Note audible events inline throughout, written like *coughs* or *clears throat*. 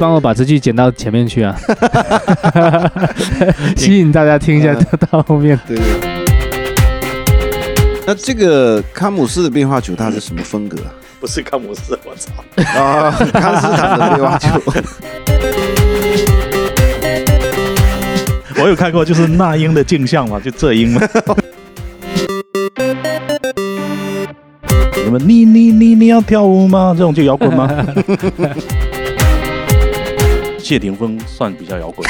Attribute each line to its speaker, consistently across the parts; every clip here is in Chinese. Speaker 1: 帮我把这句剪到前面去啊， *laughs* 吸引大家听一 *laughs* 下
Speaker 2: 嗯
Speaker 1: 到后面。
Speaker 2: 对对。那这个康姆斯的变化球它是什么风格啊？
Speaker 3: 不是看我是我操，
Speaker 2: 啊， *laughs* 康斯坦的变化球，
Speaker 3: 我有看过，就是那英的镜像嘛，就这音嘛。什么 *laughs* 你你你你要跳舞吗？这种就摇滚吗？ *laughs* 谢霆锋算比较摇 *laughs* 滚。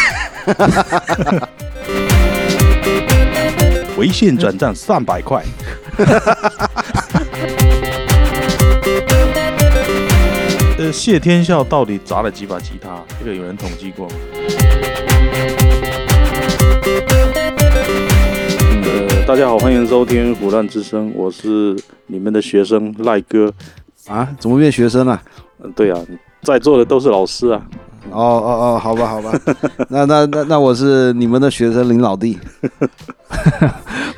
Speaker 3: 微信转账三百 *laughs* 块，呃，谢天笑到底砸了几把吉他？这个有人统计过吗？呃，大家好，欢迎收听《胡乱之声》，我是你们的学生赖哥。
Speaker 2: *laughs* 啊，怎么变学生了？
Speaker 3: 嗯，对啊，在座的都是老师啊。
Speaker 2: 哦哦哦，好吧好吧， *laughs* 那那那那我是你们的学生林老弟，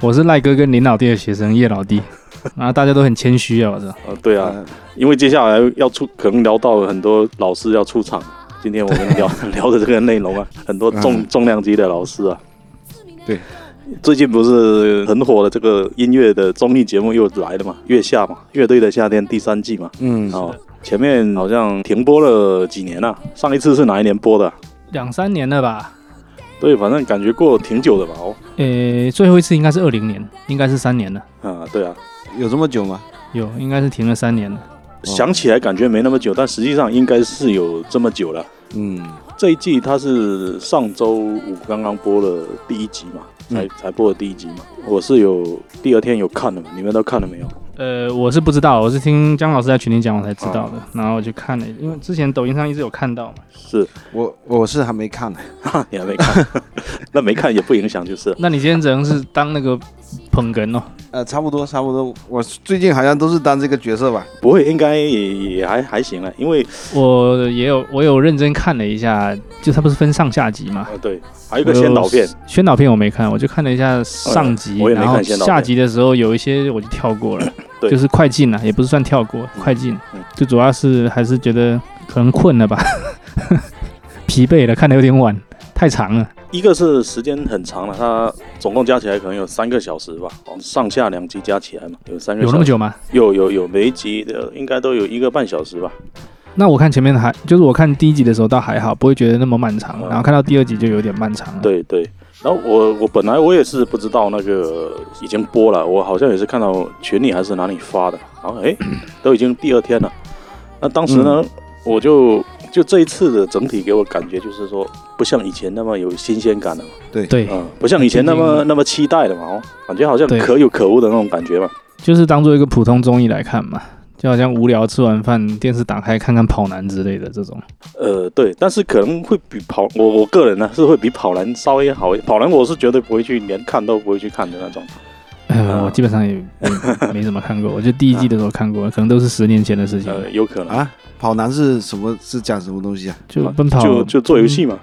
Speaker 1: 我是赖哥跟林老弟的学生叶老弟，啊，大家都很谦虚啊，我操，
Speaker 3: 呃，对
Speaker 2: 嗯
Speaker 3: 啊，因为接下来要出，可能聊到很多老师要出场。今天我们
Speaker 2: *laughs*
Speaker 3: 聊聊的这个内容啊，很多重
Speaker 2: 嗯
Speaker 3: 重量级的老师啊。
Speaker 2: 对，
Speaker 3: 最近不是很火的这个音乐的综艺节目又来了嘛，《月下》嘛，《乐队的夏天》第三季嘛。
Speaker 2: 嗯，
Speaker 3: 哦，前面好像停播了几年了、啊上一次是哪一年播的啊、
Speaker 1: 两三年了吧？
Speaker 3: 对，反正感觉过挺久的吧？哦，
Speaker 1: 呃，最后一次应该是二零年，应该是三年了，
Speaker 3: 啊，对啊，
Speaker 2: 有这么久吗？
Speaker 1: 有，应该是停了三年了。
Speaker 3: 想起来感觉没那么久，但实际上应该是有这么久了。
Speaker 2: 嗯，
Speaker 3: 这一季它是上周五刚刚播了第一集嘛，才、
Speaker 2: 嗯
Speaker 3: 才播了第一集嘛。我是有第二天有看的嘛，你们都看了没有？ *laughs*
Speaker 1: 呃，我是不知道，我是听姜老师在群里讲我才知道的，然后我就看了，因为之前抖音上一直有看到嘛。
Speaker 3: 是，
Speaker 2: 我我是还没看呢，
Speaker 3: 哈，你还没看，
Speaker 1: *laughs*
Speaker 3: 那没看也不影响，就是
Speaker 1: 那你今天只能是当那个捧哏哦，
Speaker 2: 呃，差不多差不多，我最近好像都是当这个角色吧，
Speaker 3: 不会，应该也也还还行了，因为
Speaker 1: 我也有我有认真看了一下，就它不是分上下集嘛？
Speaker 3: 呃对，还有一个先导片，
Speaker 1: 宣导片我没看，我就看了一下上集，
Speaker 3: 哦我也没
Speaker 1: 然后
Speaker 3: 看宣导片
Speaker 1: 下集的时候有一些我就跳过了，
Speaker 3: 对
Speaker 1: 就是快进了，也不是算跳过，
Speaker 3: 嗯
Speaker 1: 快进
Speaker 3: 嗯，
Speaker 1: 就主要是还是觉得可能困了吧， *laughs* 疲惫了，看的有点晚，太长了。
Speaker 3: 一个是时间很长了，它总共加起来可能有三个小时吧，哦上下两集加起来嘛，有三个小
Speaker 1: 有
Speaker 3: 时
Speaker 1: 那么？久吗？
Speaker 3: 有有有，每一集的应该都有一个半小时吧。
Speaker 1: 那我看前面还就是我看第一集的时候倒还好，不会觉得那么漫长，啊
Speaker 3: 嗯
Speaker 1: 然后看到第二集就有点漫长了。，
Speaker 3: 对对，然后我我本来我也是不知道那个已经播了，我好像也是看到群里还是哪里发的，然后
Speaker 1: *clears throat*
Speaker 3: 哎，都已经第二天了。那当时呢，
Speaker 1: 嗯
Speaker 3: 我就就这一次的整体给我感觉就是说，不像以前那么有新鲜感了嘛，
Speaker 1: 对，
Speaker 3: 嗯，不像以前那
Speaker 1: 毕
Speaker 3: 么
Speaker 1: 竟
Speaker 3: 那么期待了嘛，哦，感觉好像
Speaker 1: 对
Speaker 3: 可有可无的那种感觉嘛。
Speaker 1: 就是当做一个普通综艺来看嘛，就好像无聊吃完饭，电视打开看看跑男之类的这种。
Speaker 3: 呃，对，但是可能会比跑我我个人呢是会比跑男稍微好一，跑男我是绝对不会去连看都不会去看的那种。
Speaker 1: 呃，
Speaker 3: 啊
Speaker 1: 我基本上也没没怎么
Speaker 3: *laughs*
Speaker 1: 看过，我就第一季的时候看过，可能都是十年前的事情。
Speaker 3: 呃，有可能
Speaker 2: 啊，跑男是什么？是讲什么东西 *laughs* 啊？
Speaker 1: 就奔跑，嗯
Speaker 3: 就就做游戏嘛，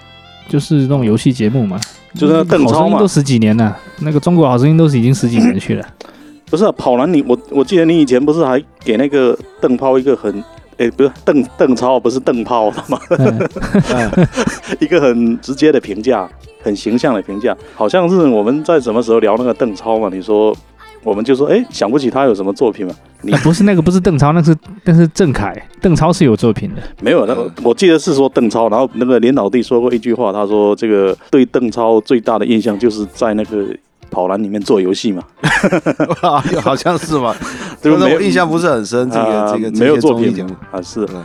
Speaker 1: 就是那种游戏节目嘛，嗯
Speaker 3: 就是那邓
Speaker 1: 好
Speaker 3: 超
Speaker 1: 声音
Speaker 3: 嘛
Speaker 1: 都。十几年了，那个中国好声音都是已经十几年去
Speaker 3: *laughs*
Speaker 1: 了。
Speaker 3: 不是、啊、跑男你，我我记得你以前不是还给那个邓超一个很，哎、不是邓邓超，不是邓超，他妈
Speaker 1: 嗯
Speaker 2: 嗯
Speaker 3: *laughs* 一个很直接的评价，很形象的评价，好像是我们在什么时候聊那个邓超嘛？你说我们就说，哎、想不起他有什么作品嘛？
Speaker 1: 啊不是那个，不是邓超，那是那是郑恺，邓超是有作品的。
Speaker 3: 没有，那个我记得是说邓超，然后那个连老弟说过一句话，他说这个对邓超最大的印象就是在那个跑男里面做游戏嘛，
Speaker 2: 哇啊好像是 *laughs* 吧？
Speaker 3: 这个
Speaker 2: 但
Speaker 3: 没
Speaker 2: 是
Speaker 3: 有
Speaker 2: 我印象不是很深，这个
Speaker 3: 啊
Speaker 2: 这个
Speaker 3: 没
Speaker 2: 这
Speaker 3: 有
Speaker 2: 些
Speaker 3: 作
Speaker 2: 综艺
Speaker 3: 品
Speaker 2: 节目
Speaker 3: 嘛，啊是。
Speaker 2: 嗯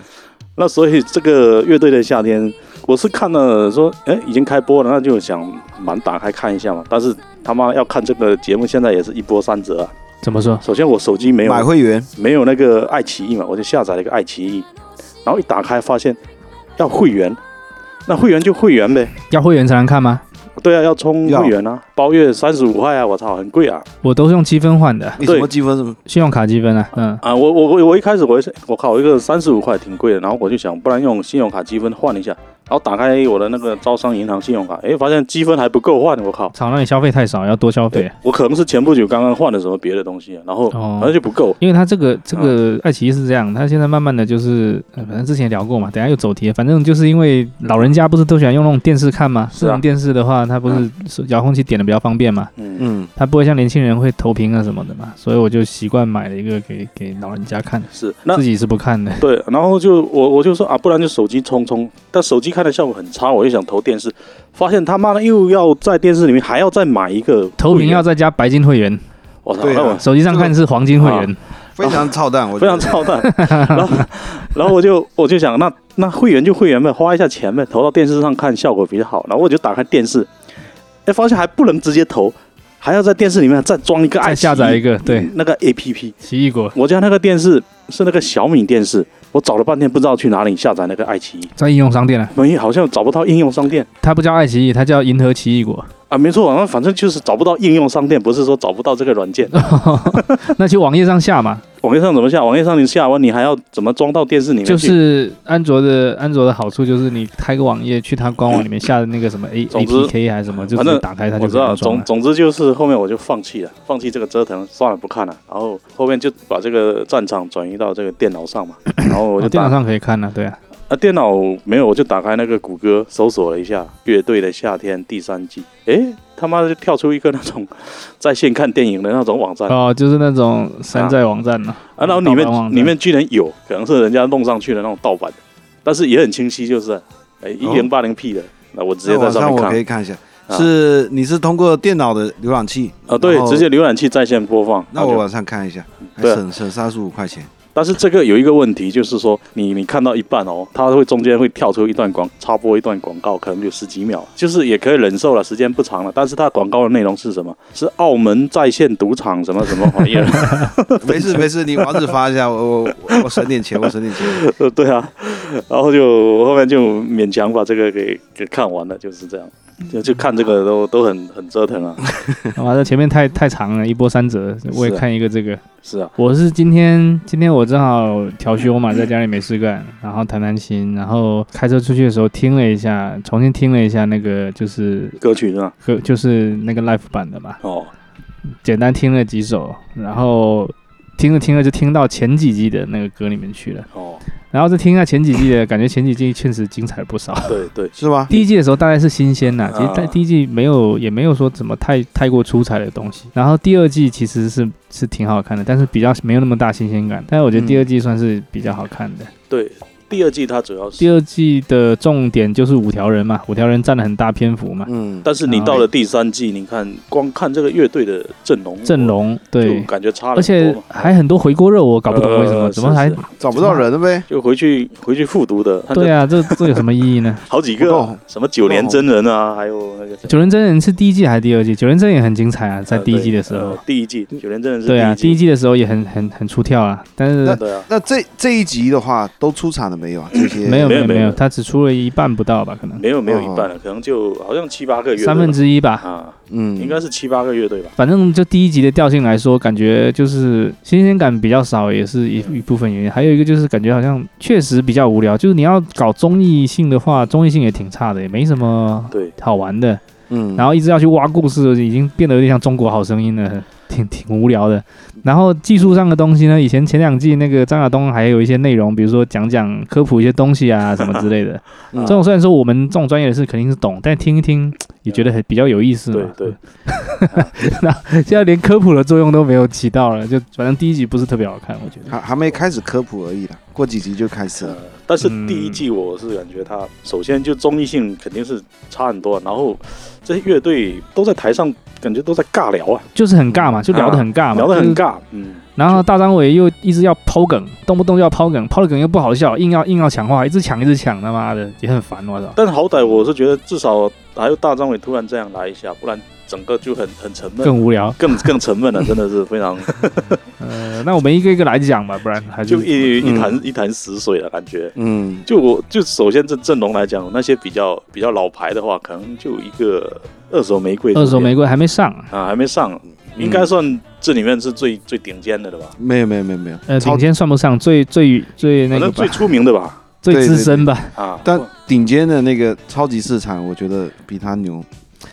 Speaker 3: 那所以这个乐队的夏天，我是看了说，哎，已经开播了，那就想蛮打开看一下嘛。但是他妈要看这个节目，现在也是一波三折啊。
Speaker 1: 怎么说？
Speaker 3: 首先我手机没有
Speaker 2: 买会员，
Speaker 3: 没有那个爱奇艺嘛，我就下载了一个爱奇艺，然后一打开发现要会员，那会员就会员呗。
Speaker 1: 要会员才能看吗？
Speaker 3: 对啊，要充
Speaker 2: 要
Speaker 3: 会员啊，包月三十五块啊，我操，很贵啊！
Speaker 1: 我都是用积分换的，
Speaker 2: 你什么积分什么？
Speaker 1: 信用卡积分啊。嗯，
Speaker 3: 啊，我我我我一开始我也是我靠，一个三十五块挺贵的，然后我就想，不然用信用卡积分换一下，然后打开我的那个招商银行信用卡，哎，发现积分还不够换，我靠！
Speaker 1: 常让你消费太少，要多消费。
Speaker 3: 我可能是前不久刚刚换了什么别的东西，啊然后
Speaker 1: 哦
Speaker 3: 反正就不够。
Speaker 1: 因为它这
Speaker 3: 嗯
Speaker 1: 个这个爱奇艺是这样，它现在慢慢的就是，呃反正之前也聊过嘛，等一下又走题了，反正就是因为老人家不是都喜欢用那种电视看吗？
Speaker 3: 是
Speaker 1: 这
Speaker 3: 啊
Speaker 1: 种电视的话，它不是是遥控器点的比较方便嘛，
Speaker 3: 嗯，
Speaker 2: 嗯，
Speaker 1: 它不会像年轻人会投屏啊什么的嘛，所以我就习惯买了一个给给老人家看，
Speaker 3: 是那
Speaker 1: 自己是不看的。
Speaker 3: 对，然后就我我就说啊，不然就手机充充，但手机看的效果很差，我又想投电视，发现他妈的又要在电视里面还要再买一个
Speaker 1: 投屏要
Speaker 3: 会员，
Speaker 1: 再加白金会员，
Speaker 3: 我操，
Speaker 2: 对啊
Speaker 3: 那我
Speaker 1: 手机上看是黄金会
Speaker 3: 哦
Speaker 1: 员，
Speaker 2: 非常操蛋，我觉
Speaker 3: *laughs* 非常
Speaker 2: 得
Speaker 1: *laughs*
Speaker 3: 操蛋。然后，然后我就我就想，那那会员就会员呗，花一下钱呗，投到电视上看效果比较好。然后我就打开电视，哎，发现还不能直接投，还要在电视里面再装一个啊爱
Speaker 1: 再
Speaker 3: 奇艺
Speaker 1: 下载一个对
Speaker 3: 那个 A P P。
Speaker 1: 奇异果，
Speaker 3: 我家那个电视是那个小米电视，我找了半天不知道去哪里下载那个爱奇艺，
Speaker 1: 在应用商店啊，
Speaker 3: 没好像找不到应用商店。
Speaker 1: 它不叫爱奇艺，它叫银河奇异果。 *laughs*
Speaker 3: 啊，没错，那反正就是找不到应用商店，不是说找不到这个软
Speaker 1: *laughs*
Speaker 3: 件。
Speaker 1: 那去网页上下嘛，
Speaker 3: 网页上怎么下？网页上你下完，你还要怎么装到电视里面去？
Speaker 1: 就是安卓的安卓的好处就是你开个网页去它官网里面下的那个什么 A
Speaker 3: 总
Speaker 1: A
Speaker 3: 之
Speaker 1: P K 还是什么，就
Speaker 3: 反
Speaker 1: 是
Speaker 3: 正
Speaker 1: 打开它就
Speaker 3: 我知道，
Speaker 1: 安装
Speaker 3: 总
Speaker 1: 了。
Speaker 3: 总之就是后面我就放弃了，放弃这个折腾，算了不看了。然后后面就把这个战场转移到这个电脑
Speaker 1: *coughs*
Speaker 3: 上嘛，然后我就
Speaker 1: 哦电
Speaker 3: 打
Speaker 1: 脑上可以看呢、对啊，
Speaker 3: 啊电脑没有，我就打开那个谷歌搜索了一下《乐队的夏天》第三季，诶，他妈的就跳出一个那种在线看电影的那种网站啊，啊
Speaker 1: 哦，就是那种山寨网站
Speaker 3: *laughs*
Speaker 1: 呢、
Speaker 3: 然后里
Speaker 1: 盗版网
Speaker 3: 面
Speaker 1: 站
Speaker 3: 里面居然有，可能是人家弄上去的那种盗版的，但是也很清晰，就是哎一零八零 P 的，那我直接
Speaker 2: 那
Speaker 3: 在
Speaker 2: 晚上
Speaker 3: 上面
Speaker 2: 我可
Speaker 3: 看
Speaker 2: 以看一下，
Speaker 3: 啊
Speaker 2: 是你是通过电脑的浏览器
Speaker 3: 啊，对
Speaker 2: 然，后
Speaker 3: 直接浏览器在线播放，
Speaker 2: 那
Speaker 3: 然后
Speaker 2: 我
Speaker 3: 就
Speaker 2: 晚上看一下，还
Speaker 3: 对啊
Speaker 2: 省省三十五块钱。
Speaker 3: 但是这个有一个问题，就是说你你看到一半哦，它会中间会跳出一段广插播一段广告，可能有十几秒，就是也可以忍受了，时间不长了。但是它广告的内容是什么？是澳门在线赌场什么什么 *laughs* 玩意儿？
Speaker 2: 没事没事，你网址发一下，我我我我省点钱，我省点钱。
Speaker 3: 呃对啊，然后就我后面就勉强把这个给给看完了，就是这样。就就看这个都都很很折腾啊，
Speaker 1: 啊，完了前面太太长了，一波三折，我也
Speaker 3: 是啊
Speaker 1: 看一个这个。
Speaker 3: 是啊，
Speaker 1: 我是今天今天我正好调休嘛，在家里没事干，然后弹弹琴，然后开车出去的时候听了一下，重新听了一下那个就是
Speaker 3: 歌曲是吧？
Speaker 1: 歌就是那个 live 版的嘛，
Speaker 3: 哦，
Speaker 1: 简单听了几首，然后听着听着就听到前几季的那个歌里面去了，
Speaker 3: 哦，
Speaker 1: 然后再听一下前几季的，感觉前几季确实精彩不
Speaker 3: *laughs*
Speaker 1: 少。
Speaker 3: 对对，
Speaker 2: 是吧？
Speaker 1: 第一季的时候大概是新鲜呐，
Speaker 3: 啊
Speaker 1: 其实在第一季没有也没有说怎么太太过出彩的东西，然后第二季其实是是挺好看的，但是比较没有那么大新鲜感，但是我
Speaker 3: 嗯
Speaker 1: 觉得第二季算是比较好看的。
Speaker 3: 对，第二季它主要
Speaker 1: 第
Speaker 3: 是，
Speaker 1: 二季的重点就是五条人嘛，五条人占了很大篇幅嘛，
Speaker 2: 嗯，
Speaker 3: 但是你到了第三季，你看光看这个乐队的阵容，
Speaker 1: 阵容
Speaker 3: 就
Speaker 1: 对。
Speaker 3: 感觉差了
Speaker 1: 而
Speaker 3: 很
Speaker 1: 且
Speaker 3: 多嘛，
Speaker 1: 还很多回锅肉，我搞不懂为什么，
Speaker 3: 呃
Speaker 1: 怎么还
Speaker 3: 是是
Speaker 2: 找不到人了呗。
Speaker 3: 就回去回去复读的，他
Speaker 1: 对
Speaker 3: 这
Speaker 1: 啊，这这有什么意义呢？
Speaker 3: 好几个
Speaker 2: 不够
Speaker 3: 啊什么九连真人啊，还有那个谁
Speaker 1: 九人真人是第一季还是第二季？九人真人也很精彩啊，在第一季的时，
Speaker 3: 呃
Speaker 1: 候
Speaker 3: 对，呃第一
Speaker 2: 嗯
Speaker 3: 季九连真人是
Speaker 1: 对啊，第
Speaker 3: 第
Speaker 1: 一
Speaker 3: 一季，
Speaker 1: 季的时候也很很很出跳啊，但是
Speaker 3: 对啊，
Speaker 2: 那这这一集的话，都出场了没有啊？这些
Speaker 1: 没有
Speaker 3: 没有
Speaker 1: 有
Speaker 3: 没有
Speaker 1: 有，他只出了一半不到吧，可能
Speaker 3: 没有没有
Speaker 2: 哦
Speaker 3: 一半了，可能就好像七八个月
Speaker 1: 三分之一吧。
Speaker 3: 啊，
Speaker 2: 嗯，
Speaker 3: 应该是七八个乐队吧。
Speaker 1: 反正就第一集的调性来说，感觉就是新鲜感比较少，也是一一部分原因。还有一个就是感觉好像确实比较无聊，就是你要搞综艺性的话，综艺性也挺差的，也没什么
Speaker 3: 对，
Speaker 1: 好玩的。
Speaker 2: 嗯，
Speaker 1: 然后一直要去挖故事，已经变得有点像中国好声音了， *laughs* 挺挺无聊的。然后技术上的东西呢，以前前两季那个张亚东还有一些内容，比如说讲讲科普一些东西啊什么之
Speaker 3: *laughs*
Speaker 1: 类的。
Speaker 2: 嗯
Speaker 1: 这种虽然说我们这种专业的事肯定是懂，但听一
Speaker 3: *laughs*
Speaker 1: 听也觉得很比较有意思
Speaker 3: 对
Speaker 1: 嘛。
Speaker 3: 对，
Speaker 1: *laughs* 现在连科普的作用都没有起到了，就反正第一集不是特别好看，我觉得。
Speaker 2: 还还没开始科普而已啦，过几集就开始
Speaker 3: 呃
Speaker 2: 了。，
Speaker 3: 但是
Speaker 1: 嗯
Speaker 3: 第一季我是感觉它首先就综艺性肯定是差很多，然后这些乐队都在台上感觉都在尬聊啊，
Speaker 1: 就是很尬嘛，就聊得很尬嘛，
Speaker 3: 聊得
Speaker 1: 就是
Speaker 3: 很尬，嗯，
Speaker 1: 然后大张伟又一直要抛梗，动不动就要抛梗，抛了梗又不好笑，硬要硬要抢话，一直抢一直抢，他妈的也很烦，我操。
Speaker 3: 但是好歹我是觉得至少还有大张伟突然这样来一下，不然整个就很很沉闷，
Speaker 1: 更嗯无聊。
Speaker 3: 更更沉闷了，真的是非常
Speaker 1: 呃，那我们一个一个来讲吧，不然还是
Speaker 3: 就一
Speaker 2: 嗯
Speaker 3: 一潭一潭死水的感觉。
Speaker 2: 嗯，
Speaker 3: 就我就首先这阵容来讲，那些比较比较老牌的话，可能就一个二手玫瑰，
Speaker 1: 二手玫瑰嗯还没上，
Speaker 3: 啊还没上，应该算这里面是最最顶尖的了吧？
Speaker 2: 没有没有没有没有，
Speaker 1: 呃，
Speaker 2: 超
Speaker 1: 顶尖算不上，最最最那
Speaker 3: 反
Speaker 1: 个
Speaker 3: 正
Speaker 1: 吧
Speaker 3: 最，出名的吧，
Speaker 1: 最
Speaker 2: 对对
Speaker 1: 资深吧。
Speaker 3: 啊，
Speaker 2: 但
Speaker 3: 不
Speaker 2: 顶尖的那个超级市场，我觉得比他牛。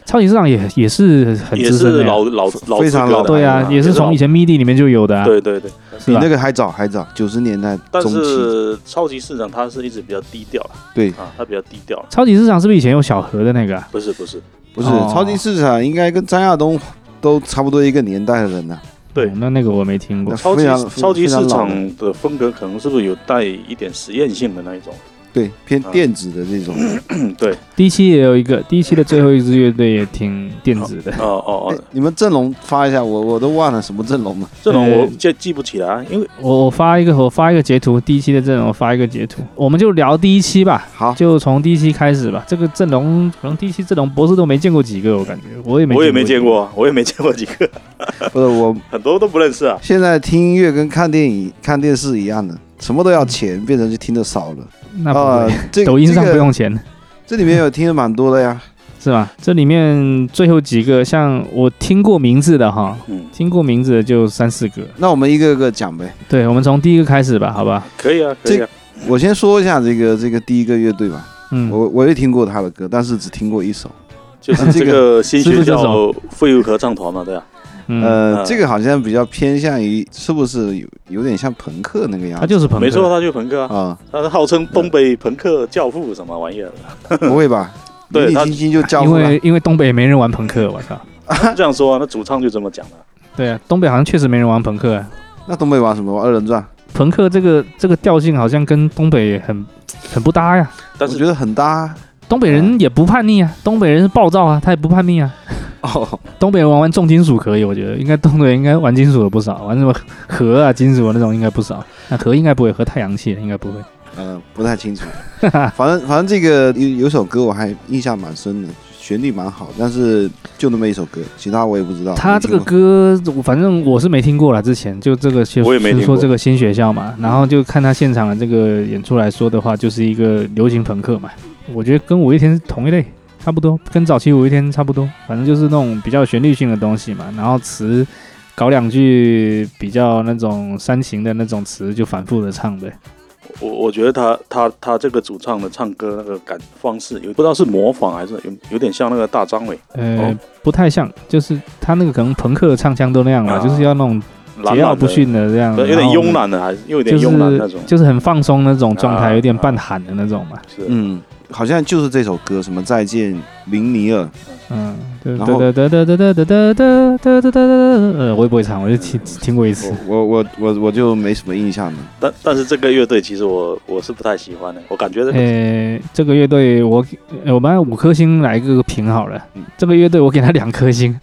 Speaker 1: 超级市场也也是很
Speaker 3: 也
Speaker 1: 资深
Speaker 3: 是
Speaker 1: 的呀，
Speaker 3: 老老老
Speaker 2: 非常
Speaker 3: 资格
Speaker 2: 老
Speaker 3: 的
Speaker 1: 对
Speaker 2: 啊
Speaker 1: 啊，也是从以
Speaker 3: 前
Speaker 1: 前 MIDI 里面就有的、啊，
Speaker 3: 对对对，
Speaker 1: 是
Speaker 2: 比
Speaker 1: 吧哦
Speaker 2: 那？个还早，还早，九十年代
Speaker 3: 但
Speaker 2: 中期。
Speaker 3: 是超级市场它是一直比较低调啊
Speaker 2: 对，
Speaker 3: 啊，它比较低调，
Speaker 1: 超级市场是不是以前有小盒的那个啊、
Speaker 3: 不是不是，
Speaker 2: 不是
Speaker 1: 哦
Speaker 2: 超级市场，应该跟张亚东都差不多一个年代的人啊了。
Speaker 3: 对
Speaker 1: 哦那那个我没听过
Speaker 2: 那。
Speaker 3: 超级
Speaker 2: 非常
Speaker 3: 超级
Speaker 2: 非常
Speaker 3: 市
Speaker 2: 老
Speaker 3: 场
Speaker 2: 了
Speaker 3: 的风格可能是不是有带一点实验性的
Speaker 2: *laughs*
Speaker 3: 那一种？
Speaker 2: 对，偏
Speaker 3: 啊
Speaker 2: 电子的这种。
Speaker 3: 嗯，对，
Speaker 1: 第一期也有一个，第一期的最后一支乐队也挺电子的，
Speaker 3: 哦哦
Speaker 2: 哎
Speaker 3: 哦，
Speaker 2: 你们阵容发一下，我我都忘了什么阵容了。
Speaker 3: 这种
Speaker 1: 呃
Speaker 3: 我记记不起来，因为
Speaker 1: 我我发一个我发一个截图，第一期的阵容我发一个截图，我们就聊第一期吧，
Speaker 2: 好，
Speaker 1: 就从第一期开始吧。这个阵容可能第一期阵容博士都没见过几个，我感觉我也没
Speaker 3: 我也没见，过，我也没见过几个， *laughs*
Speaker 2: 不是我
Speaker 3: 很多都不认识啊。
Speaker 2: 现在听音乐跟看电影、看电视一样的，什么都要钱，变成就听得少了。
Speaker 1: 那不
Speaker 2: 啊
Speaker 1: 会，
Speaker 2: 这
Speaker 1: 抖音上不
Speaker 2: 这个
Speaker 1: 用钱。
Speaker 2: 这里面有听的蛮多的呀。
Speaker 1: 是吧？这里面最后几个，像我听过名字的哈，
Speaker 3: 嗯，
Speaker 1: 听过名字的就三四个。
Speaker 2: 那我们一个个讲呗。
Speaker 1: 对，我们从第一个开始吧，好吧？
Speaker 3: 可以啊，可以啊。
Speaker 2: 我先说一下这个这个第一个乐队吧。
Speaker 1: 嗯，
Speaker 2: 我我也听过他的歌，但是只听过一首。
Speaker 3: 就是这个新
Speaker 1: 是不
Speaker 3: 学
Speaker 1: 是这
Speaker 3: 校废物合唱团嘛，对啊，
Speaker 1: 嗯，
Speaker 2: 呃，
Speaker 3: 嗯
Speaker 2: 这个好像比较偏向于，是不是有有点像朋克那个样
Speaker 1: 他
Speaker 2: 子？
Speaker 1: 就是朋克，
Speaker 3: 没错，，他就朋克啊，
Speaker 2: 啊，
Speaker 3: 他是号称东北朋克教父什么玩意儿的，
Speaker 2: 不会吧？
Speaker 3: 对
Speaker 2: 林
Speaker 3: 他
Speaker 2: 林星星就教
Speaker 1: 因
Speaker 2: 过了
Speaker 1: 为因为东北也没人玩朋克，我操。
Speaker 3: 他这样说啊，那主唱就这么讲的。
Speaker 1: 对啊，东北好像确实没人玩朋克、啊。
Speaker 2: 那东北玩什么？玩二人转，
Speaker 1: 朋克这个这个调性好像跟东北很很不搭呀。
Speaker 2: 我
Speaker 3: 但是
Speaker 2: 觉得很搭啊
Speaker 1: 东北人也不叛逆啊，东北人是暴躁啊，他也不叛逆啊。
Speaker 2: 哦。
Speaker 1: 东北人玩玩重金属可以，我觉得应该东北人应该玩金属的不少，玩什么核啊、金属啊那种应该不少。那核应该不会，核太洋气了，应该不
Speaker 3: 哦
Speaker 1: 会。
Speaker 2: 呃，不太清楚。反正反正这个有有首歌我还印象蛮深的，旋律蛮好，但是就那么一首歌，其他我也不知道。
Speaker 1: 他
Speaker 2: 没
Speaker 1: 这
Speaker 2: 听
Speaker 1: 个歌，
Speaker 2: 过
Speaker 1: 我反正我是没听过了。之前就这个学，
Speaker 3: 啊我也没听
Speaker 1: 就
Speaker 3: 过
Speaker 1: 是说这个新学校嘛，然后就看他现场的这个演出来说的话，就是一个流行朋克嘛。我觉得跟五月天同一类，差不多，跟早期五月天差不多。反正就是那种比较有旋律性的东西嘛，然后词搞两句比较那种煽情的那种词，就反复的唱呗。
Speaker 3: 我我觉得他他他这个主唱的唱歌那个感方式，有不知道是模仿还是有有点像那个大张伟
Speaker 1: 呃，
Speaker 3: 哦
Speaker 1: 不太像，就是他那个可能朋克唱腔都那样了，
Speaker 3: 啊
Speaker 1: 就是要那种
Speaker 3: 懒
Speaker 1: 桀骜
Speaker 3: 懒
Speaker 1: 不
Speaker 3: 的，
Speaker 1: 驯的这样，
Speaker 3: 对有点
Speaker 1: 嗯然后
Speaker 3: 慵懒的，还是又有点
Speaker 1: 就是
Speaker 3: 慵懒那种。
Speaker 1: 就是很放松那种状态，
Speaker 3: 啊
Speaker 1: 有点半喊的那种嘛。
Speaker 3: 是，
Speaker 2: 嗯，好像就是这首歌，什么再见林尼尔，
Speaker 3: 啊
Speaker 1: 嗯，对
Speaker 2: 然
Speaker 1: 哒
Speaker 2: 后
Speaker 1: 哒哒哒哒哒哒哒哒哒哒哒呃，我也不会唱，我就听
Speaker 3: 嗯
Speaker 1: 听过一
Speaker 3: 哦
Speaker 1: 次。
Speaker 2: 我我我我就没什么印象了。
Speaker 3: 但但是这个乐队其实我我是不太喜欢的，我感觉这个
Speaker 1: 呃，这个乐队我呃我们按五颗星来个评好了
Speaker 2: 嗯。
Speaker 1: 这个乐队我给他两颗星，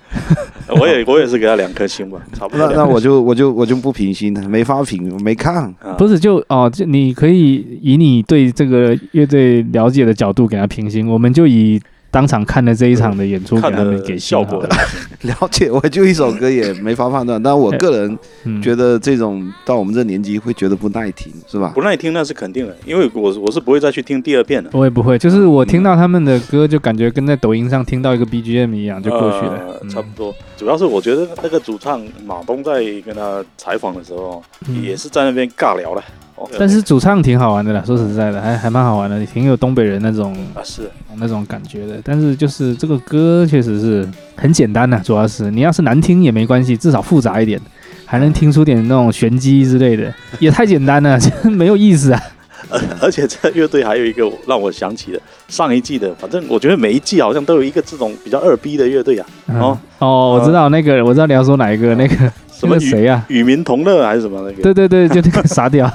Speaker 3: 我也 *laughs* 我也是给他两颗星吧，差不
Speaker 2: 那
Speaker 3: 多
Speaker 2: 那
Speaker 3: 两颗。
Speaker 2: 我就我就我就不平心了，没法评，我没看。
Speaker 3: 啊
Speaker 1: 不是就哦，就你可以以你对这个乐队了解的角度给他评星，我们就以当场看的这一场的演出给
Speaker 3: 嗯看
Speaker 1: 他们
Speaker 3: 的
Speaker 1: 给星
Speaker 3: 效
Speaker 1: 好
Speaker 3: 果
Speaker 1: 了，
Speaker 3: 来
Speaker 2: *laughs* 了解，我就一首歌也没法判断。
Speaker 1: *laughs*
Speaker 2: 但我个人
Speaker 1: 嗯，
Speaker 2: 觉得这种到我们这年纪会觉得不耐听，是吧？
Speaker 3: 不耐听那是肯定的，因为我我是不会再去听第二遍的。
Speaker 1: 我也不会，就是我听
Speaker 3: 嗯
Speaker 1: 到他们的歌，就感觉跟在抖音上听到一个 BGM 一样，就过去了
Speaker 3: 呃。
Speaker 1: 嗯
Speaker 3: 差不多。主要是我觉得那个主唱马东在跟他采访的时候，
Speaker 1: 嗯
Speaker 3: 也是在那边尬聊了。哦
Speaker 1: 但是主唱挺好玩的啦，说实在的，还还蛮好玩的，挺有东北人那种
Speaker 3: 啊，是 *laughs*
Speaker 1: 那种感觉的。但是就是这个歌确实是很简单呐、主要是你要是难听也没关系，至少复杂一点，还能听出点那种玄机之类
Speaker 3: *laughs*
Speaker 1: 的，也太简单了， *laughs* 这没有意思啊。
Speaker 3: 而且这乐队还有一个让我想起了上一季的，反正我觉得每一季好像都有一个这种比较二逼的乐队啊，
Speaker 1: 嗯
Speaker 3: 哦
Speaker 1: 哦，我知道那个，我知道你要说哪一个，那个
Speaker 3: 什
Speaker 1: 那
Speaker 3: 么
Speaker 1: 个
Speaker 3: 与
Speaker 1: 谁啊？
Speaker 3: 与民同乐还是什么那个，
Speaker 1: 对对对，就那
Speaker 3: *laughs*
Speaker 1: 个傻屌，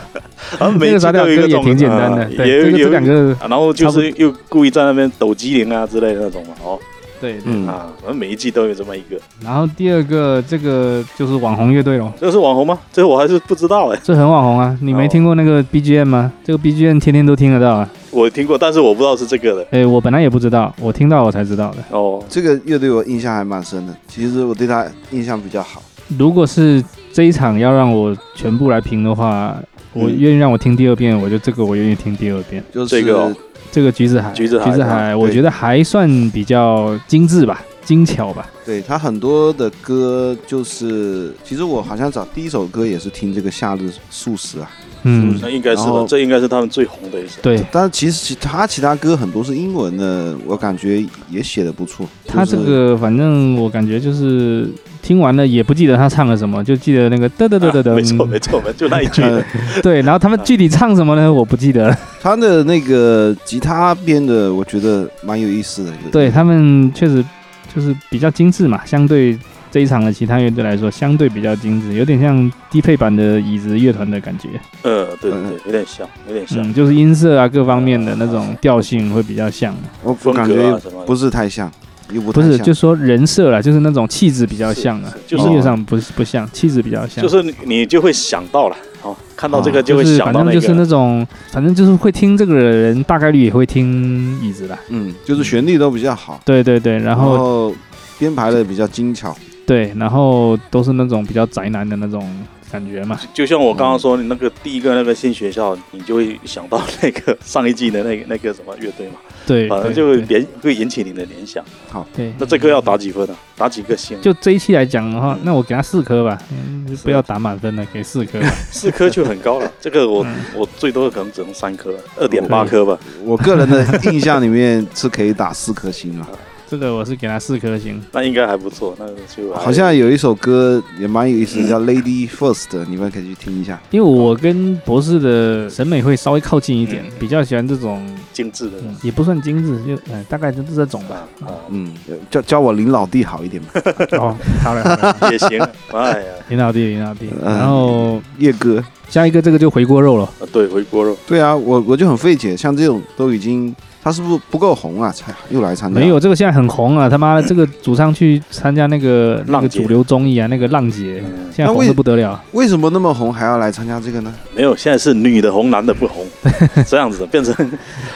Speaker 3: 然后每
Speaker 1: *laughs* 那
Speaker 3: 一
Speaker 1: 个
Speaker 3: 季
Speaker 1: 傻屌
Speaker 3: 都有
Speaker 1: 歌也
Speaker 3: 一个这种
Speaker 1: 挺简单
Speaker 3: 啊
Speaker 1: 的。
Speaker 3: 也
Speaker 1: 对，这
Speaker 3: 有
Speaker 1: 个
Speaker 3: 有
Speaker 1: 这两个，
Speaker 3: 啊然后就是又故意在那边抖机灵啊之类的那种嘛，哦
Speaker 1: 对对。
Speaker 2: 嗯，
Speaker 3: 啊，反正每一季都有这么一个。
Speaker 1: 然后第二个，这个就是网红乐队咯，
Speaker 3: 这个是网红吗？这个我还是不知道哎， *laughs*
Speaker 1: 这很网红啊！你没
Speaker 3: 哦
Speaker 1: 听过那个 BGM 吗？这个 BGM 天天都听得到啊！
Speaker 3: 我听过，但是我不知道是这个的
Speaker 1: 哎，我本来也不知道，我听到我才知道的。
Speaker 3: 哦。
Speaker 2: 这个乐队我印象还蛮深的，其实我对他印象比较好。
Speaker 1: 如果是这一场要让我全部来评的话，我
Speaker 3: 嗯
Speaker 1: 愿意让我听第二遍，我就这个我愿意听第二遍。
Speaker 2: 就是
Speaker 3: 这个哦
Speaker 1: 这个橘子海，
Speaker 3: 橘子海啊
Speaker 1: 橘子
Speaker 2: 对
Speaker 1: 海，我觉得还算比较精致吧，精巧吧。
Speaker 2: 对他很多的歌，就是其实我好像找第一首歌也是听这个《夏日素食》啊，
Speaker 1: 嗯，
Speaker 3: 那应该是
Speaker 2: 然
Speaker 3: 的，
Speaker 2: 后
Speaker 3: 这应该是他们最红的一首。
Speaker 1: 对
Speaker 2: 但其实其他其他歌很多是英文的，我感觉也写的不错。
Speaker 1: 他这
Speaker 2: 就是
Speaker 1: 个，反正我感觉就是听完了也不记得他唱了什么，就记得那个嘚嘚嘚嘚
Speaker 3: 啊
Speaker 1: 嘚，
Speaker 3: 没错没错没错，就那一
Speaker 1: *laughs*
Speaker 3: 句。
Speaker 2: 呃
Speaker 1: 嗯对，然后他们具体唱什么呢？我不记得了。
Speaker 2: 他的那个吉他编的，我觉得蛮有意思的。
Speaker 1: 对他们确实就是比较精致嘛，相对这一场的其他乐队来说，相对比较精致，有点像低配版的椅子乐团的感觉。
Speaker 3: 嗯，对对
Speaker 2: 嗯
Speaker 3: 对，有点像，有点像
Speaker 1: 嗯，就是音色啊各方面的那种调性会比较像，
Speaker 2: 我我
Speaker 3: 风
Speaker 2: 感
Speaker 3: 格
Speaker 2: 觉
Speaker 3: 啊什么的。
Speaker 2: 不是太像，又不
Speaker 1: 不
Speaker 2: 太
Speaker 1: 是
Speaker 2: 像
Speaker 1: 就说人设啦，就是那种气质比较像啊
Speaker 3: 是，是就是
Speaker 1: 音乐上不是不像，气质比较像。
Speaker 3: 就是你你就会想到了，哦，看到这
Speaker 1: 啊
Speaker 3: 个就会
Speaker 1: 是
Speaker 3: 想到那
Speaker 1: 反正就是
Speaker 3: 个。
Speaker 1: 那种，反正就是会听这个的人，大概率也会听椅子啦。
Speaker 2: 嗯，就是旋律都比较好，
Speaker 1: 对对对，然
Speaker 2: 然
Speaker 3: 哦
Speaker 1: 后
Speaker 2: 后编排的比较精巧。
Speaker 1: 对，然后都是那种比较宅男的那种感觉嘛。
Speaker 3: 就像我刚
Speaker 1: 嗯
Speaker 3: 刚说，你那个第一个那个新学校，你就会想到那个上一季的那个那个什么乐队嘛，
Speaker 1: 对，
Speaker 3: 反
Speaker 1: 对
Speaker 3: 正就会
Speaker 1: 对嗯
Speaker 3: 联会引起你的联想。
Speaker 1: 对。
Speaker 3: 那这个要打几分呢？啊打几个星？
Speaker 1: 就这一期来讲的话，那我给他四颗吧，嗯，不要打满分了，给四颗 *laughs* 吧。
Speaker 3: 四颗就很高
Speaker 1: *laughs*
Speaker 3: 了，这个我
Speaker 1: 嗯
Speaker 3: 我最多可能只能三颗，二点八颗吧。
Speaker 2: 我个人的
Speaker 1: *laughs*
Speaker 2: 印象里面是可以打四颗星了。
Speaker 1: 这个我是给他四颗星。
Speaker 3: 那应该还不错，那就还
Speaker 2: 好像有一首歌也蛮有意思，
Speaker 1: 嗯
Speaker 2: 叫《Lady First》，你们可以去听一下。
Speaker 1: 因为我跟博士的审美会稍微靠近一点，
Speaker 3: 嗯
Speaker 1: 比较喜欢这种，
Speaker 3: 精致的
Speaker 1: 嗯、也不算精致，就嗯、呃大概就是这种吧。
Speaker 3: 啊啊，
Speaker 2: 嗯，叫叫我林老弟好一点嘛。
Speaker 1: *laughs* 哦，好 *laughs* 了好了，
Speaker 3: 也行。哎呀，
Speaker 1: 领导弟领导弟。
Speaker 2: 嗯
Speaker 1: 然后
Speaker 2: 叶哥，
Speaker 1: 下一个这个就回锅肉了，
Speaker 3: 啊对，回锅肉。
Speaker 2: 对啊，我我就很费解，像这种都已经他是不是不够红啊，才又来参加？
Speaker 1: 没有这个现在很红啊，他妈的这个主唱去参加那个那
Speaker 3: 浪
Speaker 1: 个
Speaker 3: 姐
Speaker 1: 主流综艺啊，那个浪姐，
Speaker 3: 嗯，
Speaker 1: 现在红的不得了。
Speaker 2: 为什么那么红还要来参加这个呢？
Speaker 3: 没有，现在是女的红，男的不
Speaker 1: *laughs*
Speaker 3: 红，这样子的变成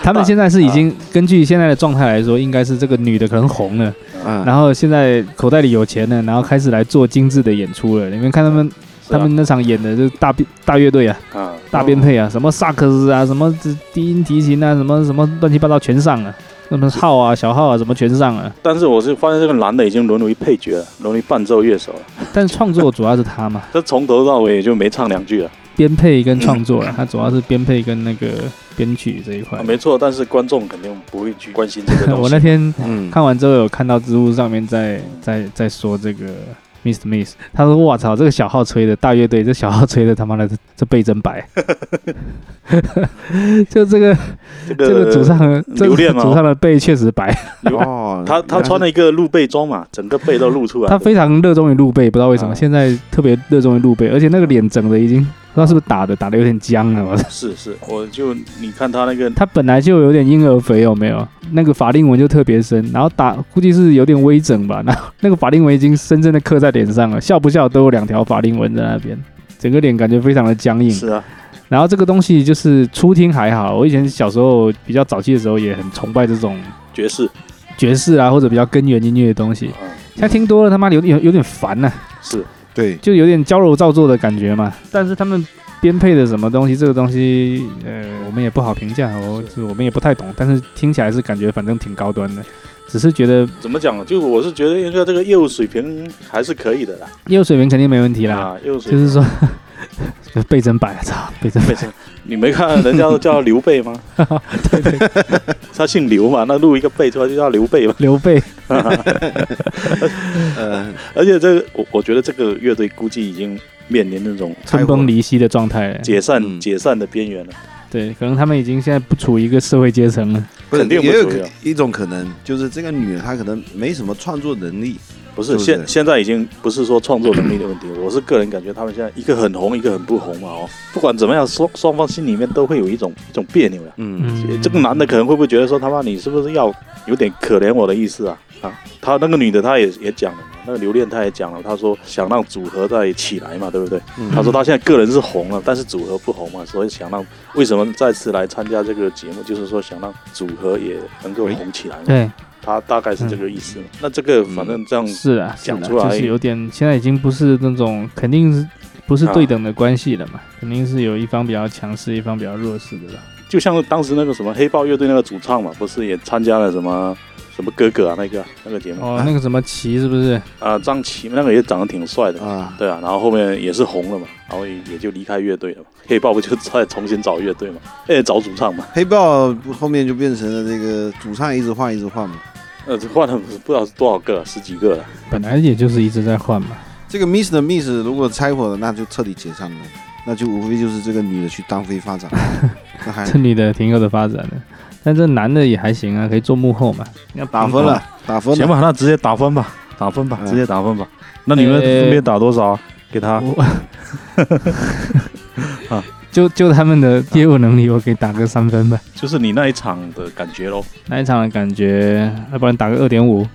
Speaker 1: 他们现在是已经根据现在的状态来说，应该是这个女的可能红了。
Speaker 3: 啊
Speaker 2: 嗯，
Speaker 1: 然后现在口袋里有钱了，然后开始来做精致的演出了。你们看他们，
Speaker 3: 是
Speaker 1: 他
Speaker 3: 啊
Speaker 1: 们那场演的就是大编大乐队啊，
Speaker 3: 啊，
Speaker 1: 大编配啊，什么萨克斯啊，什么低音提琴啊，什么什么乱七八糟全上了，什么号啊、小号啊，什么全上了。
Speaker 3: 但是我是发现这个男的已经沦为配角了，沦为伴奏乐手了。
Speaker 1: 但创作主要是他嘛，
Speaker 3: 他从头到尾也就没唱两句了。
Speaker 1: 编配跟创作
Speaker 3: *laughs*
Speaker 1: 啊，他主要是编配跟那个编曲这一块
Speaker 3: 啊、。没错，但是观众肯定不会去关心这个东西。
Speaker 1: 哎 *laughs* 我那天
Speaker 2: 嗯
Speaker 1: 看完之后有看到知乎上面在在在说这个 Mr. Miss，他说：“我操，这个小号吹的大乐队，这小号吹的他妈的这这倍真白， *laughs* 就这个
Speaker 3: 这个
Speaker 1: 这个主唱的这
Speaker 3: 留
Speaker 1: 个
Speaker 3: 恋吗
Speaker 1: 主唱的背确实白，
Speaker 2: 哦，
Speaker 3: 他他穿了一个露背装嘛，整个背都露出来。
Speaker 1: 他非常热衷于露背，不知道为什么
Speaker 3: 啊
Speaker 1: 现在特别热衷于露背，而且那个脸整的已经不知道是不是打的打的有点僵了，我操
Speaker 3: *laughs* 是是，我就你看他那个
Speaker 1: 他本来就有点婴儿肥，有没有？那个法令纹就特别深，然后打估计是有点微整吧，然后那个法令纹已经深深的刻在脸上了，笑不笑都有两条法令纹在那边，整个脸感觉非常的僵硬。
Speaker 3: 是啊，
Speaker 1: 然后这个东西就是初听还好，我以前小时候比较早期的时候也很崇拜这种
Speaker 3: 爵士，
Speaker 1: 爵士啊或者比较根源音乐的东西，
Speaker 3: 嗯，
Speaker 1: 现在听多了他妈有有有点烦啊呐、
Speaker 3: 是
Speaker 2: 对，
Speaker 1: 就有点矫揉造作的感觉嘛。但是他们编配的什么东西，这个东西，呃，我们也不好评价，我我们也不太懂，但是听起来是感觉反正挺高端的，只是觉得
Speaker 3: 怎么讲？就我是觉得应该这个业务水平还是可以的啦，
Speaker 1: 业务水平肯定没问题啦，
Speaker 3: 啊，业务水
Speaker 1: 就
Speaker 3: 平。
Speaker 1: 是说。 *laughs* 倍增百，操，倍增
Speaker 3: 背
Speaker 1: 百，
Speaker 3: 成你没看人家都叫刘备吗？
Speaker 1: 对对，
Speaker 3: 他姓刘嘛，那录一个备出来就叫刘备嘛。
Speaker 1: *laughs* 刘备，
Speaker 2: 呃，
Speaker 3: 而且这个，我我觉得这个乐队估计已经面临那种
Speaker 1: 分崩离析的状态了，
Speaker 3: 解散、
Speaker 2: 嗯
Speaker 3: 解散的边缘了。
Speaker 1: 对，可能他们已经现在不处于一个社会阶层了，
Speaker 2: 不是
Speaker 3: 肯定不
Speaker 2: 也有
Speaker 3: 主
Speaker 2: 可
Speaker 3: 要
Speaker 2: 一种可能，就是这个女的她可能没什么创作能力，
Speaker 3: 不是，
Speaker 2: 是不是
Speaker 3: 现现在已经不是说创作能力的问题，我是个人感觉他们现在一个很红，一个很不红嘛哦。不管怎么样，双双方心里面都会有一种一种别扭呀。
Speaker 2: 嗯，
Speaker 1: 嗯，
Speaker 3: 这个男的可能会不会觉得说他妈你是不是要有点可怜我的意思啊？啊，他那个女的她也也讲了嘛，那个刘恋她也讲了，她说想让组合再起来嘛，对不对？
Speaker 2: 嗯
Speaker 3: 她说她现在个人是红了，但是组合不红嘛，所以想让为什么再次来参加这个节目，就是说想让组合也能够红起来嘛。
Speaker 1: 对，
Speaker 3: 她大概是这个意思嘛。那这个反正这样
Speaker 1: 是啊，
Speaker 3: 讲
Speaker 1: 是啊
Speaker 3: 出来
Speaker 1: 就是有点，现在已经不是那种肯定是不是对等的关系了嘛，肯定是有一方比较强势，一方比较弱势的了。
Speaker 3: 就像当时那个什么黑豹乐队那个主唱嘛，不是也参加了什么
Speaker 4: 什么哥哥啊，那个那个节目
Speaker 1: 哦，那个什么旗是不是？
Speaker 4: 啊，张琪那个也长得挺帅的，
Speaker 2: 啊，
Speaker 4: 对啊，然后后面也是红了嘛，然后也也就离开乐队了嘛，黑豹不就再重新找乐队嘛，哎，找主唱嘛，
Speaker 2: 黑豹后面就变成了这个主唱一直换一直换嘛。
Speaker 4: 呃，这换了不不知道是多少个，十几个了，
Speaker 1: 本来也就是一直在换嘛。
Speaker 2: 这个 Miss 的 Miss 如果拆伙了，那就彻底解散了，那就无非就是这个女的去单飞
Speaker 3: *laughs*
Speaker 2: 发展，那还
Speaker 1: 这女的挺有的发展的，但这男的也还行啊，可以做幕后嘛。要
Speaker 2: 打分了，打分
Speaker 3: 嗯行
Speaker 2: 了。
Speaker 3: 吧，那直接打分吧，打分吧，
Speaker 4: 哎
Speaker 2: 嗯
Speaker 3: 直接打分吧。那你们分别打多少？啊给他
Speaker 4: 哎
Speaker 1: *laughs* 我啊就就他们的业务能力，我给打个三分吧。
Speaker 4: 就是你那一场的感觉咯， *laughs*
Speaker 1: 那一场的感觉，要不然打个二点五。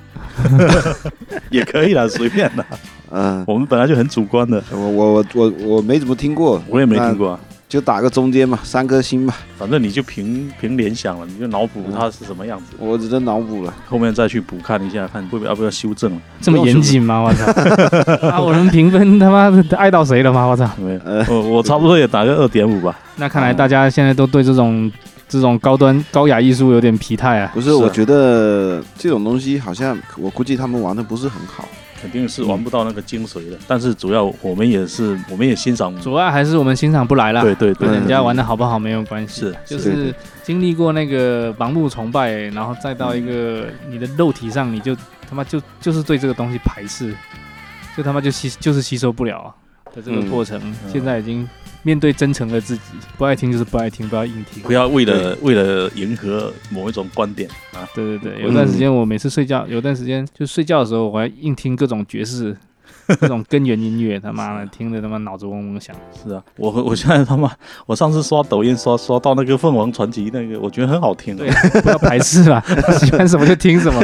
Speaker 3: 也可以啦，随便啦。
Speaker 2: 嗯，
Speaker 3: 我们本来就很主观的，
Speaker 2: 我我我我我没怎么听过，
Speaker 3: 我也没听过啊。
Speaker 2: 就打个中间嘛，三颗星吧，
Speaker 3: 反正你就凭凭联想了，你就脑补它是什么样子，
Speaker 2: 我只能脑补了。
Speaker 3: 后面再去补看一下，看会不会啊要不要修正了。
Speaker 1: 这么严谨吗？我 *laughs* 操！啊，我能评分他妈的爱到谁了吗？我操！
Speaker 3: 没有，
Speaker 2: 呃，
Speaker 3: 我我差不多也打个二点五吧。
Speaker 1: 那看来大家现在都对这种这种高端高雅艺术有点疲态啊。
Speaker 2: 不是，
Speaker 3: 是啊
Speaker 2: 我觉得这种东西好像，我估计他们玩的不是很好。
Speaker 3: 肯定是玩不到那个精髓的。但是主要我们也是，我们也欣赏。
Speaker 1: 主要还是我们欣赏不来啦。嗯
Speaker 3: 对对对
Speaker 1: 跟人
Speaker 3: 对，
Speaker 1: 家玩的好不好没有关系，
Speaker 3: 是
Speaker 1: 就是
Speaker 2: 对
Speaker 1: 是经历过那个盲目崇拜，然后再到一个你的肉体上，你就他妈就就是对这个东西排斥，就他妈就吸就是吸收不了啊的这个
Speaker 2: 嗯
Speaker 1: 过程。现在已经面对真诚的自己，不爱听就是不爱听，不要硬听
Speaker 3: 不。要为了为了迎合某一种观点啊，
Speaker 1: 对对对，有段时间我每次睡觉，有段时间就睡觉的时候，我还硬听各种爵
Speaker 3: *laughs*
Speaker 1: 士。各种根源音乐，他妈的听得他妈脑子嗡嗡响。
Speaker 3: 是啊，我我现在他妈，我上次刷抖音刷刷到那个凤凰传奇那个，我觉得很好听，啊
Speaker 1: 对不要排斥啦， *laughs* 喜欢什么就听什
Speaker 3: *laughs*
Speaker 1: 么，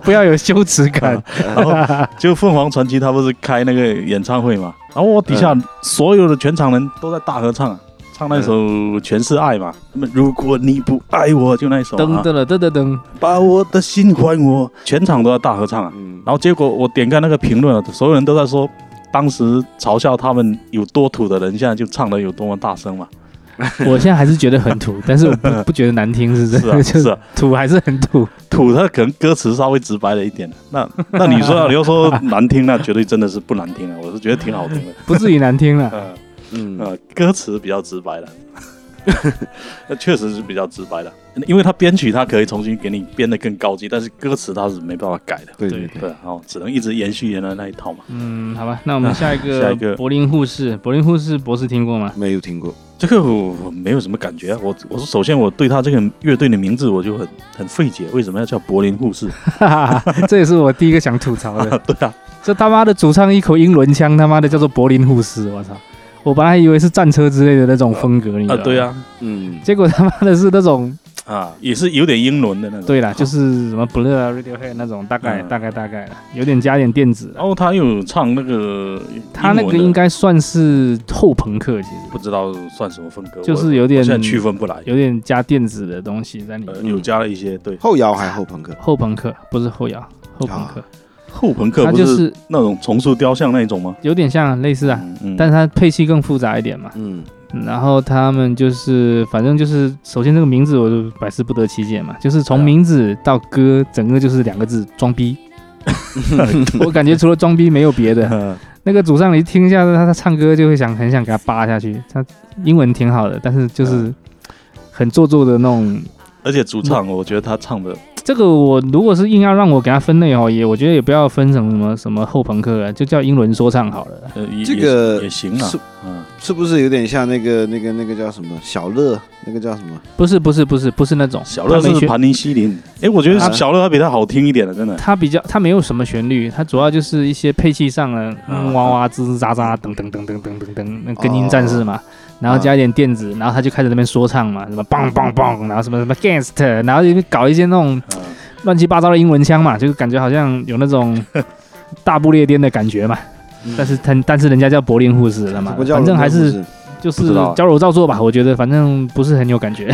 Speaker 1: 不要有羞耻感。
Speaker 3: 嗯
Speaker 1: *laughs*
Speaker 3: 然后就凤凰传奇他不是开那个演唱会嘛，然后我底
Speaker 1: 嗯
Speaker 3: 下所有的全场人都在大合唱啊，唱那首《全是爱》嘛，那么如果你不爱我就那一首、
Speaker 1: 噔
Speaker 3: 啊，
Speaker 1: 噔了噔噔噔，
Speaker 3: 把我的心还我，全场都在大合唱啊。
Speaker 2: 嗯，
Speaker 3: 然后结果我点开那个评论啊，所有人都在说，当时嘲笑他们有多土的人，现在就唱的有多么大声嘛。
Speaker 1: 我现在还是觉得很
Speaker 3: *laughs*
Speaker 1: 土，但是我不不觉得难听，是
Speaker 3: 是
Speaker 1: 真
Speaker 3: 啊，
Speaker 1: 的， *laughs* 就是
Speaker 3: 啊，
Speaker 1: 土还是很
Speaker 3: *laughs*
Speaker 1: 土。
Speaker 3: 土它可能歌词稍微直白了一点。那那你说、啊、你要说难听，那绝对真的是不难听啊，我是觉得挺好听的。
Speaker 1: *laughs* 不至于难听了。
Speaker 3: 呃
Speaker 2: 嗯，
Speaker 3: 呃，歌词比较直白了， *laughs* 那确实是比较直白的，因为它编曲它可以重新给你编得更高级，但是歌词它是没办法改的。
Speaker 2: 对
Speaker 1: 对
Speaker 2: 对
Speaker 3: 对，然后只能一直延续原来那一套嘛。
Speaker 1: 嗯，好吧，那我们下一个
Speaker 3: 啊下一个
Speaker 1: 柏林护士，柏林护士博士听过
Speaker 3: *laughs*
Speaker 1: 吗？ *laughs*
Speaker 2: 没有听过。
Speaker 3: 这个我我没有什么感觉啊，我我首先我对他这个乐队的名字我就很很费解，为什么要叫柏林
Speaker 1: *laughs*
Speaker 3: 护士？
Speaker 1: 哈哈哈，这也是我第一个想吐槽的。
Speaker 3: 对啊，
Speaker 1: 这他妈的主唱一口英伦腔，他妈的叫做柏林护士，我操！我本来还以为是战车之类的那种风格，你知道
Speaker 3: 啊
Speaker 1: 吗
Speaker 3: 对，啊，
Speaker 2: 嗯，
Speaker 1: 结果他妈的是那种，
Speaker 3: 啊也是有点英伦的那种。
Speaker 1: 对啦，就是什么 Blur 啊、Radiohead 那种，大概
Speaker 3: 嗯
Speaker 1: 大概大概啦，有点加点电子啦。
Speaker 3: 然后他又唱那个英文的，
Speaker 1: 他那个应该算是后朋克，其实
Speaker 3: 不知道算什么风格，
Speaker 1: 就
Speaker 3: 我
Speaker 1: 是有
Speaker 3: 我
Speaker 1: 点
Speaker 3: 现在区分不来，
Speaker 1: 有点加电子的东西在里
Speaker 3: 呃
Speaker 1: 面。
Speaker 3: 有加了一些对
Speaker 2: 后摇还是后朋克？
Speaker 1: 后朋克不是后摇，后朋克，
Speaker 3: 后朋克
Speaker 1: 它
Speaker 3: 啊不
Speaker 1: 就是是
Speaker 3: 那种重塑雕像那一种吗？
Speaker 1: 有点像类似啊，
Speaker 3: 嗯嗯， *laughs*
Speaker 1: 但是它配器更复杂一点嘛。
Speaker 2: 嗯，
Speaker 1: 然后他们就是，反正就是，首先这个名字我就百思不得其解嘛，就是
Speaker 3: 啊
Speaker 1: 从名字到歌，整个就是两个字装
Speaker 3: *laughs*
Speaker 1: 逼。我感觉除了装逼没有别的。
Speaker 3: 呃
Speaker 1: 那个主唱你听一下他他唱歌就会想很想给他扒下去。他英文挺好的，但是就是
Speaker 3: 啊
Speaker 1: 很做作的那种
Speaker 3: 而且主唱我觉得他唱的
Speaker 1: 这个我如果是硬要让我给它分类哦，也我觉得也不要分成什么什么后朋克啊，就叫英伦说唱好了。
Speaker 3: 呃也
Speaker 2: 这个
Speaker 3: 也也行啊
Speaker 2: 是，
Speaker 3: 嗯，
Speaker 2: 是不是有点像那个那个那个叫什么小乐？那个叫什么？
Speaker 1: 不是不是不是不是那种
Speaker 3: 小乐
Speaker 1: 它没
Speaker 3: 是
Speaker 1: 旋
Speaker 3: 盘尼西林，哎，我觉得
Speaker 2: 啊
Speaker 3: 小乐还比他好听一点的，真的。
Speaker 1: 它比较它没有什么旋律，它主要就是一些配器上的、嗯、
Speaker 3: 嗯
Speaker 1: 哇哇吱吱喳喳噔噔噔噔噔噔噔，那根音战士
Speaker 3: 哦
Speaker 1: 嘛，然后加一点电子，然后他就开始在那边说唱嘛，什
Speaker 3: 嗯
Speaker 1: 么棒棒棒，然后什么什么 gangster，然后就搞一些那种
Speaker 3: 嗯
Speaker 1: 乱七八糟的英文腔嘛，就是感觉好像有那
Speaker 3: *laughs*
Speaker 1: 种大不列颠的感觉嘛。
Speaker 3: 嗯
Speaker 1: 但是他但是人家叫柏林护士，他妈
Speaker 2: 不
Speaker 1: 的
Speaker 2: 叫
Speaker 1: 反正还是
Speaker 2: 人工
Speaker 1: 就是
Speaker 3: 不知道啊
Speaker 1: 矫揉造作吧，我觉得反正不是很有感觉。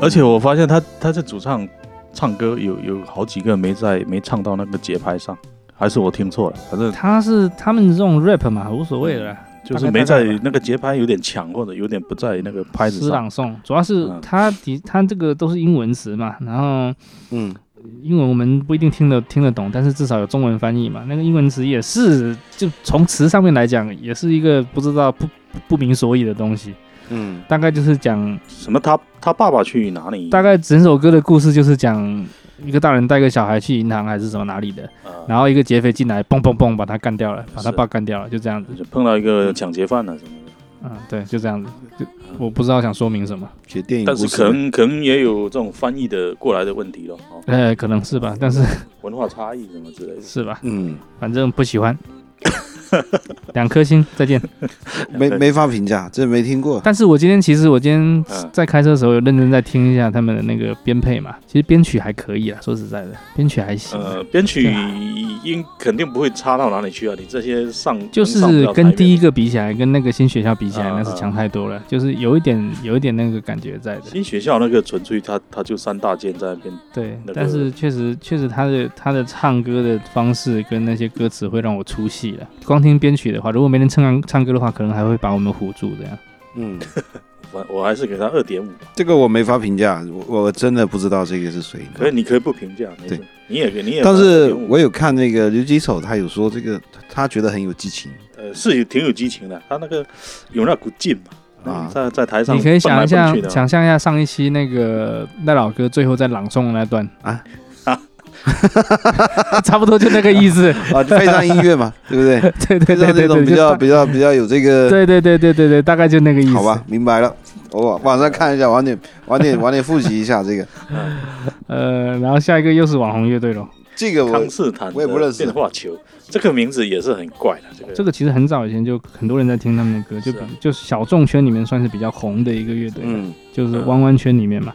Speaker 3: 而且我发现他他这主唱唱歌有有好几个没在没唱到那个节拍上，还是我听错了，反正
Speaker 1: 他是他们这种 rap 嘛，无所谓的啦，
Speaker 3: 就是没在那个节拍有点抢，或者有点不在那个拍子
Speaker 1: 诗
Speaker 3: 上。
Speaker 1: 朗诵，主要是
Speaker 3: 嗯
Speaker 1: 他的他这个都是英文词嘛，然后
Speaker 2: 嗯，
Speaker 1: 英文我们不一定听得听得懂，但是至少有中文翻译嘛。那个英文词也是，就从词上面来讲，也是一个不知道不不明所以的东西。
Speaker 2: 嗯，
Speaker 1: 大概就是讲，
Speaker 3: 什么他他爸爸去哪里？
Speaker 1: 大概整首歌的故事就是讲一个大人带个小孩去银行还是什么哪里的，
Speaker 3: 啊
Speaker 1: 然后一个劫匪进来，嘣嘣嘣把他干掉了，把他
Speaker 3: 是
Speaker 1: 爸干掉了，就这样子。
Speaker 3: 就碰到一个抢劫犯了啊什么的，
Speaker 1: 嗯，对，就这样子。就我不知道想说明什么，
Speaker 2: 写电影
Speaker 3: 但是
Speaker 2: 故
Speaker 3: 可
Speaker 2: 事，
Speaker 3: 能可能也有这种翻译的过来的问题了哦，
Speaker 1: 呃，可能是吧，但是。
Speaker 3: 文化差异什么之类的
Speaker 1: 是吧，
Speaker 2: 嗯，
Speaker 1: 反正不喜欢。 *laughs* 两颗星，再见。
Speaker 2: *laughs* 没没法评价，这没听
Speaker 1: *laughs*
Speaker 2: 过。
Speaker 1: 但是我今天其实我今
Speaker 3: 嗯
Speaker 1: 天在开车的时候有认真在听一下他们的那个编配嘛，其实编曲还可以啊，说实在的，编曲还行。
Speaker 3: 呃，编曲
Speaker 1: 对啊
Speaker 3: 音肯定不会差到哪里去啊！你这些上
Speaker 1: 就是跟第一
Speaker 3: 个
Speaker 1: 个比起来，跟那个新学校比起来，
Speaker 3: 嗯
Speaker 1: 那是强太多了，就是有一点有一点那个感觉在的。
Speaker 3: 新学校那个纯粹他他就三大件在那边，
Speaker 1: 对
Speaker 3: 那个，
Speaker 1: 但是确实确实他的他的唱歌的方式跟那些歌词会让我出戏了。光听编曲的话，如果没人唱唱歌的话，可能还会把我们唬住这样。
Speaker 2: 嗯，
Speaker 3: 我我还是给他二点五。
Speaker 2: 这个我没法评价，我我真的不知道这个是谁。
Speaker 3: 可以，你可以不评价，没事
Speaker 2: 对，
Speaker 3: 你也你也把它
Speaker 2: 但
Speaker 3: 给我，
Speaker 2: 是我有看那个刘吉手，他有说这个，他觉得很有激情。
Speaker 3: 呃是有挺有激情的，他那个有那股劲嘛，
Speaker 2: 啊
Speaker 3: 在在台上
Speaker 1: 你可以
Speaker 3: 蹦来
Speaker 1: 想一下
Speaker 3: 蹦去，的
Speaker 1: 想象一下上一期那个那老哥最后在朗诵的那段
Speaker 2: 啊，
Speaker 1: *laughs* 差不多就那个意
Speaker 2: *laughs*
Speaker 1: 思。
Speaker 2: 啊，配上音乐嘛，对不对？
Speaker 1: *laughs* 对对
Speaker 2: 配
Speaker 1: 对
Speaker 2: 上
Speaker 1: 对
Speaker 2: 这种
Speaker 1: 对，
Speaker 2: 比较
Speaker 1: 就大
Speaker 2: 比较比较有这个，
Speaker 1: 对对对对对对，大概就那个意思。
Speaker 2: 好吧，，明白了。我晚上看一下，晚点晚点晚点复习一下这个。
Speaker 3: 嗯
Speaker 1: 呃，然后下一个又是网红乐队咯。
Speaker 2: 这个我
Speaker 3: 康斯坦
Speaker 2: 我也不
Speaker 3: 的
Speaker 2: 认识
Speaker 3: 变化球，这个名字也是很怪的，这个
Speaker 1: 这个其实很早以前就很多人在听他们的歌，就比
Speaker 3: 是啊
Speaker 1: 就是小众圈里面算是比较红的一个乐队。
Speaker 2: 嗯
Speaker 1: 就是弯弯圈里面嘛。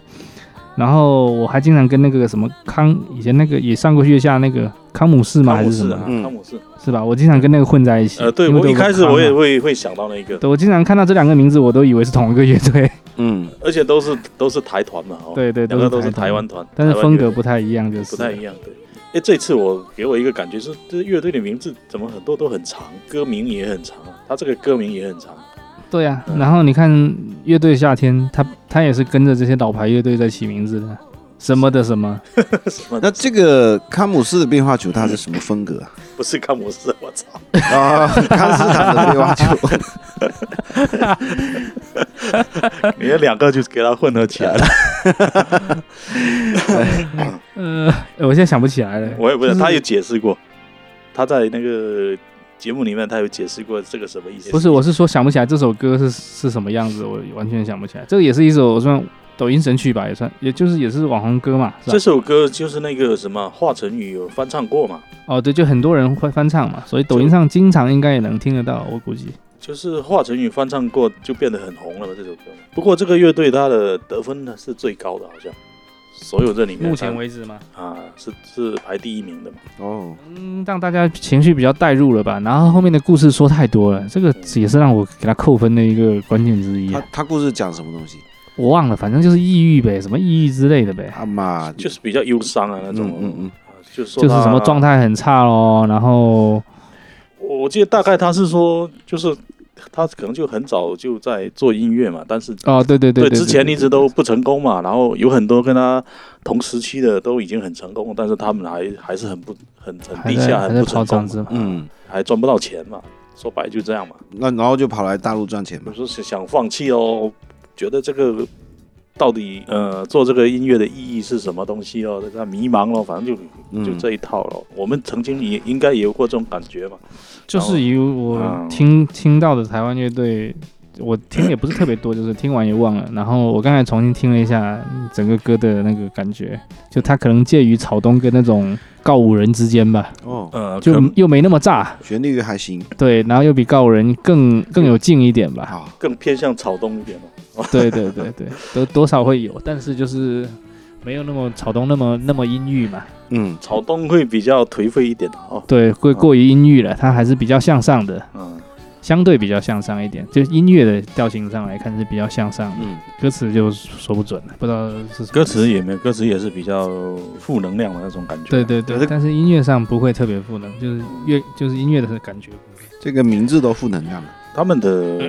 Speaker 1: 然后我还经常跟那个什么康，以前那个也上过月下那个康姆士吗？还
Speaker 3: 康姆
Speaker 1: 是什
Speaker 3: 士
Speaker 1: 么
Speaker 3: 啊，？
Speaker 2: 嗯
Speaker 3: 康姆士，
Speaker 1: 是吧？我经常跟那个混在一起。
Speaker 3: 呃，对
Speaker 1: 因为
Speaker 3: 我
Speaker 1: 都
Speaker 3: 一
Speaker 1: 有个
Speaker 3: 开始
Speaker 1: 康
Speaker 3: 我也
Speaker 1: 嘛
Speaker 3: 会会想到那个，
Speaker 1: 对我经常看到这两个名字，我都以为是同一个乐队。
Speaker 2: 嗯，
Speaker 3: 而且都是都是台团嘛，
Speaker 1: *laughs*
Speaker 3: 哦，，
Speaker 1: 对对，
Speaker 3: 两个都
Speaker 1: 台
Speaker 3: 是台
Speaker 1: 团
Speaker 3: 湾，团，
Speaker 1: 但是
Speaker 3: 台湾
Speaker 1: 风
Speaker 3: 乐
Speaker 1: 格
Speaker 3: 队
Speaker 1: 不太一样，就是
Speaker 3: 不太一样，对。哎，这次我给我一个感觉是，这乐队的名字怎么很多都很长，歌名也很长，啊，他这个歌名也很长，
Speaker 1: 对呀、
Speaker 3: 嗯
Speaker 1: 然后你看乐队夏天，他他也是跟着这些老牌乐队在起名字的，什么的什么，
Speaker 3: 什么
Speaker 2: 那这个康姆斯的变化球它是什么风格啊？
Speaker 3: 不是康姆士，我操！
Speaker 2: 啊，康斯坦的变化球，
Speaker 5: 你这两个就给它混合起来
Speaker 1: *laughs*
Speaker 5: 了。
Speaker 1: 呃，我现在想不起来了。
Speaker 3: 我也不知
Speaker 1: 就
Speaker 3: 道，
Speaker 1: 是
Speaker 3: 他有解释过，他在那个节目里面他有解释过这个什么意思。
Speaker 1: 不是，我是说想不起来这首歌是是什么样子，我完全想不起来。这个也是一首算抖音神曲吧，也算，也就是也是网红歌嘛，是
Speaker 3: 这
Speaker 1: 吧？
Speaker 3: 首歌就是那个什么华晨宇有翻唱过嘛，
Speaker 1: 哦，对，就很多人会翻唱嘛，所以抖音上经常应该也能听得到，我估计。
Speaker 3: 就是华晨宇翻唱过就变得很红了嘛这首歌。不过这个乐队它的得分呢是最高的，好像所有这里面
Speaker 1: 目前为止嘛，
Speaker 3: 它啊是是排第一名的嘛。
Speaker 2: 哦，
Speaker 1: 嗯，让大家情绪比较带入了吧。然后后面的故事说太多了，这个也是让我给他扣分的一个关键之一
Speaker 2: 他
Speaker 1: 啊。
Speaker 2: 他故事讲什么东西？
Speaker 1: 我忘了，反正就是抑郁呗，什么抑郁之类的呗，
Speaker 2: 啊妈，
Speaker 3: 就是比较忧伤啊那种，
Speaker 2: 嗯嗯嗯
Speaker 3: 啊就是说
Speaker 1: 就是什么状
Speaker 3: 态。
Speaker 1: 态很差咯，然后
Speaker 3: 我我记得大概他是说，就是他可能就很早就在做音乐嘛，但是
Speaker 1: 哦，对对对
Speaker 3: 对
Speaker 1: 对，
Speaker 3: 之前一直都不成功嘛，然后有很多跟他同时期的都已经很成功，但是他们还还是很不很很
Speaker 1: 还
Speaker 3: 低
Speaker 1: 在
Speaker 3: 下，
Speaker 1: 还
Speaker 3: 很
Speaker 1: 在
Speaker 3: 不
Speaker 1: 跑
Speaker 3: 成
Speaker 1: 场
Speaker 3: 功
Speaker 1: 子
Speaker 3: 嘛，
Speaker 1: 嘛，
Speaker 2: 嗯，
Speaker 3: 还赚不到钱嘛，说白就这样嘛。
Speaker 2: 那然后就跑来大陆赚钱
Speaker 3: 有
Speaker 2: 嘛？
Speaker 3: 时候想想放弃哦，觉得这个到底呃做这个音乐的意义是什么东西哦，在迷茫咯，反正就就
Speaker 2: 嗯
Speaker 3: 这一套咯。我们曾经也应该也有过这种感觉嘛，
Speaker 1: 就是以我
Speaker 3: 嗯
Speaker 1: 听、听到的台湾乐队，我听也不是特别多，就是听完也忘了。然后我刚才重新听了一下整个歌的那个感觉，就它可能介于草东跟那种告五人之间吧，
Speaker 2: 哦，
Speaker 5: 呃，
Speaker 1: 就
Speaker 5: 可能
Speaker 1: 又没那么炸，
Speaker 2: 旋律还行
Speaker 1: 对，然后又比告五人 *laughs* 更更有劲一点吧。
Speaker 2: 啊，
Speaker 3: 更偏向草东一点嘛。
Speaker 1: 对对对对，多多少会有，但是就是没有那么草东那么那么阴郁嘛。
Speaker 2: 嗯，
Speaker 3: 草东会比较颓废一点的哦，
Speaker 1: 对，会过于阴郁了，它还是比较向上的，
Speaker 3: 嗯，
Speaker 1: 相对比较向上一点，就音乐的调性上来看是比较向上的。
Speaker 2: 嗯，
Speaker 1: 歌词就说不准了，不知道是什么
Speaker 5: 歌词。也没有，歌词也是比较负能量的那种感觉。
Speaker 1: 对对对，但是音乐上不会特别赋能，就是乐就是音乐的感觉。
Speaker 2: 这个名字都负能量了。
Speaker 3: *coughs* 他们的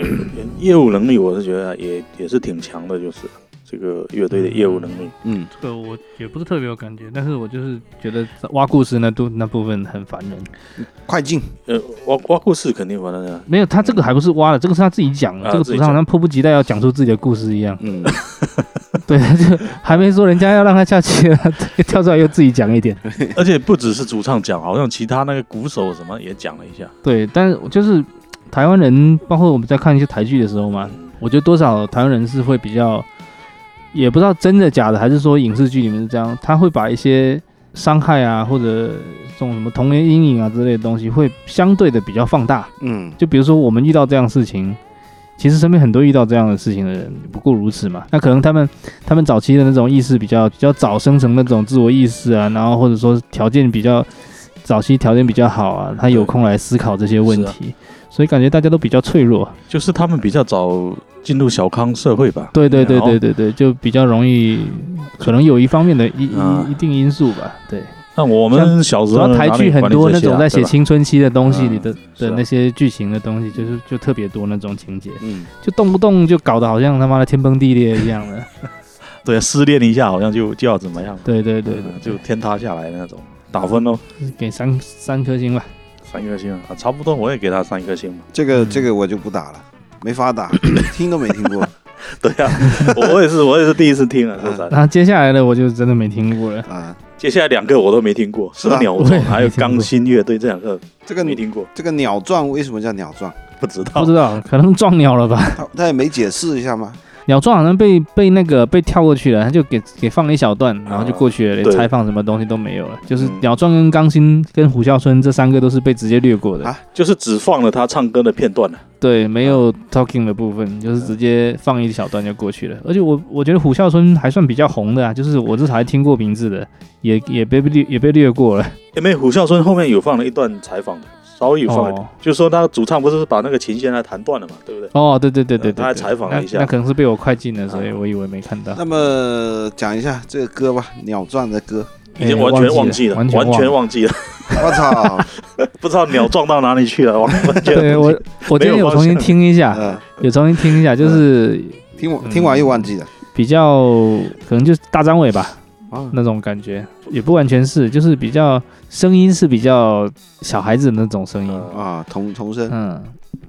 Speaker 3: 业务能力，我是觉得也也是挺强的，就是
Speaker 4: 这个乐队的业务能力。
Speaker 2: 嗯，
Speaker 1: 这个我也不是特别有感觉，但是我就是觉得挖故事那都那部分很烦人。
Speaker 2: 快进，
Speaker 5: 嗯
Speaker 4: 呃，挖挖故事肯定完了的，
Speaker 1: 没有，他这个还不是挖的，这个是他自己讲的，
Speaker 4: 啊
Speaker 1: 这个
Speaker 4: 自己
Speaker 1: 主唱好像迫不及待要讲出自己的故事一
Speaker 4: *laughs*
Speaker 1: 样。
Speaker 2: 嗯，
Speaker 1: 对，他就还没说人家要让他下去，他跳出来又自己讲一点。
Speaker 3: 而且不只是主唱讲，好像其他那个鼓手什么也讲了一下。
Speaker 1: 对，但是就是台湾人，包括我们在看一些台剧的时候嘛，我觉得多少台湾人是会比较，也不知道真的假的，还是说影视剧里面是这样，他会把一些伤害啊，或者这种什么童年阴影啊之类的东西，会相对的比较放大。
Speaker 2: 嗯，
Speaker 1: 就比如说我们遇到这样的事情，其实身边很多遇到这样的事情的人不过如此嘛。那可能他们他们早期的那种意识比较比较早生成那种自我意识啊，然后或者说条件比较早期条件比较好啊，他有空来思考这些问
Speaker 3: 啊
Speaker 1: 题。所以感觉大家都比较脆弱，
Speaker 3: 就是他们比较早进入小康社会吧。哦
Speaker 1: 对对对
Speaker 3: 然后
Speaker 1: 对对对，就比较容易，可能有一方面的一
Speaker 3: 啊
Speaker 1: 一一定因素吧，对。
Speaker 3: 那我们小时
Speaker 1: 主
Speaker 3: 候
Speaker 1: 要台剧很多
Speaker 3: 啊
Speaker 1: 那种在写
Speaker 3: 情，
Speaker 1: 青春期的东西里的
Speaker 3: 是
Speaker 1: 的
Speaker 3: 啊
Speaker 1: 那些剧情的东西，就是就特别多那种情节。
Speaker 2: 嗯，
Speaker 1: 就动不动就搞得好像他妈的天崩地裂一样的。
Speaker 3: 对，失恋一下好像就就要怎么样，
Speaker 1: 对对对
Speaker 3: 嗯就天塌下来的那种，打分哦，
Speaker 1: 对，给三三颗星吧。
Speaker 3: 三颗星啊，差不多我也给他三颗星嘛。 *laughs*
Speaker 2: 这个
Speaker 1: 嗯
Speaker 2: 这个我就不打了，没法打，听都没听过
Speaker 3: 对呀、我我也是我也是第一次
Speaker 1: *laughs*
Speaker 3: 听啊，说实在的，
Speaker 1: 然后接下来的我就真的没听过了。
Speaker 2: 啊，
Speaker 3: 接下来两个我都没听过，
Speaker 2: 是吧
Speaker 3: 鸟
Speaker 1: 啊我也
Speaker 3: 总
Speaker 1: 没
Speaker 3: 还有
Speaker 1: 听过
Speaker 3: 钢心乐队这两个
Speaker 2: 这个
Speaker 3: 没听过，
Speaker 2: 这个鸟撞为什么叫鸟撞？
Speaker 3: 不知道
Speaker 1: 不知道，可能撞鸟了吧？ *laughs*
Speaker 2: 他他也没解释一下吗？
Speaker 1: 鸟撞好像被被那个被跳过去了，他就给给放了一小段，然后就过去了，连
Speaker 4: 对
Speaker 1: 采访什么东西都没有了。就是
Speaker 2: 嗯
Speaker 1: 鸟撞跟钢筋跟虎啸春这三个都是被直接略过的。
Speaker 2: 啊
Speaker 3: 就是只放了他唱歌的片段了。啊
Speaker 1: 对，没有 talking 的部分，就是直接放一小段就过去了。而且我我觉得虎啸春还算比较红的啊，就是我至少还听过名字的，也也被略也被略过了。
Speaker 3: 因为虎啸春后面有放了一段采访的，稍微有啊放了，
Speaker 1: 哦
Speaker 3: 就说他主唱不是把那个琴弦来弹断了嘛，对不对？
Speaker 1: 哦，对对对对对，
Speaker 3: 呃他还采访了一下
Speaker 1: 那，
Speaker 3: 啊
Speaker 1: 那可能是被我快进了，所以我以为没看
Speaker 4: 啊
Speaker 1: 到。
Speaker 2: 那么讲一下这个歌吧，鸟撞的
Speaker 4: *laughs*
Speaker 2: 歌，
Speaker 3: 已经完全忘记了，
Speaker 1: 哎忘
Speaker 3: 完
Speaker 1: 记了完全忘了
Speaker 3: 全忘记了， *laughs*
Speaker 2: 我
Speaker 4: *laughs*
Speaker 2: 操，
Speaker 3: 不知道鸟撞到哪里去
Speaker 1: *laughs*
Speaker 3: 了，完完全 *laughs*
Speaker 1: 对我，我今天有重新听一下，
Speaker 2: 嗯，
Speaker 1: 有重新听一下，就是
Speaker 2: 听
Speaker 4: 嗯
Speaker 2: 完听完又忘记了
Speaker 1: 比较可能就是大张伟吧
Speaker 3: 嗯
Speaker 2: 啊，
Speaker 4: 嗯
Speaker 1: 那种感觉，也不完全是，就是比较声音是比较小孩子的那种声音，
Speaker 3: 嗯
Speaker 2: 啊，童童声，
Speaker 1: 嗯，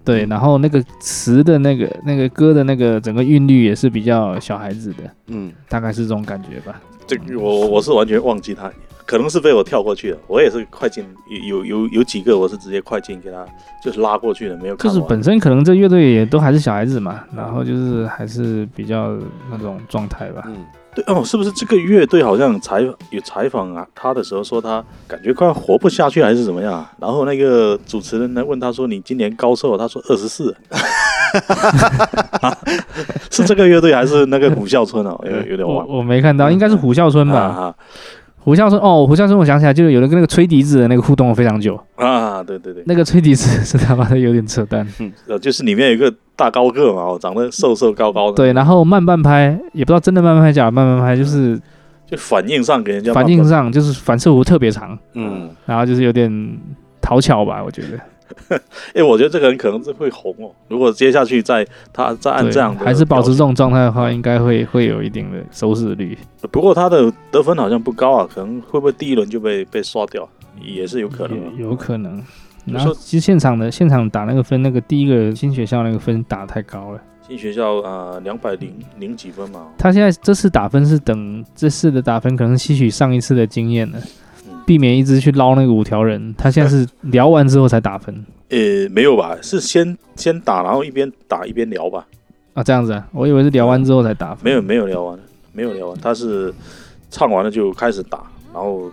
Speaker 1: 对，然后那个词的那个那个歌的那个整个韵律也是比较小孩子的，
Speaker 2: 嗯，
Speaker 1: 大概是这种感觉吧。
Speaker 3: 这个我我是完全忘记他，可能是被我跳过去了。我也是快进，有有有有几个我是直接快进给他就是拉过去的，没有看
Speaker 1: 就
Speaker 3: 完。
Speaker 1: 是本身可能这乐队也都还是小孩子嘛，然后就是还是比较那种状态吧。
Speaker 2: 嗯，
Speaker 3: 对哦，是不是这个乐队好像采有采访啊他的时候说他感觉快活不下去还是怎么样啊？然后那个主持人呢问他说你今年高寿？他说二十四。 *laughs* 是这个乐队还是那个虎啸春啊？有有点
Speaker 1: 我
Speaker 3: 忘了
Speaker 1: 我没看到，应该是虎啸春吧？
Speaker 3: 啊
Speaker 1: 胡孝春哦，胡孝春，我想起来，就是有人跟那个吹笛子的那个互动了非常久，
Speaker 3: 啊啊！对对对，
Speaker 1: 那个吹笛子是他妈的有点扯淡。
Speaker 3: *laughs* 呃，就是里面有一个大高个嘛，哦长得瘦瘦高高的，
Speaker 1: 对，然后慢半拍，也不知道真的慢半拍假的慢半拍，
Speaker 3: 嗯
Speaker 1: 就是
Speaker 3: 就反应上给人家
Speaker 1: 反应上就是反射弧特别长，
Speaker 3: 嗯
Speaker 2: 嗯，
Speaker 1: 然后就是有点讨巧吧，我觉得。
Speaker 3: 哎，我觉得这个人可能是会红哦。如果接下去再他再按
Speaker 1: 对
Speaker 3: 这样的，
Speaker 1: 还是保持这。种状态的话，应该会会有一定的收视率。
Speaker 3: 不过他的得分好像不高啊，可能会不会第一轮就被被刷掉，也是有可能啊。
Speaker 1: 有有可能。
Speaker 3: 就
Speaker 1: 然后
Speaker 3: 说
Speaker 1: 其实现场的现场打那个分，那个第一个新学校那个分打得太高了。
Speaker 3: 新学校啊，两百零零几分嘛，
Speaker 1: 他现在这次打分是等这次的打分可能吸取上一次的经验了
Speaker 3: 嗯，
Speaker 1: 避免一直去捞那个五条人。他现在是聊完之后才打分
Speaker 3: 呃，没有吧？是先先打，然后一边打一边聊吧？
Speaker 1: 啊，这样子啊，我以为是聊完之后才打分。
Speaker 3: 没有，没有聊完，没有聊完，他是唱完了就开始打，然后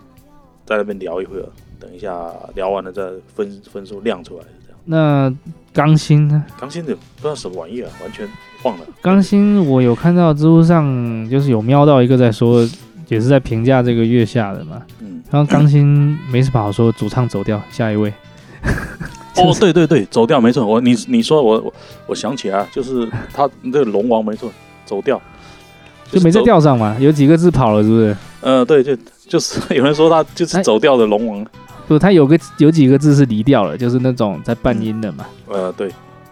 Speaker 3: 在那边聊一会儿，等一下聊完了再分分数亮出来，是这样。
Speaker 1: 那钢心呢？
Speaker 3: 刚先的不知道什么玩意儿，啊完全忘了。
Speaker 1: 钢心我有看到知乎上就是有瞄到一个在说，也是在评价这个月下的嘛。
Speaker 3: 嗯，
Speaker 1: 然后钢心没什么好说，主唱走掉，下一位。
Speaker 3: 哦，对对对，走掉没错。我你你说我我我想起来啊，就是他那个龙王没错，走掉
Speaker 1: 就没在
Speaker 3: 走。
Speaker 1: 调上嘛，有几个字跑了，是不是？
Speaker 3: 呃，对，就就是
Speaker 4: *laughs*
Speaker 3: 有人说他就是
Speaker 1: 哎
Speaker 3: 走掉的龙王。
Speaker 4: 嗯
Speaker 1: 不，他有个有几个字是离掉了，就是那种在半音的嘛。
Speaker 3: 呃，对，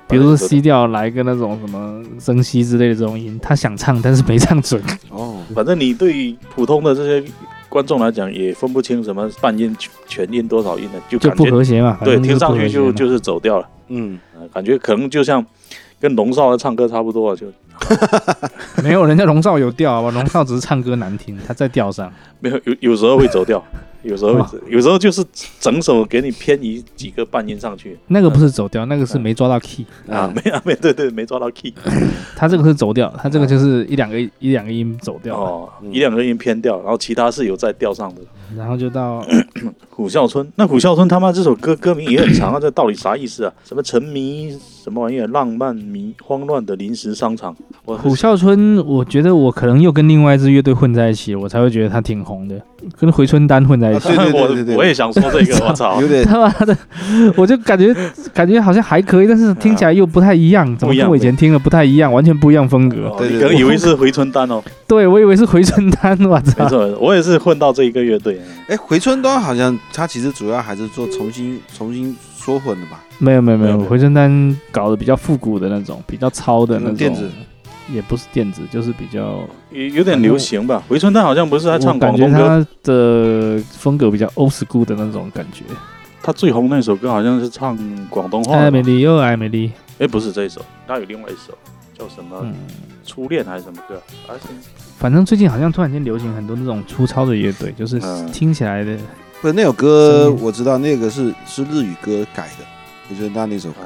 Speaker 1: 比如说 C 调来个那种什么升 C 之类的这种音，他想唱但是没
Speaker 4: *laughs*
Speaker 1: 唱准，
Speaker 2: 哦，
Speaker 4: 反正你对普通的这些观众来讲，也分不清什么半音、全音多少音的，就
Speaker 1: 就
Speaker 4: 感
Speaker 1: 不
Speaker 4: 觉
Speaker 1: 和谐嘛。反
Speaker 4: 对
Speaker 1: 正
Speaker 4: 听
Speaker 1: 是不
Speaker 4: 上
Speaker 1: 和
Speaker 4: 去
Speaker 1: 谐
Speaker 4: 就
Speaker 1: 嘛
Speaker 4: 就是走调了、
Speaker 2: 嗯，
Speaker 4: 呃感觉可能就像跟龙少的唱歌差不多啊，就
Speaker 1: 没有人家龙少有调，好吧？ *laughs* 龙少只是唱歌难听，他在调上。
Speaker 4: 没有有有时候会走调，有时候
Speaker 1: 哦
Speaker 4: 会走有时候就是整首给你偏移几个半音上去
Speaker 1: 那个不是走调，那个是没抓到 key。
Speaker 4: *laughs* 啊，
Speaker 2: 啊，
Speaker 4: 没啊没对对没抓到 key
Speaker 1: 他这个是走调，他这个就是一两个一两个音走调，
Speaker 4: 哦，
Speaker 2: 嗯
Speaker 4: 一两个音偏调，然后其他是有在调上的。
Speaker 1: 然后
Speaker 4: *coughs*
Speaker 1: 就到
Speaker 4: 虎啸春，那虎啸春他妈这首歌歌名也很长啊，这到底啥意思啊？什么沉迷什么玩意儿，浪漫迷慌乱的临时商场，我
Speaker 1: 虎啸春，我觉得我可能又跟另外一支乐队混在一起，我才会觉得他挺红的，跟回春丹混在一起。
Speaker 2: 哎对对对对对
Speaker 4: *laughs* 我我也想说这个，我操
Speaker 2: 有，
Speaker 4: *laughs*
Speaker 2: 点
Speaker 1: 他妈的，我就感觉感觉好像还可以，但是听起来又不太一样，怎
Speaker 4: 啊
Speaker 1: 么
Speaker 4: 不一样
Speaker 1: 跟我以前听的不太一样，完全不一样风格。
Speaker 4: 哦
Speaker 2: *laughs* 对
Speaker 4: 你
Speaker 2: 对对
Speaker 4: 可能以为是回春丹
Speaker 2: *laughs*
Speaker 4: 哦，
Speaker 1: 对我以为是回春丹，我
Speaker 4: 没
Speaker 1: 操！
Speaker 4: 错，我也是混到这一个乐队，
Speaker 2: 哎，回春端好像他其实主要还是做重新重新缩混的吧，
Speaker 1: 没有没有没
Speaker 4: 没有
Speaker 1: 有，
Speaker 4: 没有
Speaker 1: 回春丹搞得比较复古的那种，比较糙的那种，
Speaker 2: 嗯电子
Speaker 1: 也不是电子，就是比较
Speaker 4: 有有点流行吧。回春丹好像不是在唱
Speaker 1: 我感
Speaker 4: 广
Speaker 1: 觉
Speaker 4: 东歌，
Speaker 1: 他的风格比较 old school 的那种感觉。
Speaker 4: 他最红那首歌好像是唱广东话
Speaker 2: 哎
Speaker 1: 艾美
Speaker 4: 的吧，
Speaker 1: 丽又艾美丽，
Speaker 4: 哎，不是这一首，他有另外一首叫什么
Speaker 1: 嗯，
Speaker 4: 初恋还是什么歌？I think-
Speaker 1: 反正最近好像突然间流行很多那种粗糙的乐队，就是
Speaker 4: 嗯
Speaker 1: 听起来的
Speaker 2: 不是那首歌
Speaker 1: 声音
Speaker 2: 我知道，那个是是日语歌改的，回春丹那首歌，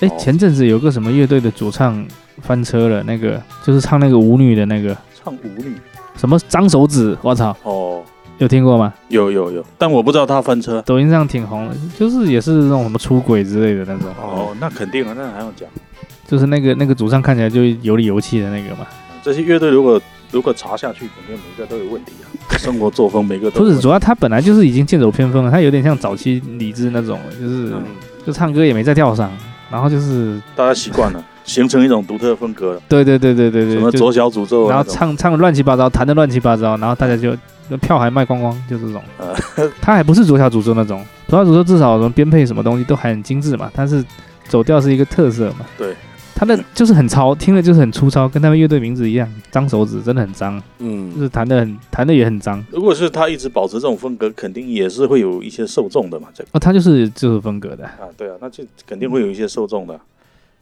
Speaker 1: 哎、
Speaker 4: 哦
Speaker 1: 前阵子有个什么乐队的主唱翻车了，那个就是唱那个舞女的那个
Speaker 4: 唱舞女
Speaker 1: 什么张手指，我操，
Speaker 4: 哦，
Speaker 1: 有听过吗？
Speaker 4: 有有有，但我不知道他翻车。
Speaker 1: 抖音上挺红的，就是也是那种什么出轨之类的那种，
Speaker 4: 哦，那肯定啊，那还用讲？
Speaker 1: 就是那个那个主唱看起来就有理有气的那个嘛，
Speaker 4: 这些乐队如果如果查下去，肯定每个都有问题
Speaker 1: *laughs*
Speaker 4: 啊，生活作风每个都有
Speaker 1: 不
Speaker 4: 问
Speaker 1: 是，
Speaker 4: 题
Speaker 1: 主要他本来就是已经剑走偏锋了，他有点像早期李志那种，就是、
Speaker 4: 嗯
Speaker 1: 就唱歌也没在调上，然后就是
Speaker 4: 大家习惯了，形成一种独特风格了，
Speaker 1: 对对对对对
Speaker 4: 什
Speaker 1: 对，
Speaker 4: 么
Speaker 1: 就
Speaker 4: 左小诅咒啊
Speaker 1: 然后
Speaker 4: 那种，
Speaker 1: 唱唱的乱七八糟，弹的乱七八糟，然后大家就那票还卖光光，就这种
Speaker 4: 呃。
Speaker 1: *laughs* 他还不是左小诅咒那种，左小诅咒至少什么编配什么东西都还很精致嘛，但是走调是一个特色嘛。
Speaker 4: 对，
Speaker 1: 他的就是很糙，听了就是很粗糙，跟他们乐队名字一样，脏手指真的很脏，就
Speaker 2: 嗯，
Speaker 1: 是弹的很弹的也很脏。
Speaker 4: 如果是他一直保持这种风格，肯定也是会有一些受众的嘛，这个
Speaker 1: 哦，他就是就是风格的，
Speaker 4: 啊，对啊，那就肯定会有一些受众的。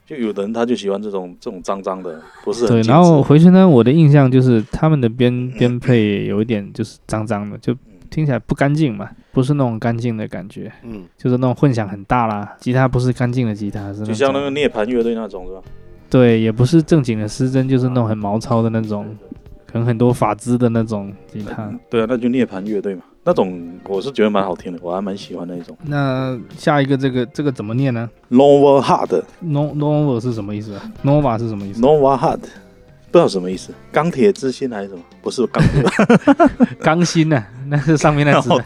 Speaker 4: 就有的人他就喜欢这种这种脏脏的，不是很
Speaker 1: 对。
Speaker 4: 精致
Speaker 1: 然后回旋呢，我的印象就是他们的编
Speaker 4: *laughs*
Speaker 1: 编配有一点就是脏脏的，就听起来不干净嘛，不是那种干净的感觉。
Speaker 2: 嗯，
Speaker 1: 就是那种混响很大啦，吉他不是干净的吉他，是
Speaker 4: 就像那
Speaker 1: 种
Speaker 4: 个涅槃乐队那种是吧？
Speaker 1: 对，也不是正经的失真，就是那种很毛糙的那种，可能很多法兹的那种吉他。
Speaker 4: 对啊，那就涅槃乐队嘛，那种我是觉得蛮好听的，我还蛮喜欢那一种。
Speaker 1: 那下一个这个这个怎么念呢
Speaker 4: Nova Hard
Speaker 1: ？No Nova 是什么意思啊？Nova 是什么意思？
Speaker 4: Nova Heart，不知道什么意思，钢铁之心还是什么？不是钢铁，
Speaker 1: 钢芯呢？ *laughs* 那是上面那只
Speaker 4: *laughs* 哦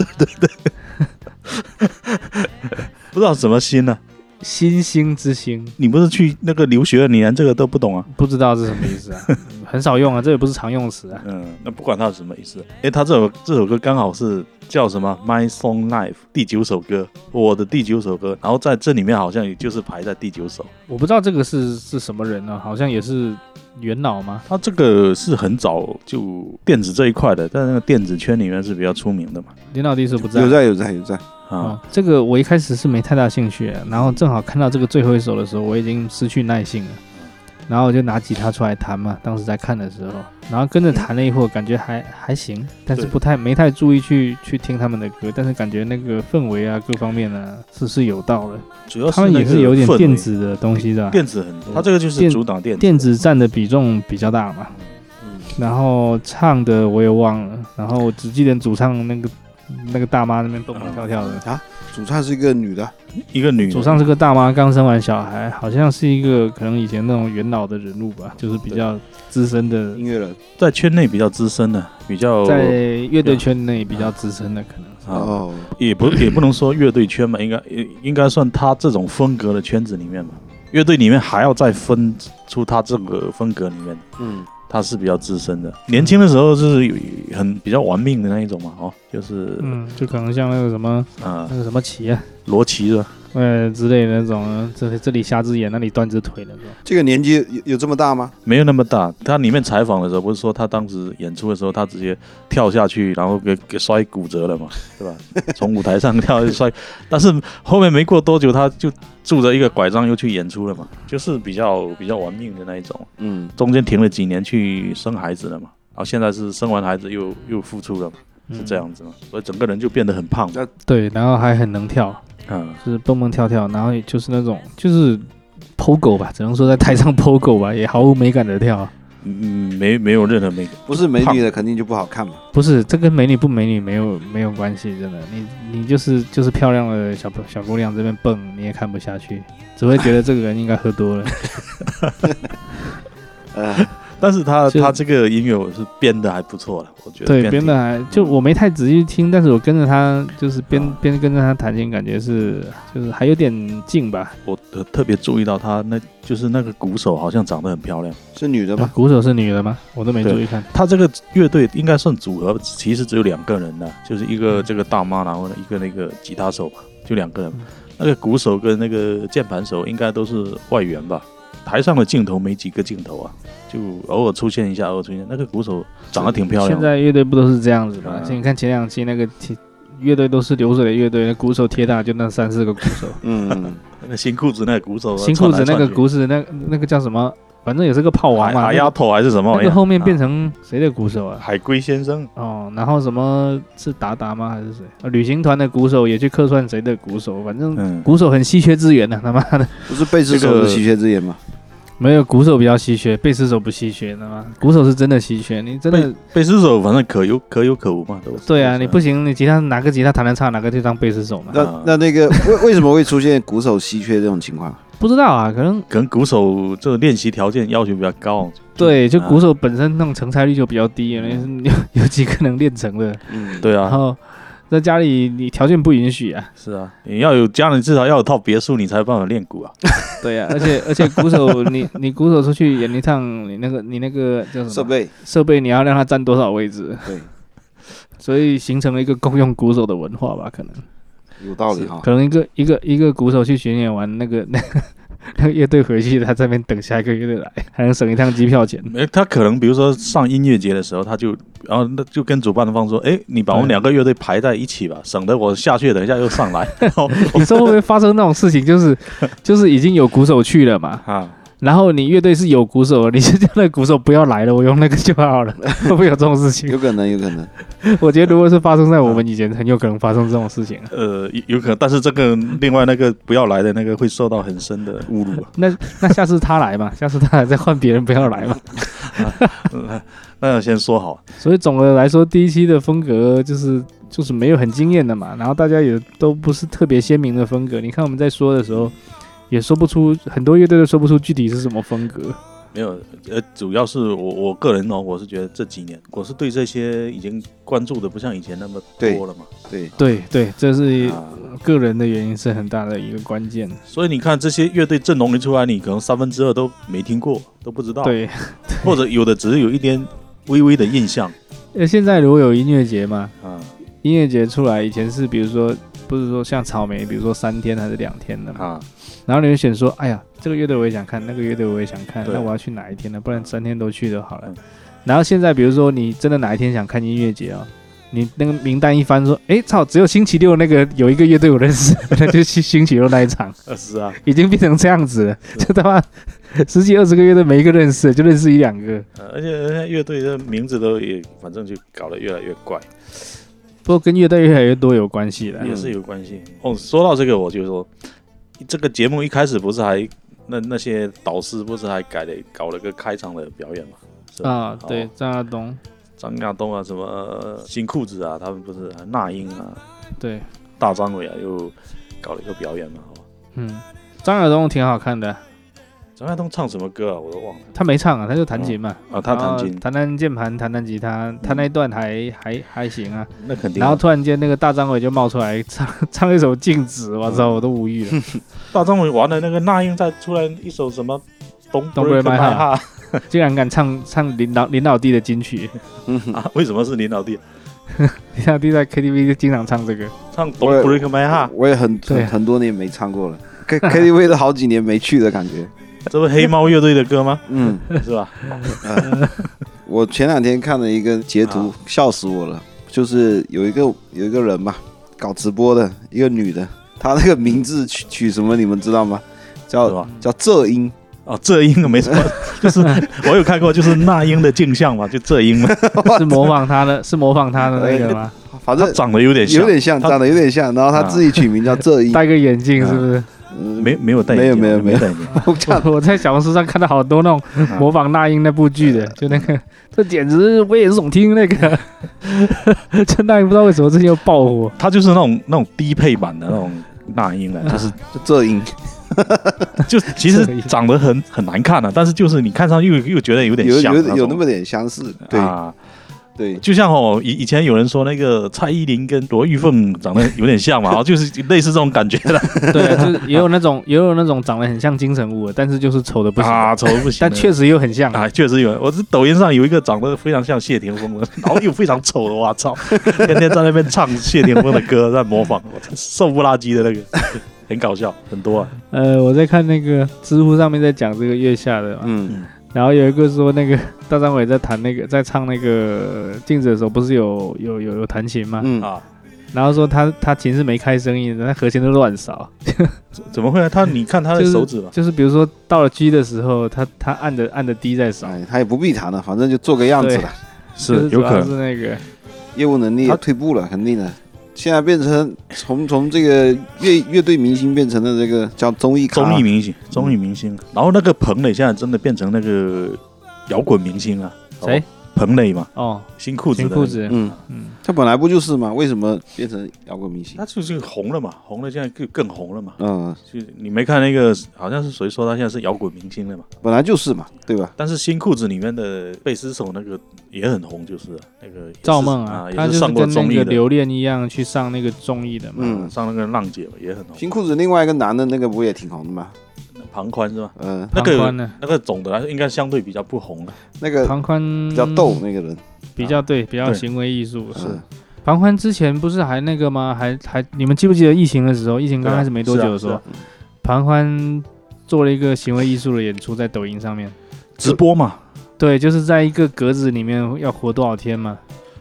Speaker 4: 不知道什么心呢、
Speaker 1: 星星之星，
Speaker 3: 啊你不是去那个留学了，你连这个都不懂啊？
Speaker 1: 不知道是什么意思啊？ *laughs* 很少用啊，这也不是常用词啊。
Speaker 3: 嗯，
Speaker 4: 那不管它是什么意思。
Speaker 3: 诶，他这首这首歌刚好是叫什么《My Song Life》第九首歌，我的第九首歌，然后在这里面好像也就是排在第九首。
Speaker 1: 我不知道这个是是什么人啊，好像也是元老吗？
Speaker 3: 他这个是很早就电子这一块的，在那个电子圈里面是比较出名的嘛。
Speaker 1: 元老弟是不在
Speaker 2: 有。在有在有在，
Speaker 1: 哦
Speaker 3: 啊，，
Speaker 1: 这个我一开始是没太大兴趣，然后正好看到这个最后一首的时候，我已经失去耐性了，然后我就拿吉他出来弹嘛，当时在看的时候，然后跟着弹了一会儿，感觉还还行，但是
Speaker 4: 对
Speaker 1: 不太没太注意去去听他们的歌，但是感觉那个氛围啊各方面呢、是是有道的，
Speaker 3: 主要
Speaker 1: 他们
Speaker 3: 那
Speaker 1: 也
Speaker 3: 个
Speaker 1: 是有点
Speaker 3: 氛围
Speaker 1: 电，子的东西的，
Speaker 3: 电子很多，
Speaker 1: 对
Speaker 3: 他这个就是
Speaker 1: 电
Speaker 3: 主打电子
Speaker 1: 电子占的比重比较大嘛，
Speaker 2: 嗯
Speaker 1: 然后唱的我也忘了，然后我只记得主唱那个那个大妈那边蹦蹦跳跳的。
Speaker 2: 啊主唱是一个女的，
Speaker 3: 一个女的
Speaker 1: 祖上是个大妈，刚生完小孩，好像是一个可能以前那种元老的人物吧，就是比较资深的
Speaker 2: 音，乐人，
Speaker 3: 在圈内比较资深的，比较
Speaker 1: 在乐队圈内比较资深的，可能是
Speaker 3: 啊，
Speaker 2: 哦，
Speaker 3: 也不也不能说乐队圈吧，应该也应该算他这种风格的圈子里面吧。乐队里面还要再分出他这个风格里面，
Speaker 2: 嗯，
Speaker 3: 他是比较资深的。年轻的时候就是有很比较玩命的那一种嘛，哦，就是
Speaker 1: 嗯，就可能像那个什么
Speaker 3: 啊
Speaker 1: 那个什么奇啊，
Speaker 3: 罗琦是吧？
Speaker 1: 呃之类的那种，这这里瞎只眼，那里断只腿的那种。
Speaker 2: 这个年纪有有这么大吗？
Speaker 3: 没有那么大。他里面采访的时候，不是说他当时演出的时候，他直接跳下去，然后给给摔骨
Speaker 1: *laughs*
Speaker 3: 折了嘛，对吧？从舞台上跳下摔，但是后面没过多久，他就拄着一个拐杖又去演出了嘛，就是比较比较玩命的那一种。
Speaker 2: 嗯，
Speaker 3: 中间停了几年去生孩子了嘛，然后现在是生完孩子又又复出了嘛，
Speaker 1: 嗯
Speaker 3: 是这样子嘛，所以整个人就变得很胖。
Speaker 1: 对，然后还很能跳，
Speaker 3: 嗯，
Speaker 1: 就是蹦蹦跳跳，然后也就是那种就是剖狗吧，只能说在台上剖狗吧，也毫无美感的跳。
Speaker 3: 嗯，没没有任何美感。
Speaker 2: 不是美女的肯定就不好看嘛。
Speaker 1: 不是，这跟美女不美女没有没有关系，真的。你你就是就是漂亮的小小姑娘这边蹦，你也看不下去，只会觉得这个人应该喝多
Speaker 3: *laughs*
Speaker 1: 了。
Speaker 2: 呃，
Speaker 3: 但是他
Speaker 1: 是
Speaker 3: 他这个音乐我是编的还不错了，我觉得
Speaker 1: 对，
Speaker 3: 得
Speaker 1: 编的还就我没太仔细听，但是我跟着他就是边
Speaker 3: 啊
Speaker 1: 边跟着他弹琴，感觉是就是还有点劲吧。
Speaker 3: 我特特别注意到他那就是那个鼓手好像长得很漂亮。
Speaker 2: *laughs* 是女的
Speaker 1: 啊
Speaker 2: 吗？
Speaker 1: 鼓手是女的吗？我都没注意看。
Speaker 3: 他这个乐队应该算组合，其实只有两个人的，就是一个这个大妈，然后呢一个那个吉他手嘛，就两个人
Speaker 1: 嗯。
Speaker 3: 那个鼓手跟那个键盘手应该都是外援吧？台上的镜头没几个镜头啊，就偶尔出现一下，偶尔出现。那个鼓手长得挺漂亮
Speaker 1: 现
Speaker 3: 的，
Speaker 1: 在乐队不都是这样子吗？
Speaker 3: 嗯
Speaker 1: 像你看前两期那个铁乐队都是流水的乐队，那鼓手贴大就那三四个鼓
Speaker 3: *laughs*
Speaker 1: 手，
Speaker 2: 嗯，
Speaker 3: 那个新裤子那个鼓手啊，
Speaker 1: 新裤子那
Speaker 3: 穿来
Speaker 1: 个
Speaker 3: 穿去
Speaker 1: 鼓手那那个叫什么？反正也是个炮王
Speaker 3: 海
Speaker 1: 嘛。那
Speaker 3: 海丫
Speaker 1: 个
Speaker 3: 头还是什么
Speaker 1: 那
Speaker 3: 玩意儿？
Speaker 1: 个后面变
Speaker 3: 啊
Speaker 1: 成谁的鼓哦哎手啊？
Speaker 3: 海龟先生，
Speaker 1: 哦，然后什么是达达吗？还是谁？啊旅行团的鼓手也去客串谁的鼓手？反正
Speaker 3: 嗯，
Speaker 1: 鼓手很稀缺资源的、啊他妈的，
Speaker 2: 不是贝斯
Speaker 3: 这
Speaker 2: 手
Speaker 3: 个
Speaker 2: 是稀缺之言吗？
Speaker 1: *laughs* 没有鼓手比较稀缺，贝斯手不稀缺，他妈鼓手是真的稀缺。你真的
Speaker 3: 贝斯手反正可有可有可无嘛，都是
Speaker 1: 对
Speaker 3: 就
Speaker 1: 啊，
Speaker 3: 是
Speaker 1: 你不行，你吉他哪个吉他弹得差，哪个就当贝斯手嘛。
Speaker 2: 那
Speaker 3: 啊
Speaker 2: 那那个 *laughs* 为为什么会出现鼓手稀缺这种情况？
Speaker 1: 不知道啊，可能
Speaker 3: 可能鼓手这个练习条件要求比较高，
Speaker 1: 对，就
Speaker 3: 啊
Speaker 1: 鼓手本身那种成才率就比较低，有有几个能练成的，
Speaker 2: 嗯，
Speaker 3: 对
Speaker 1: 然
Speaker 3: 啊，
Speaker 1: 后在家里你条件不允许啊。
Speaker 3: 是啊，你要有家人至少要有套别墅，你才有办法练鼓啊。
Speaker 1: 对
Speaker 2: *laughs*
Speaker 1: 啊，而且而且鼓手你你鼓手出去演一趟，你那个你那个叫什么
Speaker 2: 设备
Speaker 1: 设备你要让它占多少位置？
Speaker 2: 对，
Speaker 1: *laughs* 所以形成了一个共用鼓手的文化吧，可能
Speaker 2: 有道理哈。
Speaker 1: 可能一个一个一个鼓手去巡演完，那个 *laughs* 那个那个乐队回去，他在那边等下一个乐队来，还能省一趟机票钱。
Speaker 3: 没，他可能比如说上音乐节的时候，他就然后那就跟主办方说，哎，你把我们
Speaker 1: 对
Speaker 3: 两个乐队排在一起吧，省得我下去等一下又上来。然后
Speaker 2: 哦
Speaker 1: 你说会不会发生那种事情？就是
Speaker 2: *laughs*
Speaker 1: 就是已经有鼓手去了嘛，
Speaker 3: 啊，
Speaker 1: 然后你乐队是有鼓手，你就叫那个鼓手不要来了，我用那个就好了， *laughs* 会不会有这种事情？
Speaker 2: 有可能，有可能，
Speaker 1: 我觉得如果是发生在我们以前，很有可能发生这种事情。
Speaker 3: 呃，有有可能，但是这个另外那个不要来的那个会受到很深的侮辱啊。
Speaker 1: 那那下次他来嘛， *laughs* 下次他来再换别人不要来嘛。
Speaker 3: 嗯那要先说好，
Speaker 1: *laughs* 所以总的来说，第一期的风格就是就是没有很惊艳的嘛，然后大家也都不是特别鲜明的风格。你看我们在说的时候，也说不出很多乐队都说不出具体是什么风格。
Speaker 3: 没有，呃，主要是我我个人哦，我是觉得这几年我是对这些已经关注的不像以前那么
Speaker 2: 对
Speaker 3: 多了嘛。
Speaker 2: 对，
Speaker 1: 对对，这是
Speaker 3: 啊，
Speaker 1: 个人的原因是很大的一个关键。
Speaker 3: 所以你看这些乐队阵容一出来，你可能三分之二都没听过，都不知道。
Speaker 1: 对， *laughs*
Speaker 3: 或者有的只是有一点微微的印象
Speaker 1: 呃，现在如果有音乐节嘛，
Speaker 3: 啊，
Speaker 1: 音乐节出来以前是比如说不是说像草莓，比如说三天还是两天的嘛，
Speaker 3: 啊，
Speaker 1: 然后你就选说，哎呀，这个乐队我也想看，那个乐队我也想看，
Speaker 3: 对
Speaker 1: 那我要去哪一天呢？不然三天都去就好了。
Speaker 3: 嗯
Speaker 1: 然后现在，比如说你真的哪一天想看音乐节啊、你那个名单一翻，说，哎操，只有星期六那个有一个乐队我认识， *laughs* 那就去星期六那一场，
Speaker 3: 是啊，
Speaker 1: 已经变成这样子了，就他妈十几二十个乐队没一个认识，就认识一两个。
Speaker 3: 呃而且人家乐队的名字都也，反正就搞得越来越怪，
Speaker 1: 不过跟乐队越来越多有关系的。
Speaker 3: 也是有关系。哦，说到这个，我就说这个节目一开始不是还那那些导师不是还改了搞了个开场的表演嘛？是吧
Speaker 1: 啊，对
Speaker 3: 哦，
Speaker 1: 张亚东，
Speaker 3: 张亚东啊，什么呃新裤子啊，他们不是还那英啊、
Speaker 1: 对，
Speaker 3: 大张伟啊，又搞了一个表演嘛。哦
Speaker 1: 嗯，张亚东挺好看的，
Speaker 3: 张亚东唱什么歌啊？我都忘了
Speaker 1: 他没唱啊，他就弹琴嘛，
Speaker 3: 啊，他弹琴
Speaker 1: 然后，弹弹键盘，弹弹吉他，弹那一段还还还行啊。
Speaker 3: 那肯定啊。
Speaker 1: 然后突然间那个大张伟就冒出来唱唱一首《静止》，我操，我都无语
Speaker 3: *laughs*
Speaker 1: 了。
Speaker 3: 大张伟玩的那个那英再出来一首什么东
Speaker 1: Don't Break My
Speaker 3: Heart
Speaker 1: 竟然敢唱唱领导领导地的金曲， *laughs*
Speaker 2: 嗯，
Speaker 3: 啊？为什么是林老弟？
Speaker 1: 像弟在 KTV 就经常唱这个，
Speaker 3: 唱 Don't Break My Heart，
Speaker 2: 我也很
Speaker 1: 对
Speaker 2: 很
Speaker 1: 啊
Speaker 2: 很多年没唱过了，K KTV 都好几年没去的感觉。
Speaker 3: 这不是黑猫乐队的
Speaker 2: *laughs*
Speaker 3: 歌吗？
Speaker 2: 嗯，
Speaker 3: 是吧？
Speaker 2: *laughs* 我前两天看了一个截图，
Speaker 3: 啊
Speaker 2: 笑死我了。就是有一个有一个人嘛，搞直播的一个女的，她那个名字取取什么你们知道吗？
Speaker 3: 嗯是
Speaker 2: 叫
Speaker 3: 吧？
Speaker 2: 叫浙音，
Speaker 3: 哦，这音没什么， *laughs* 就是我有看过，就是那英的镜像嘛，就这音嘛，
Speaker 1: 是模仿他的，是模仿他的那个吗？
Speaker 3: 哎
Speaker 2: 反
Speaker 3: 它
Speaker 2: 正
Speaker 3: 长得啊有点像，
Speaker 2: 有点像，
Speaker 3: 她
Speaker 2: 长得有点像。然后她自己取名叫浙音，
Speaker 1: 戴个眼镜是不是？
Speaker 2: 嗯
Speaker 3: 没没有戴眼
Speaker 2: 没有
Speaker 3: 镜，啊
Speaker 2: 没有没
Speaker 3: 没
Speaker 2: 有
Speaker 3: 戴眼镜，
Speaker 2: 不像
Speaker 1: *laughs* 我我在小红书上看到好多那种
Speaker 3: 啊
Speaker 1: 模仿那英那部剧的，就那个，这简直危言耸听。那个 *laughs* 陈大英不知道为什么最近又爆火，
Speaker 3: 它就是那种那种低配版的那种
Speaker 2: *laughs*
Speaker 3: 那英了，就是
Speaker 2: 浙音，
Speaker 3: 就其实长得很很难看的、啊但是就是你看上又又觉得有点
Speaker 2: 有
Speaker 3: 像
Speaker 2: 有有那
Speaker 3: 种
Speaker 2: 么点相似。对
Speaker 3: 啊，
Speaker 2: 对，
Speaker 3: 就像哦，以以前有人说那个蔡依林跟罗玉凤长得有点
Speaker 1: *laughs*
Speaker 3: 像嘛，然后就是类似这种感觉的
Speaker 1: 对，就是也有那种也有那种长得很像金城武的，但是就是丑的不行，*laughs*
Speaker 3: 啊，丑得不行的。
Speaker 1: 但确实又很像。
Speaker 3: 啊，确实有，我是抖音上有一个长得非常像谢霆锋的，然后又非常丑的，我
Speaker 1: *laughs*
Speaker 3: 操，天天在那边唱谢霆锋的歌，在模仿，我操瘦不拉几的
Speaker 1: *laughs*
Speaker 3: 那个，很搞笑，很多啊。
Speaker 1: 呃，我在看那个知乎上面在讲这个月下的嘛，
Speaker 2: 嗯
Speaker 1: 然后有一个说那个大张伟在弹那个在唱那个镜子的时候，不是有有有有弹琴吗？
Speaker 2: 嗯，
Speaker 3: 啊，
Speaker 1: 然后说他他琴是没开声音的，他和弦都乱扫。
Speaker 3: 怎怎么会啊？他你看他的
Speaker 1: 就是
Speaker 3: 手指吧，
Speaker 1: 就是比如说到了 G 的时候，他他按着按着 D 在扫，
Speaker 2: 哎，他也不必谈了，反正就做个样子了。
Speaker 1: 就是主
Speaker 3: 有
Speaker 1: 要
Speaker 3: 可
Speaker 1: 是
Speaker 3: 能。
Speaker 1: 那个
Speaker 2: 业务能力也
Speaker 3: 他
Speaker 2: 退步了，肯定的。现在变成从从这个乐乐队明星变成了这个叫综艺咖
Speaker 3: 综艺明星，综艺明星，然后那个彭磊现在真的变成那个摇滚明星了。
Speaker 1: 谁？
Speaker 3: 彭磊嘛，
Speaker 1: 哦，
Speaker 3: 新裤子
Speaker 1: 新
Speaker 3: 的。
Speaker 1: 裤子，
Speaker 2: 嗯，
Speaker 1: 嗯，
Speaker 2: 他本来不就是嘛？为什么变成摇滚明星
Speaker 3: 他？就是红了嘛，红了现在更更红了嘛。
Speaker 2: 嗯，
Speaker 3: 就是你没看那个，好像是谁说他现在是摇滚明星了嘛？
Speaker 2: 本来就是嘛，对吧？
Speaker 3: 但是新裤子里面的贝斯手那个也很红，就是了那个也是
Speaker 1: 赵梦
Speaker 3: 啊，
Speaker 1: 他
Speaker 3: 也
Speaker 1: 就是
Speaker 3: 上过
Speaker 1: 跟那
Speaker 3: 综艺
Speaker 1: 个
Speaker 3: 的，啊
Speaker 1: 刘恋一样去上那个综艺的嘛。
Speaker 2: 嗯
Speaker 3: 上那个浪姐嘛，也很红。
Speaker 2: 新裤子另外一个男的那个不也挺红的吗？
Speaker 3: 庞宽是吧？
Speaker 2: 嗯，
Speaker 3: 那
Speaker 1: 庞
Speaker 3: 个
Speaker 1: 宽呢？
Speaker 3: 那个总的来说应该相对比较不红了。
Speaker 2: 那个
Speaker 1: 庞宽
Speaker 2: 比较逗，那个人
Speaker 1: 比较啊对，比较
Speaker 3: 对
Speaker 1: 行为艺术
Speaker 2: 是。
Speaker 1: 庞宽之前不是还那个吗？还还你们记不记得疫情的时候？疫情刚开始没多久的时
Speaker 3: 是
Speaker 1: 候
Speaker 3: 啊，
Speaker 1: 庞宽做了一个行为艺术的演出在抖音上面。
Speaker 3: 直播嘛，
Speaker 1: 对，就是在一个格子里面要活多少天嘛？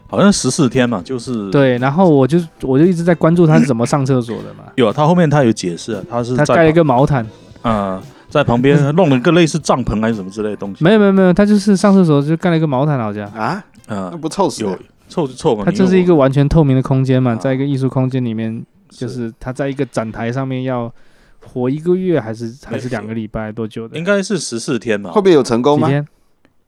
Speaker 3: 好像十四天嘛，就是。
Speaker 1: 对，然后我就我就一直在关注他是怎么上厕所的嘛。
Speaker 3: 有啊他后面他有解释啊，他是
Speaker 1: 他
Speaker 3: 在
Speaker 1: 盖了一个毛毯，
Speaker 3: 啊、在旁边弄了个类似帐篷还是什么之类的东西，
Speaker 1: 没有没有没有，他就是上厕所就盖了一个毛毯，好像。
Speaker 2: 啊，
Speaker 3: 啊、
Speaker 2: 那不臭死
Speaker 3: 有
Speaker 2: 了？
Speaker 3: 臭就臭嘛。
Speaker 1: 他
Speaker 3: 你
Speaker 1: 这
Speaker 3: 有
Speaker 1: 是一个完全透明的空间嘛，
Speaker 3: 啊
Speaker 1: 在一个艺术空间里面，就是他在一个展台上面要活一个月还是还是两个礼拜多久的？
Speaker 3: 应该是十四天吧
Speaker 2: 会？不会有成功
Speaker 1: 几
Speaker 2: 吗？
Speaker 1: 天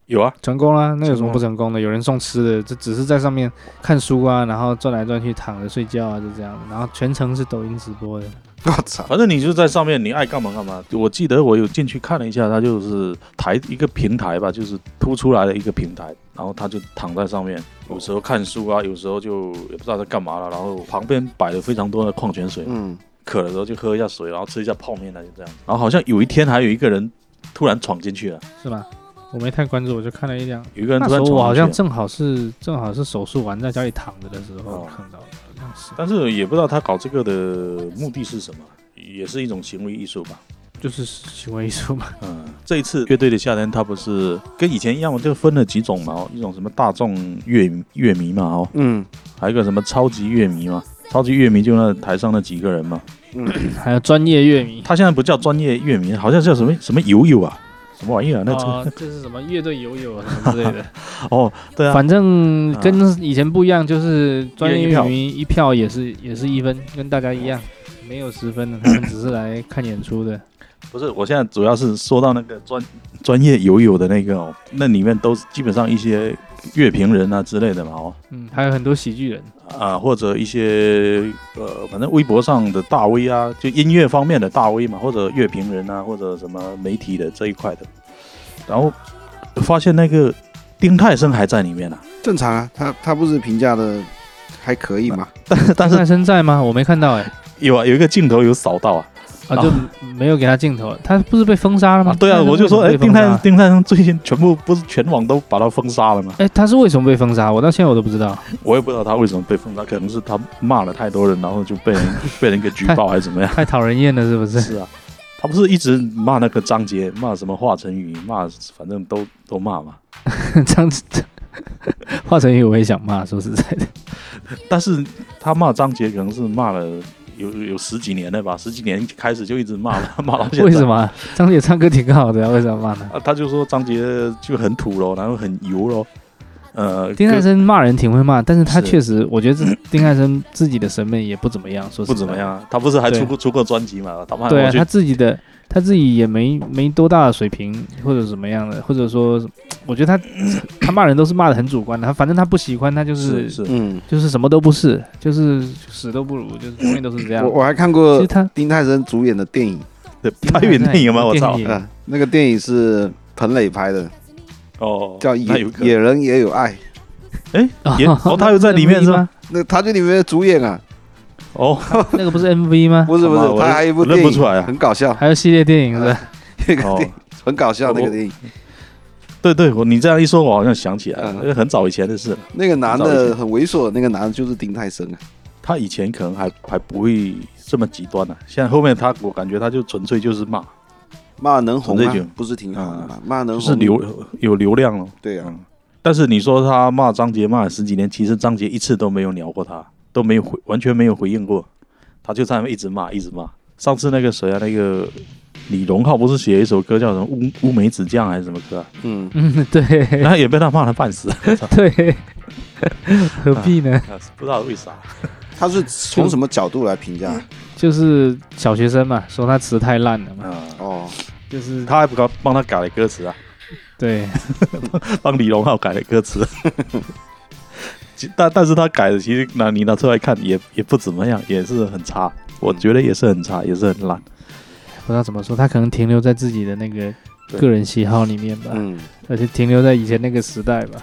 Speaker 3: 有啊，
Speaker 1: 成功啦？那有什么不成功的？有人送吃的，这只是在上面看书啊，然后转来转去躺着睡觉啊，就这样。然后全程是抖音直播的，
Speaker 2: 我操！
Speaker 3: 反正你就在上面，你爱干嘛干嘛。我记得我有进去看了一下，它就是台一个平台吧，就是凸出来的一个平台，然后他就躺在上面，
Speaker 1: 哦
Speaker 3: 有时候看书啊，有时候就也不知道在干嘛了。然后旁边摆了非常多的矿泉水，
Speaker 2: 嗯，
Speaker 3: 渴的时候就喝一下水，然后吃一下泡面啊，就这
Speaker 1: 嗯
Speaker 3: 样。然后好像有一天还有一个人突然闯进去了，
Speaker 1: 是吧？我没太关注，我就看了一两。
Speaker 3: 有一个人
Speaker 1: 那
Speaker 3: 突
Speaker 1: 时候
Speaker 3: 然闯进去了。啊
Speaker 1: 我好像正好是正好是手术完在家里躺着的时候
Speaker 3: 哦
Speaker 1: 看到的，好像是
Speaker 3: 但是也不知道他搞这个的目的是什么，也是一种行为艺术吧。
Speaker 1: 就是行为艺术嘛。
Speaker 3: 嗯，这一次乐队的夏天，它不是跟以前一样嘛，就分了几种嘛、哦，一种什么大众乐乐迷嘛，哦，
Speaker 2: 嗯
Speaker 3: 还有一个什么超级乐迷嘛，超级乐迷就那台上那几个人嘛，
Speaker 2: 嗯，
Speaker 1: 还有专业乐迷，
Speaker 3: 他现在不叫专业乐迷，好像叫什么什么友友啊，什么玩意儿、啊？那这、 *laughs*
Speaker 1: 哦，这是什么乐队游泳啊什么之类的。
Speaker 3: 哦，对啊，
Speaker 1: 反正跟以前不一样，就是专业
Speaker 3: 一人一票
Speaker 1: 乐迷一票也是也是一分，跟大家一
Speaker 3: 嗯
Speaker 1: 样，没有十分的，他们只是来看演出的。
Speaker 3: 不是，我现在主要是说到那个专专业友友的那个哦，那里面都是基本上一些乐评人啊之类的嘛，哦，
Speaker 1: 嗯，还有很多喜剧人，
Speaker 3: 啊，或者一些呃，反正微博上的大 V 啊，就音乐方面的大 V 嘛，或者乐评人啊，或者什么媒体的这一块的，然后发现那个丁太升还在里
Speaker 1: *laughs*
Speaker 3: 面啊，
Speaker 2: 正常啊，他他不是评价的还可以吗？
Speaker 3: 但但
Speaker 1: 但
Speaker 3: 是
Speaker 1: 是身在吗？我没看到哎、
Speaker 3: 有啊，有一个镜头有扫到啊，
Speaker 1: 啊，就没有给他镜头，他不是被封杀了吗？
Speaker 3: 对啊，
Speaker 1: 那他
Speaker 3: 我就说，
Speaker 1: 为
Speaker 3: 哎，
Speaker 1: 什么被
Speaker 3: 丁
Speaker 1: 封杀
Speaker 3: 太丁太上最近全部不是全网都把他封杀了吗？
Speaker 1: 哎，他是为什么被封杀？我到现在我都不知
Speaker 3: *laughs*
Speaker 1: 道。
Speaker 3: 我也不知道他为什么被封杀，可能是他骂了太多人，然后就
Speaker 1: *laughs*
Speaker 3: 被人被人给举报还是怎么样？
Speaker 1: 太讨人厌了，是不是？
Speaker 3: 是啊，他不是一直骂那个张杰，骂什么华晨宇，骂反正都都骂嘛。
Speaker 1: 这样子，华晨宇我也想骂，说实
Speaker 3: *laughs*
Speaker 1: 在的，
Speaker 3: 但是他骂张杰可能是骂了有有十几年了吧，十几年开始就一直骂了， *laughs* 骂到现在。
Speaker 1: 为什？么张姐唱歌挺好的、啊，为什么骂呢？
Speaker 3: 啊，他就说张杰就很土咯，然后很油咯。呃，
Speaker 1: 丁太
Speaker 3: 歌
Speaker 1: 生骂人挺会骂，但是他
Speaker 3: 是
Speaker 1: 确实，我觉得这丁太生自己的审美也不怎么样，说实
Speaker 3: 不
Speaker 1: 在
Speaker 3: 怎么。样啊，他不是还
Speaker 1: 对
Speaker 3: 出过出过专辑嘛？他骂
Speaker 1: 对
Speaker 3: 我
Speaker 1: 啊，
Speaker 3: 去
Speaker 1: 他自己的他自己也没没多大的水平，或者怎么样的，或者说，我觉得他他骂人都是骂的很主观的，他反正他不喜欢，他就是
Speaker 3: 是是
Speaker 2: 嗯，
Speaker 1: 就是什么都不是，就是死都不如，就是永远都是这样
Speaker 2: 嗯我。我还看
Speaker 1: 其
Speaker 2: 过
Speaker 1: 实他
Speaker 2: 丁太生主演的电影
Speaker 3: 对拍演电影嘛？我操！
Speaker 1: 电影
Speaker 2: 啊，那个电影是彭磊拍的，
Speaker 3: 哦，
Speaker 2: 叫《
Speaker 3: 那
Speaker 2: 野
Speaker 3: 有可能
Speaker 2: 野人也有爱》。
Speaker 3: 哎，也哦，他有在
Speaker 1: *laughs*
Speaker 3: 里面是吗？？
Speaker 2: 那他就里面的主演
Speaker 3: *laughs*
Speaker 2: 啊，
Speaker 3: 哦，
Speaker 1: 那个不是 MV 吗？
Speaker 2: 不是不是，
Speaker 3: 好吧我
Speaker 2: 他还有一部
Speaker 3: 我认
Speaker 2: 电
Speaker 3: 不
Speaker 2: 影，
Speaker 3: 出来啊
Speaker 2: 很搞笑， *laughs*
Speaker 1: 还有系列电影是
Speaker 3: *laughs*
Speaker 1: 吧？
Speaker 2: 那个电
Speaker 3: 哦
Speaker 2: 影很搞笑那个
Speaker 3: 我
Speaker 2: 电影。
Speaker 3: 对对，我你这样一说，我好像想起来了，
Speaker 2: 嗯
Speaker 3: 那个很早以前的事了。
Speaker 2: 那个男
Speaker 3: 很早以
Speaker 2: 的
Speaker 3: 前
Speaker 2: 很猥琐，那个男的就是丁太生啊。
Speaker 3: 他以前可能还还不会这么极端呢、啊现在后面他，我感觉他就纯粹就是骂，
Speaker 2: 骂能红
Speaker 3: 陈
Speaker 2: 吗
Speaker 3: 醉君？
Speaker 2: 不是挺好的吗？啊骂能
Speaker 3: 就
Speaker 2: 红
Speaker 3: 啊是流哦有流量了。
Speaker 2: 对啊，
Speaker 3: 嗯但是你说他骂张杰骂了十几年，其实张杰一次都没有鸟过他，都没有回，完全没有回应过，他就在那边一直骂，一直骂。上次那个谁啊，那个李荣浩不是写了一首歌叫什么乌乌梅子酱还是什么歌、啊，
Speaker 2: 嗯，
Speaker 1: 嗯，对
Speaker 3: 然后也被他骂了半死， *laughs*
Speaker 1: 对，何必呢？
Speaker 3: 不知道为啥。
Speaker 2: 他是从什么角度来评价？
Speaker 1: 嗯就是小学生嘛，说他词太烂了嘛，
Speaker 3: 啊、
Speaker 2: 哦，
Speaker 1: 就是
Speaker 3: 他还不搞帮他改了歌词啊，
Speaker 1: 对，
Speaker 3: 帮李荣浩改了歌词。 *laughs* 其但但是他改的，其实拿你拿出来看也也不怎么样，也是很差，我觉得也是很差，也是很烂。
Speaker 1: 不知道怎么说，他可能停留在自己的那个
Speaker 3: 对
Speaker 1: 个人喜好里
Speaker 3: 啊
Speaker 1: 面吧，
Speaker 2: 嗯，
Speaker 1: 而且停留在以前那个时代吧，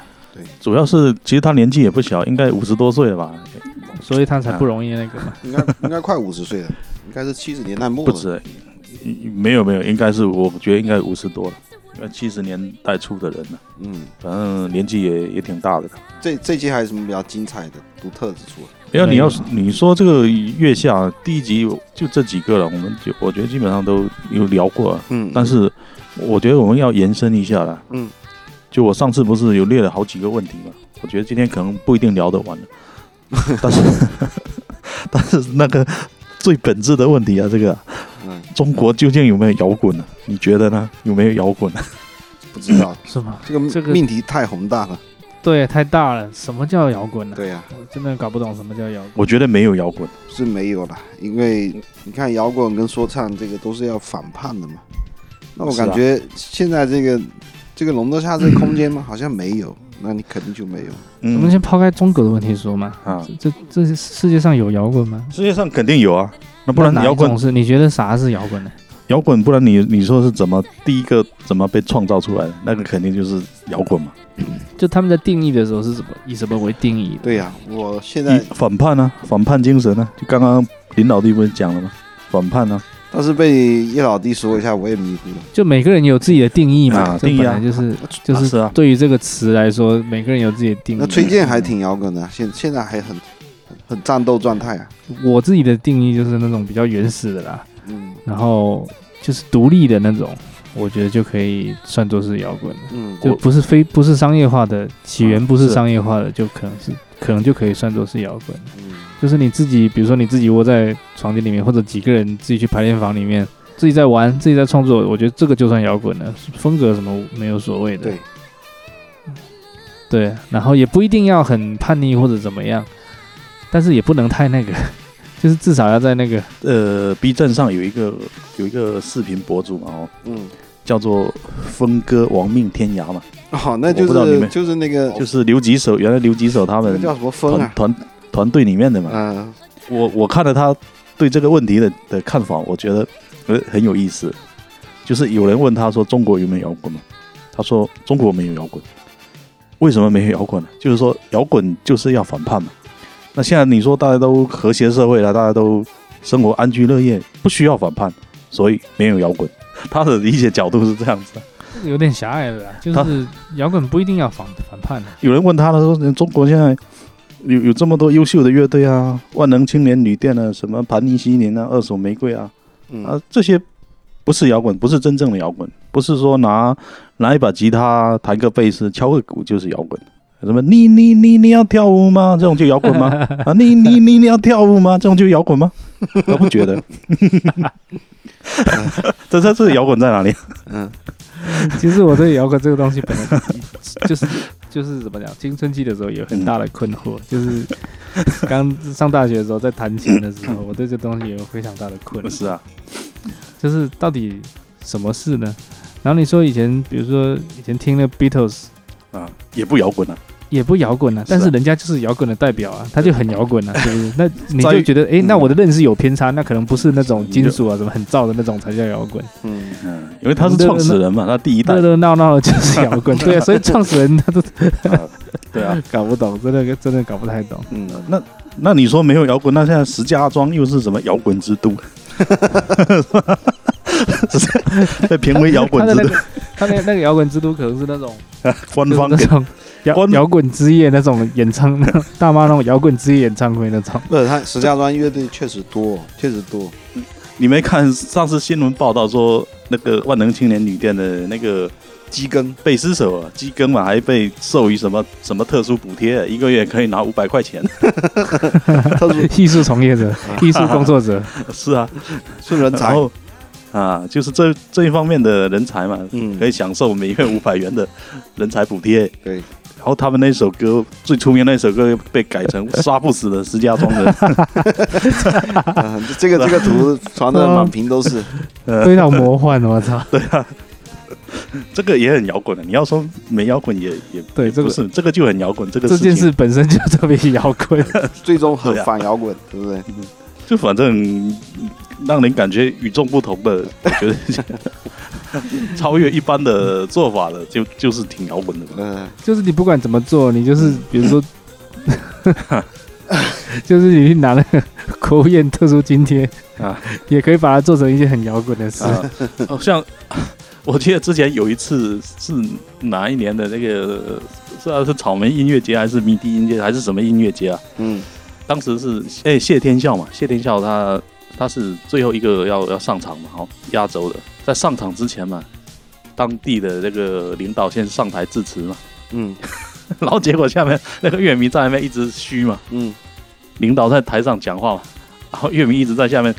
Speaker 3: 主要是其实他年纪也不小，应该五十多岁了吧，
Speaker 1: 所以他才
Speaker 3: 啊
Speaker 1: 不容易那个
Speaker 3: *laughs*
Speaker 1: 嘛。
Speaker 2: 应该应该快五十岁了，应该是七十年代末
Speaker 3: 不
Speaker 2: 了。
Speaker 3: 止，没有没有，应该是我觉得应该五十多了，因为七十年代初的人了，
Speaker 2: 嗯，
Speaker 3: 反正年纪也也挺大的。
Speaker 2: 这这期还有什么比较精彩的、独特之处？啊
Speaker 3: 因为你要
Speaker 1: 没有
Speaker 3: 你说这个月下第一集就这几个了，我们就我觉得基本上都有聊过了。啊
Speaker 2: 嗯
Speaker 3: 但是我觉得我们要延伸一下啦。
Speaker 2: 嗯，
Speaker 3: 就我上次不是有列了好几个问题嘛，我觉得今天可能不一定聊得
Speaker 2: *laughs*
Speaker 3: 完了，但是 *laughs* 但是那个最本质的问题啊，这个
Speaker 2: 嗯，
Speaker 3: 中国究竟有没有摇滚呢、你觉得呢？有没有摇滚呢、 *laughs*
Speaker 2: 不知道
Speaker 1: 是吗？
Speaker 2: 这个
Speaker 1: 这个
Speaker 2: 命题太宏大了。
Speaker 1: 对，太大了，什么叫摇滚呢、
Speaker 2: 对呀，
Speaker 1: 我真的搞不懂什么叫摇滚。
Speaker 3: 我觉得没有摇滚，
Speaker 2: 是没有了，因为你看摇滚跟说唱这个都是要反叛的嘛。那我
Speaker 3: 是啊
Speaker 2: 感觉现在这个这个容得下这个空间吗？好像没有，那你肯定就没有。
Speaker 1: 我们
Speaker 3: 嗯
Speaker 1: 先抛开中国的问题说嘛，
Speaker 3: 啊，
Speaker 1: 这这这世界上有摇滚吗？
Speaker 3: 世界上肯定有啊，那不然
Speaker 1: 那哪一
Speaker 3: 摇滚
Speaker 1: 种是？你觉得啥是摇滚呢？
Speaker 3: 摇滚，不然你你说是怎么第一个怎么被创造出来的？那个肯定就是摇滚嘛，
Speaker 1: 就他们在定义的时候是怎么以什么为定义的？
Speaker 2: 对呀，我现
Speaker 3: 一
Speaker 2: 在
Speaker 3: 反叛啊，反叛精神啊，就刚刚林老弟不是讲了吗？反叛啊，
Speaker 2: 但是被叶老弟说一下，我也迷糊了。
Speaker 1: 就每个人有自己的定义嘛，
Speaker 3: 啊
Speaker 1: 这
Speaker 3: 定义
Speaker 1: 本
Speaker 3: 啊
Speaker 1: 来就是就
Speaker 3: 啊是啊
Speaker 1: 对于这个词来说，每个人有自己的
Speaker 3: 嗯
Speaker 1: 定义
Speaker 2: 那。崔健还挺摇滚的，现现在还很很很战斗状态啊。
Speaker 1: 我自己的定义就是那种比较原始的啦，
Speaker 2: 嗯
Speaker 1: 然后就是独立的那种，我觉得就可以算作是摇滚了，
Speaker 2: 嗯，
Speaker 1: 就
Speaker 2: 我
Speaker 1: 不是非不是商业化的起源，
Speaker 3: 啊
Speaker 1: 不是
Speaker 3: 是
Speaker 1: 商业化的，就可能是可能就可以算作是摇滚。
Speaker 2: 嗯
Speaker 1: 就是你自己，比如说你自己窝在房间里面，或者几个人自己去排练房里面，自己在玩，自己在创作，我觉得这个就算摇滚了，风格什么没有所谓的。
Speaker 2: 对，
Speaker 1: 对，然后也不一定要很叛逆或者怎么样，但是也不能太那个， *laughs* 就是至少要在那个
Speaker 3: 呃，B 站上有一个有一个视频博主嘛，哦，
Speaker 2: 嗯，
Speaker 3: 叫做峰哥亡命天涯嘛，
Speaker 2: 哦，那就
Speaker 3: 我不知道你
Speaker 2: 是
Speaker 3: 们
Speaker 2: 就是那个
Speaker 3: 就。是刘吉手，原来刘吉手他
Speaker 2: 哦那个
Speaker 3: 们
Speaker 2: 叫什么风
Speaker 3: 团
Speaker 2: 啊？
Speaker 3: 团团队里面的嘛。
Speaker 2: 嗯，
Speaker 3: 我我看了他对这个问题的的看法，我觉得呃很有意思。就是有人问他说中国有没有摇滚嘛？他说中国没有摇滚，为什么没有摇滚呢？就是说摇滚就是要反叛嘛。那现在你说大家都和谐社会了，大家都生活安居乐业，不需要反叛，所以没有摇滚。他的理解角度是这样子的。
Speaker 1: 有点狭隘 *laughs* 了啦，就是摇滚不一定要反反叛的，
Speaker 3: 有人问他的时候，中国现在有有这么多优秀的乐队啊，万能青年旅店啊，什么盘尼西林啊，二手玫瑰啊，
Speaker 2: 嗯
Speaker 3: 啊，这些不是摇滚，不是真正的摇滚，不是说拿拿一把吉他弹个贝斯敲个鼓就是摇滚。什么你你你你要跳舞吗？这种就摇滚吗？啊，你你你你要跳舞吗？这种就摇滚吗？我不觉得。 *laughs* 这这这摇滚在哪里？
Speaker 2: 嗯，
Speaker 1: *laughs* 其实我对摇滚这个东西本 *laughs* 来就是就是怎么讲，青春期的时候有很大的困惑，就是 *laughs* 刚上大学的时候在弹琴的时候，我对这东西有非常大的困
Speaker 3: 不
Speaker 1: 惑，
Speaker 3: 是啊，
Speaker 1: 就是到底什么事呢？然后你说以前，比如说以前听了 Beatles
Speaker 3: 啊，也不摇滚啊。
Speaker 1: 也不摇滚啊，但是人家就是摇滚的代表啊，他就很摇滚 *laughs* 啊，是不是？那你
Speaker 3: 在
Speaker 1: 就
Speaker 3: 于
Speaker 1: 觉得，诶，那我的认识有偏差，那可能不嗯是那种
Speaker 3: 你就
Speaker 1: 金属啊，什么很燥的那种才叫摇滚。
Speaker 2: 嗯，
Speaker 3: 嗯，因为他是创始人嘛，他第一代
Speaker 1: 热。热闹闹的就是摇
Speaker 3: *laughs*
Speaker 1: 滚，对啊，所以创始人他都
Speaker 3: 啊对啊，
Speaker 1: 搞不懂，真的真的搞不太
Speaker 3: *laughs*
Speaker 1: 懂。
Speaker 3: 嗯，那那你说没有摇滚，那现在石家庄又是什么摇滚之都？ *laughs* 只是被评为摇滚
Speaker 1: 他的
Speaker 3: 之
Speaker 1: 那
Speaker 3: 都，
Speaker 1: 个他的那个摇滚之都可能是那
Speaker 3: *laughs*
Speaker 1: 种
Speaker 3: 官
Speaker 1: 就是
Speaker 3: 方
Speaker 1: 那
Speaker 3: *laughs*
Speaker 1: 种摇
Speaker 3: 官
Speaker 1: 摇滚之夜那种演唱， *laughs* 大妈那种摇滚之夜演唱会那种。
Speaker 2: 不是，他石家庄乐队确实多，确实
Speaker 3: *laughs*
Speaker 2: 多。
Speaker 3: 你没看上次新闻报道说，那个万能青年旅店的那个
Speaker 2: 基根，
Speaker 3: 贝斯手啊，基根嘛，还被授予什么什么特殊补贴，一个月可以拿五百块钱。 *laughs*
Speaker 2: 特殊
Speaker 1: *laughs* 艺术从业者、艺术工作
Speaker 3: *laughs*
Speaker 1: 者，
Speaker 3: 是啊，
Speaker 2: 是人
Speaker 3: 然
Speaker 2: 才，
Speaker 3: 后啊，就是这这一方面的人才嘛，
Speaker 2: 嗯
Speaker 3: 可以享受每月五百元的人才补贴。
Speaker 2: 对，
Speaker 3: 然后他们那首歌最出名那首歌被改
Speaker 2: *laughs*
Speaker 3: 成杀不死的石家庄人，
Speaker 2: 啊这个这个图传的满屏都
Speaker 3: *laughs*
Speaker 2: 是，
Speaker 1: 非常魔幻，我操！
Speaker 3: 这个也很摇滚的。啊你要说没摇滚也也
Speaker 1: 对这
Speaker 3: 不
Speaker 1: 个
Speaker 3: 是，这个就很摇滚。这个
Speaker 1: 这件
Speaker 3: 情
Speaker 1: 事本身就特别摇
Speaker 3: *laughs*
Speaker 1: 滚，
Speaker 2: 最终很
Speaker 3: 对啊
Speaker 2: 反摇滚，对不对？
Speaker 3: 就反正让人感觉与众不同的， *laughs* 我觉得超越一般的做法的，就就是挺摇滚
Speaker 2: *laughs*
Speaker 3: 的吧。
Speaker 2: 嗯，
Speaker 1: 就是你不管怎么做，你就是
Speaker 3: 嗯
Speaker 1: 比如说， *laughs* 就是你去拿那个国务院特殊津贴
Speaker 3: 啊，
Speaker 1: 也可以把它做成一件很摇滚的事。
Speaker 3: 啊，好像我记得之前有一次是哪一年的那个，是啊是草莓音乐节还是迷笛音乐节还是什么音乐节啊？
Speaker 2: 嗯
Speaker 3: 当时是哎、谢天笑嘛，谢天笑他他是最后一个要要上场嘛，好压轴的，在上场之前嘛，当地的那个领导先上台致辞嘛，
Speaker 2: 嗯
Speaker 3: 然后结果下面那个乐迷在那边一直嘘嘛，
Speaker 2: 嗯，
Speaker 3: 领导在台上讲话嘛，然后乐迷一直在下面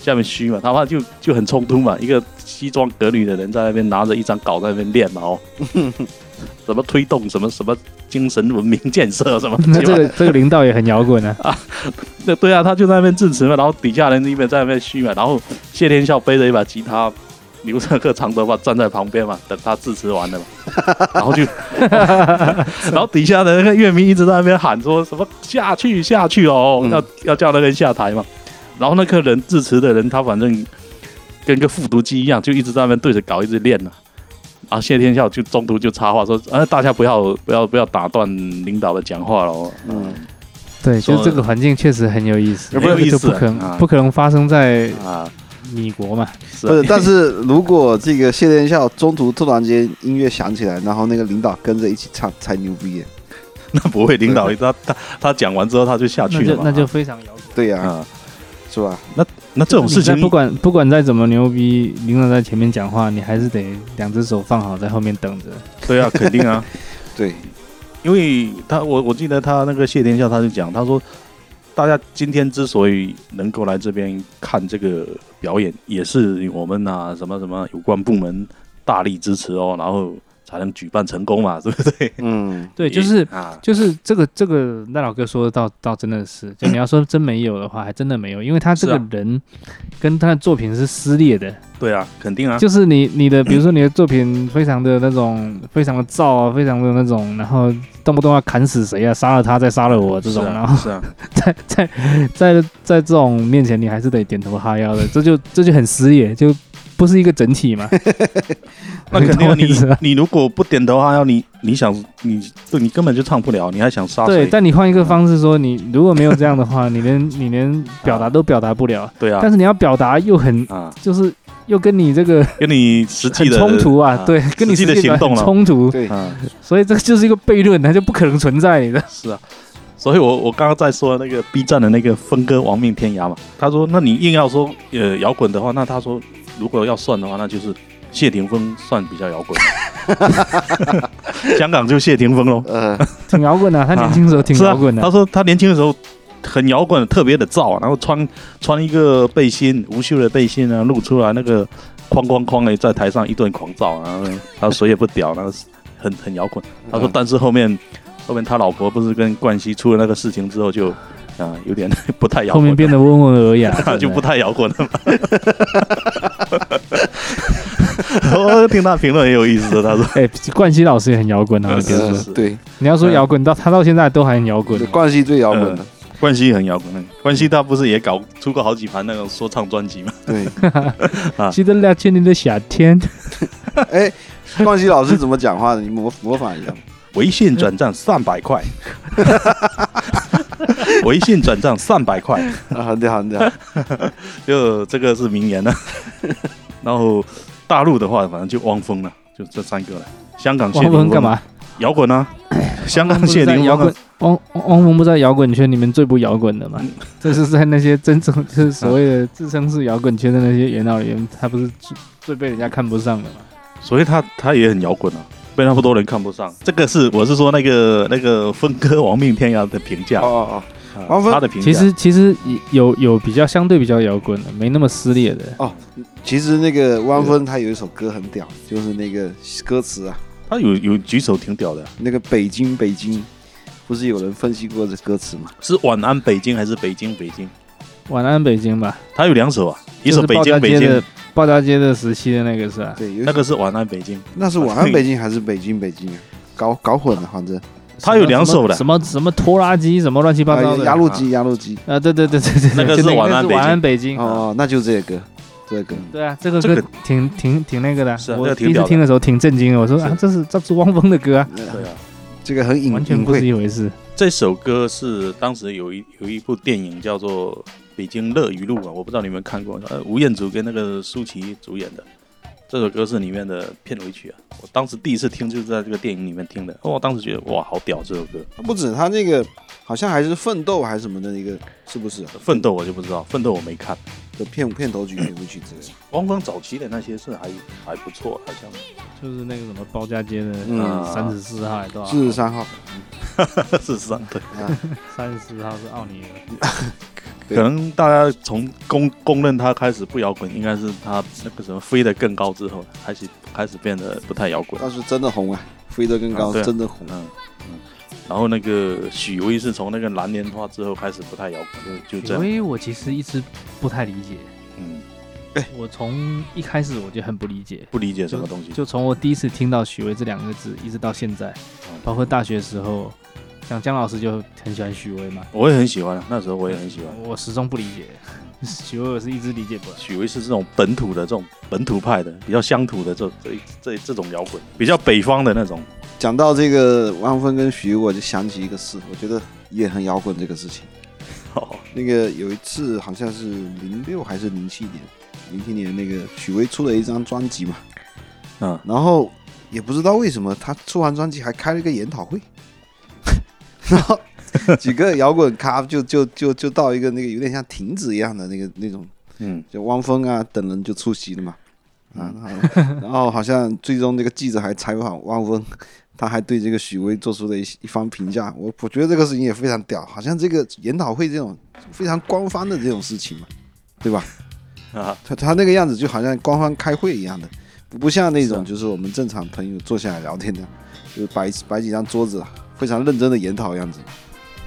Speaker 3: 下面嘘嘛，他妈就就很冲突嘛，一个西装革履的人在那边拿着一张稿在那边练嘛哦，什么推动什么什么精神文明建设什么
Speaker 1: *laughs* 那
Speaker 3: 鸡
Speaker 1: 这
Speaker 3: 巴
Speaker 1: 个这个领导也很摇滚啊，
Speaker 3: 那对啊，他就在那边致辞嘛，然后底下人一边在那边嘘嘛，然后谢天笑背着一把吉他，留着个长头发站在旁边嘛，等他致辞完
Speaker 2: *laughs*
Speaker 3: 了嘛，然后就， *laughs* 然后底下的那个乐迷一直在那边喊说什么下去下去哦，
Speaker 2: 嗯
Speaker 3: 要要叫那个人下台嘛，然后那个人致辞的人他反正跟个复读机一样，就一直在那边对着稿一直练呢、然后谢天笑就中途就插话说：“啊，大家不要不要不要打断领导的讲话了哦。”
Speaker 2: 嗯
Speaker 1: 对，
Speaker 3: 说
Speaker 1: 就是这个环境确实很有意思，
Speaker 3: 很有意思
Speaker 1: 这不可
Speaker 3: 啊
Speaker 1: 能不可能发生在
Speaker 3: 啊，
Speaker 1: 米国嘛？
Speaker 3: 是啊
Speaker 2: 不是，但是如果这个谢天笑中途突然间音乐响起来，然后那个领导跟着一起唱，才牛逼耶！
Speaker 3: 那 *laughs* 不会，领导他他他讲完之后他就下
Speaker 1: 那
Speaker 3: 去
Speaker 1: 就
Speaker 3: 了嘛
Speaker 1: 那就非常摇滚。
Speaker 2: 对呀，
Speaker 3: 啊，
Speaker 2: 是吧？
Speaker 3: 那这种
Speaker 1: 就
Speaker 3: 事
Speaker 1: 是你
Speaker 3: 情
Speaker 1: 在不管不管再怎么牛逼，领导在前面讲话，你还是得两只手放好在后面等着。
Speaker 3: 对啊，肯定啊，
Speaker 2: 对，
Speaker 3: 因为他我我记得他那个谢天笑他就讲，他说大家今天之所以能够来这边看这个表演，也是我们啊什么什么有关部门大力支持哦，然后才能举办成功嘛，对不对？ *laughs*
Speaker 2: 嗯
Speaker 1: 对，就是
Speaker 3: 啊，
Speaker 1: 就是这个这个那老哥说的倒倒真的是，就你要说真没有的话，还真的没有，因为他这
Speaker 3: 是
Speaker 1: 个
Speaker 3: 啊
Speaker 1: 人跟他的作品是撕裂的，
Speaker 3: 对啊，肯定啊，
Speaker 1: 就是你你的比如说你的作品非常的那
Speaker 3: *coughs*
Speaker 1: 种非常的燥啊，非常的那种，然后动不动要砍死谁啊，杀了他再杀了我这种，
Speaker 3: 是啊
Speaker 1: 然后 *laughs*
Speaker 3: 是啊，
Speaker 1: 在在在在这种面前，你还是得点头哈腰的，这就这就很撕裂，就不是一个整
Speaker 3: *laughs*
Speaker 1: 体嘛。
Speaker 3: 那肯定
Speaker 1: *laughs*
Speaker 3: 啊
Speaker 1: 你懂我意思吧
Speaker 3: 你你如果不点头哈腰，你你想你你根本就唱不了，你还想杀
Speaker 1: 对，
Speaker 3: 谁？
Speaker 1: 但你换一个方式说，你如果没有这样的话，你连你连表达都表达不了，
Speaker 3: 对啊
Speaker 1: 但，是你要表达又很
Speaker 3: 啊
Speaker 1: 就是又跟你这个
Speaker 3: 跟你实际
Speaker 1: 很
Speaker 3: 的
Speaker 1: 冲突啊，对，跟你
Speaker 3: 实际的
Speaker 1: 实际
Speaker 3: 行动
Speaker 1: 很
Speaker 3: 了
Speaker 1: 冲突，
Speaker 2: 对，
Speaker 3: 啊，
Speaker 1: 所以这个就是一个悖论，它就不可能存在的。
Speaker 3: 是啊。所以我我刚刚在说那个 B 站的那个分割亡命天涯嘛，他说那你硬要说呃摇滚的话，那他说如果要算的话，那就是谢霆锋算比较摇
Speaker 1: *laughs*
Speaker 3: 滚，香港就谢霆锋喽。
Speaker 2: 呃，
Speaker 1: 挺摇滚的，他年轻时 *laughs* 候挺
Speaker 3: 是啊
Speaker 1: 摇滚的
Speaker 3: 他，说他年轻的时候很摇滚，特别的燥，啊然后穿穿一个背心，无袖的背心啊，露出来那个哐哐哐的，在台上一顿狂躁，啊然后他谁也不屌，然后很很摇滚。他
Speaker 2: 呃
Speaker 3: 说，但是后面后面他老婆不是跟冠希出了那个事情之后就，啊有点不太摇
Speaker 1: 后面
Speaker 3: 滚，，
Speaker 1: 变得温文尔雅 *laughs*
Speaker 3: *laughs* 就
Speaker 1: 对
Speaker 3: 不太摇滚了嘛。我听他评论也有意思，他说
Speaker 1: 对哎，冠希老师也很摇滚啊，我觉得
Speaker 3: 是
Speaker 2: 呃
Speaker 3: 是
Speaker 2: 对，
Speaker 1: 你要说摇滚到他到现在都还很摇滚，
Speaker 2: 冠希最摇滚的，
Speaker 3: 冠希很摇滚，冠希他不是也搞出过好几盘那种说唱专辑吗？
Speaker 2: 对， *laughs*
Speaker 1: 记得两千年的夏天，
Speaker 2: 哎，冠希老师怎么讲话的？你模模仿一下。
Speaker 3: 微信转账三百块， *laughs* 微信转账三百块，
Speaker 2: 啊，很屌，很屌，
Speaker 3: *laughs* 就这个是名言了。 *laughs* 然后大陆的话，反正就汪峰了，就这三个了。香港谢
Speaker 1: 汪
Speaker 3: 霆
Speaker 1: 峰
Speaker 3: 锋
Speaker 1: 干？嘛？
Speaker 3: 摇
Speaker 1: *coughs*
Speaker 3: 滚啊！香港
Speaker 1: 不是
Speaker 3: 谢
Speaker 1: 在
Speaker 3: 霆
Speaker 1: 摇
Speaker 3: 锋啊
Speaker 1: 滚，嗯汪汪汪峰不在摇滚圈里面最不摇滚的嘛？这是在那些真正就是所谓的自称是摇滚圈的那些元老里面，他不是最最被人家看不上的嘛？
Speaker 3: 所以他他也很摇滚啊，被那么多人看不上。这个是我是说那个那个分割亡命天涯的评价，啊
Speaker 2: 哦汪峰
Speaker 3: 他的评价。
Speaker 1: 其实其实有有比较相对比较摇滚的，没那么撕裂的。
Speaker 2: 哦哦，其实那个汪峰他有一首歌很屌，就是那个歌词啊，
Speaker 3: 他有有几首挺屌的啊，
Speaker 2: 那个北京北京，不是有人分析过这歌词吗？
Speaker 3: 是晚安北京还是北京北京？
Speaker 1: 晚安北京吧，
Speaker 3: 他有两首啊，一首
Speaker 1: 就是
Speaker 3: 北
Speaker 1: 鲍
Speaker 3: 京
Speaker 1: 家
Speaker 3: 北
Speaker 1: 街
Speaker 3: 京
Speaker 1: 的，鲍家街的时期的那个是吧？
Speaker 2: 对，有一
Speaker 3: 那个是晚安北京。
Speaker 2: 那是晚安北京还是北京北京啊？搞搞混了，反正
Speaker 3: 他有两首的
Speaker 1: 什么什么什么拖拉机，什么乱七八
Speaker 2: 啊
Speaker 1: 糟的
Speaker 2: 压路机压路机
Speaker 1: 啊！对对对对对，
Speaker 3: 那个
Speaker 1: 就是
Speaker 3: 晚
Speaker 1: 那
Speaker 3: 安
Speaker 1: 是
Speaker 3: 北
Speaker 1: 晚
Speaker 3: 京
Speaker 1: 安北京。啊
Speaker 2: 哦，那就这个歌，这个
Speaker 1: 对啊，这个
Speaker 3: 这
Speaker 1: 歌
Speaker 3: 个
Speaker 1: 挺挺挺那个的。
Speaker 3: 是啊这
Speaker 1: 我
Speaker 3: 个
Speaker 1: 第一
Speaker 3: 挺
Speaker 1: 次
Speaker 3: 屌的
Speaker 1: 听的时候挺震惊的，我说啊，这是这是汪峰的歌啊，
Speaker 3: 对啊，
Speaker 2: 这个很隐
Speaker 1: 完全
Speaker 2: 隐
Speaker 1: 不是
Speaker 2: 晦
Speaker 1: 一回事。
Speaker 3: 这首歌是当时有一有一部电影叫做《北京乐语录》啊，我不知道你们看过，呃，吴彦祖跟那个舒淇主演的。这首歌是里面的片尾曲啊，我当时第一次听就是在这个电影里面听的，哦我当时觉得哇，好屌这首歌。
Speaker 2: 不止他那个好像还是奋斗还是什么的一个，是不是
Speaker 3: 奋斗我就不知道，奋斗我没看。
Speaker 2: 的片片头曲片尾曲之类的？
Speaker 3: 汪峰早期的那些是还还不错，好像 *laughs*
Speaker 1: 就是那个什么包家街的
Speaker 2: 嗯
Speaker 1: 三十四号还是多少号？
Speaker 2: 四十三号
Speaker 3: 是是啊，对，
Speaker 2: 啊，
Speaker 1: 三十四号是奥尼尔。
Speaker 2: 对
Speaker 3: 可能大家从公公认他开始不摇滚，应该是他那个什么飞得更高之后，开始开始变得不太摇滚。
Speaker 2: 但是真的红啊，飞得更高
Speaker 3: 啊对，啊
Speaker 2: 真的红。
Speaker 3: 嗯，嗯，然后那个许巍是从那个蓝莲花之后开始不太摇滚，就就这
Speaker 1: 许
Speaker 3: 样。
Speaker 1: 巍我其实一直不太理解，
Speaker 3: 嗯，
Speaker 2: 哎
Speaker 1: 我从一开始我就很不理解，
Speaker 3: 不理解什么东西。
Speaker 1: 就从我第一次听到许巍这两个字，一直到现在，
Speaker 3: 哦
Speaker 1: 包括大学时候，像姜老师就很喜欢许巍嘛，
Speaker 3: 我也很喜欢啊，那时候我也很喜欢。嗯
Speaker 1: 我始终不理解， *laughs* 许巍我是一直理解不来。
Speaker 3: 许巍是这种本土的这种本土派的，比较乡土的这这这这种摇滚，比较北方的那种。
Speaker 2: 讲到这个汪峰跟徐，我就想起一个事，我觉得也很摇滚这个事情。
Speaker 3: 哦，
Speaker 2: 那个有一次好像是零六还是零七年，零七年那个许巍出了一张专辑嘛，
Speaker 3: 嗯，
Speaker 2: 然后也不知道为什么他出完专辑还开了一个研讨会， *laughs* 然后几个摇滚咖就就就就到一个那个有点像亭子一样的那个那种，
Speaker 3: 嗯，
Speaker 2: 就汪峰啊等人就出席了嘛，啊，然后 *laughs* 然后好像最终这个记者还采访汪峰。他还对这个许巍做出了一一番评价，我我觉得这个事情也非常屌，好像这个研讨会这种非常官方的这种事情嘛，对吧？
Speaker 3: *laughs* 啊，
Speaker 2: 他他那个样子就好像官方开会一样的，不不像那
Speaker 3: 是
Speaker 2: 种
Speaker 3: 啊
Speaker 2: 就是我们正常朋友坐下来聊天的，就是摆摆几张桌子，啊非常认真的研讨样子，